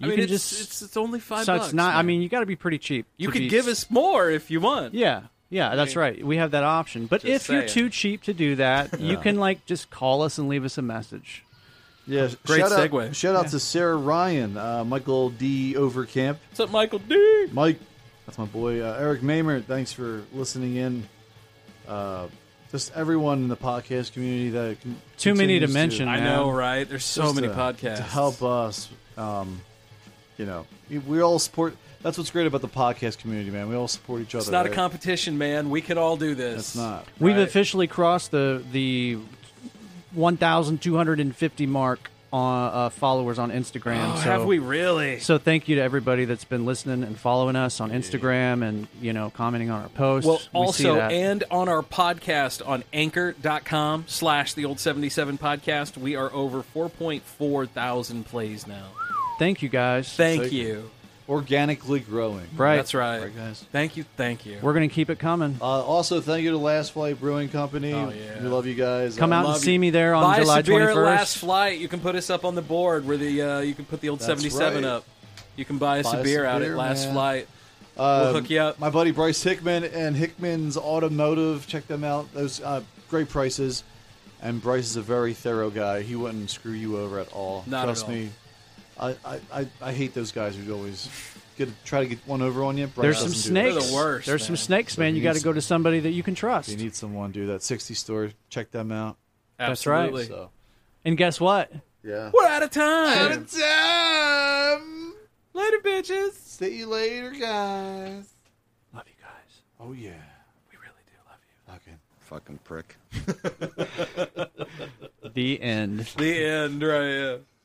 Speaker 2: I
Speaker 3: you
Speaker 2: mean,
Speaker 3: can
Speaker 2: it's-
Speaker 3: just
Speaker 2: it's- it's only five
Speaker 3: So
Speaker 2: bucks,
Speaker 3: it's not. I
Speaker 2: man.
Speaker 3: mean, you got to be pretty cheap.
Speaker 2: You
Speaker 3: to
Speaker 2: could
Speaker 3: be-
Speaker 2: give us more if you want.
Speaker 3: Yeah, Yeah, that's right. We have that option. But if
Speaker 2: Just
Speaker 3: you're
Speaker 2: saying.
Speaker 3: too cheap to do that, you
Speaker 4: Yeah.
Speaker 3: can like just call us and leave us a message.
Speaker 4: Yeah,
Speaker 3: Great
Speaker 4: shout
Speaker 3: segue.
Speaker 4: Out, shout out
Speaker 3: Yeah.
Speaker 4: to Sarah Ryan, uh, Michael D. Overcamp.
Speaker 2: What's up, Michael D?
Speaker 4: Mike, that's my boy. Uh, Eric Mamer, thanks for listening in. Uh, just everyone in the podcast community that con-
Speaker 3: Too many to
Speaker 4: continues
Speaker 3: mention,
Speaker 2: I know, right? There's so
Speaker 4: Just
Speaker 2: many
Speaker 4: to-
Speaker 2: podcasts.
Speaker 4: to help us. Um, you know, we, we all support. That's what's great about the podcast community, man. We all support each other.
Speaker 2: It's not a
Speaker 4: right?
Speaker 2: competition, man. We could all do this. It's
Speaker 4: not.
Speaker 3: We've officially crossed the the 1,250 mark on uh, followers on Instagram.
Speaker 2: Oh,
Speaker 3: so,
Speaker 2: have we really?
Speaker 3: So thank you to everybody that's been listening and following us on Instagram and you know commenting on our posts.
Speaker 2: Well,
Speaker 3: We see
Speaker 2: also,
Speaker 3: that.
Speaker 2: and on our podcast on anchor.com slash the old 77 podcast, we are over 4.4 thousand plays now.
Speaker 3: thank you guys.
Speaker 2: Thank you.
Speaker 4: Organically growing.
Speaker 3: Right.
Speaker 2: That's right.
Speaker 4: Right, guys.
Speaker 2: Thank you. Thank you.
Speaker 3: We're gonna keep it coming.
Speaker 4: Uh, also, thank you to Last Flight Brewing Company.
Speaker 2: Oh, yeah.
Speaker 4: We love you guys.
Speaker 3: Come
Speaker 4: Uh,
Speaker 3: out and
Speaker 4: love
Speaker 3: see
Speaker 4: you.
Speaker 3: me there on
Speaker 2: Buy
Speaker 3: July
Speaker 2: some beer at
Speaker 3: 21st.
Speaker 2: last flight. You can put us up on the board where the uh, you can put the old
Speaker 4: That's
Speaker 2: 77
Speaker 4: right.
Speaker 2: up. You can buy us
Speaker 4: Buy
Speaker 2: a beer out at last
Speaker 4: man.
Speaker 2: flight.
Speaker 4: Um,
Speaker 2: we'll hook you up.
Speaker 4: My buddy Bryce Hickman and Hickman's Automotive. Check them out. Those uh, great prices. And Bryce is a very thorough guy. He wouldn't screw you over at all.
Speaker 2: Not at
Speaker 4: Trust
Speaker 2: all.
Speaker 4: me. I, I, I, I hate those guys who always get try to get one over on you. Bryce
Speaker 3: There's some
Speaker 4: doesn't do that.
Speaker 3: snakes. There's some snakes, man. You got to go to somebody that you can trust.
Speaker 4: You need someone to do that. 60 store. Check them out.
Speaker 3: That's right.
Speaker 2: Absolutely.
Speaker 4: So,
Speaker 3: And guess what?
Speaker 4: yeah.
Speaker 2: We're out of time.
Speaker 4: Out of time.
Speaker 2: Later, bitches.
Speaker 4: See you later, guys.
Speaker 3: Love you guys.
Speaker 4: Oh, yeah.
Speaker 8: Fucking prick.
Speaker 3: The end.
Speaker 2: The end, right? Yeah.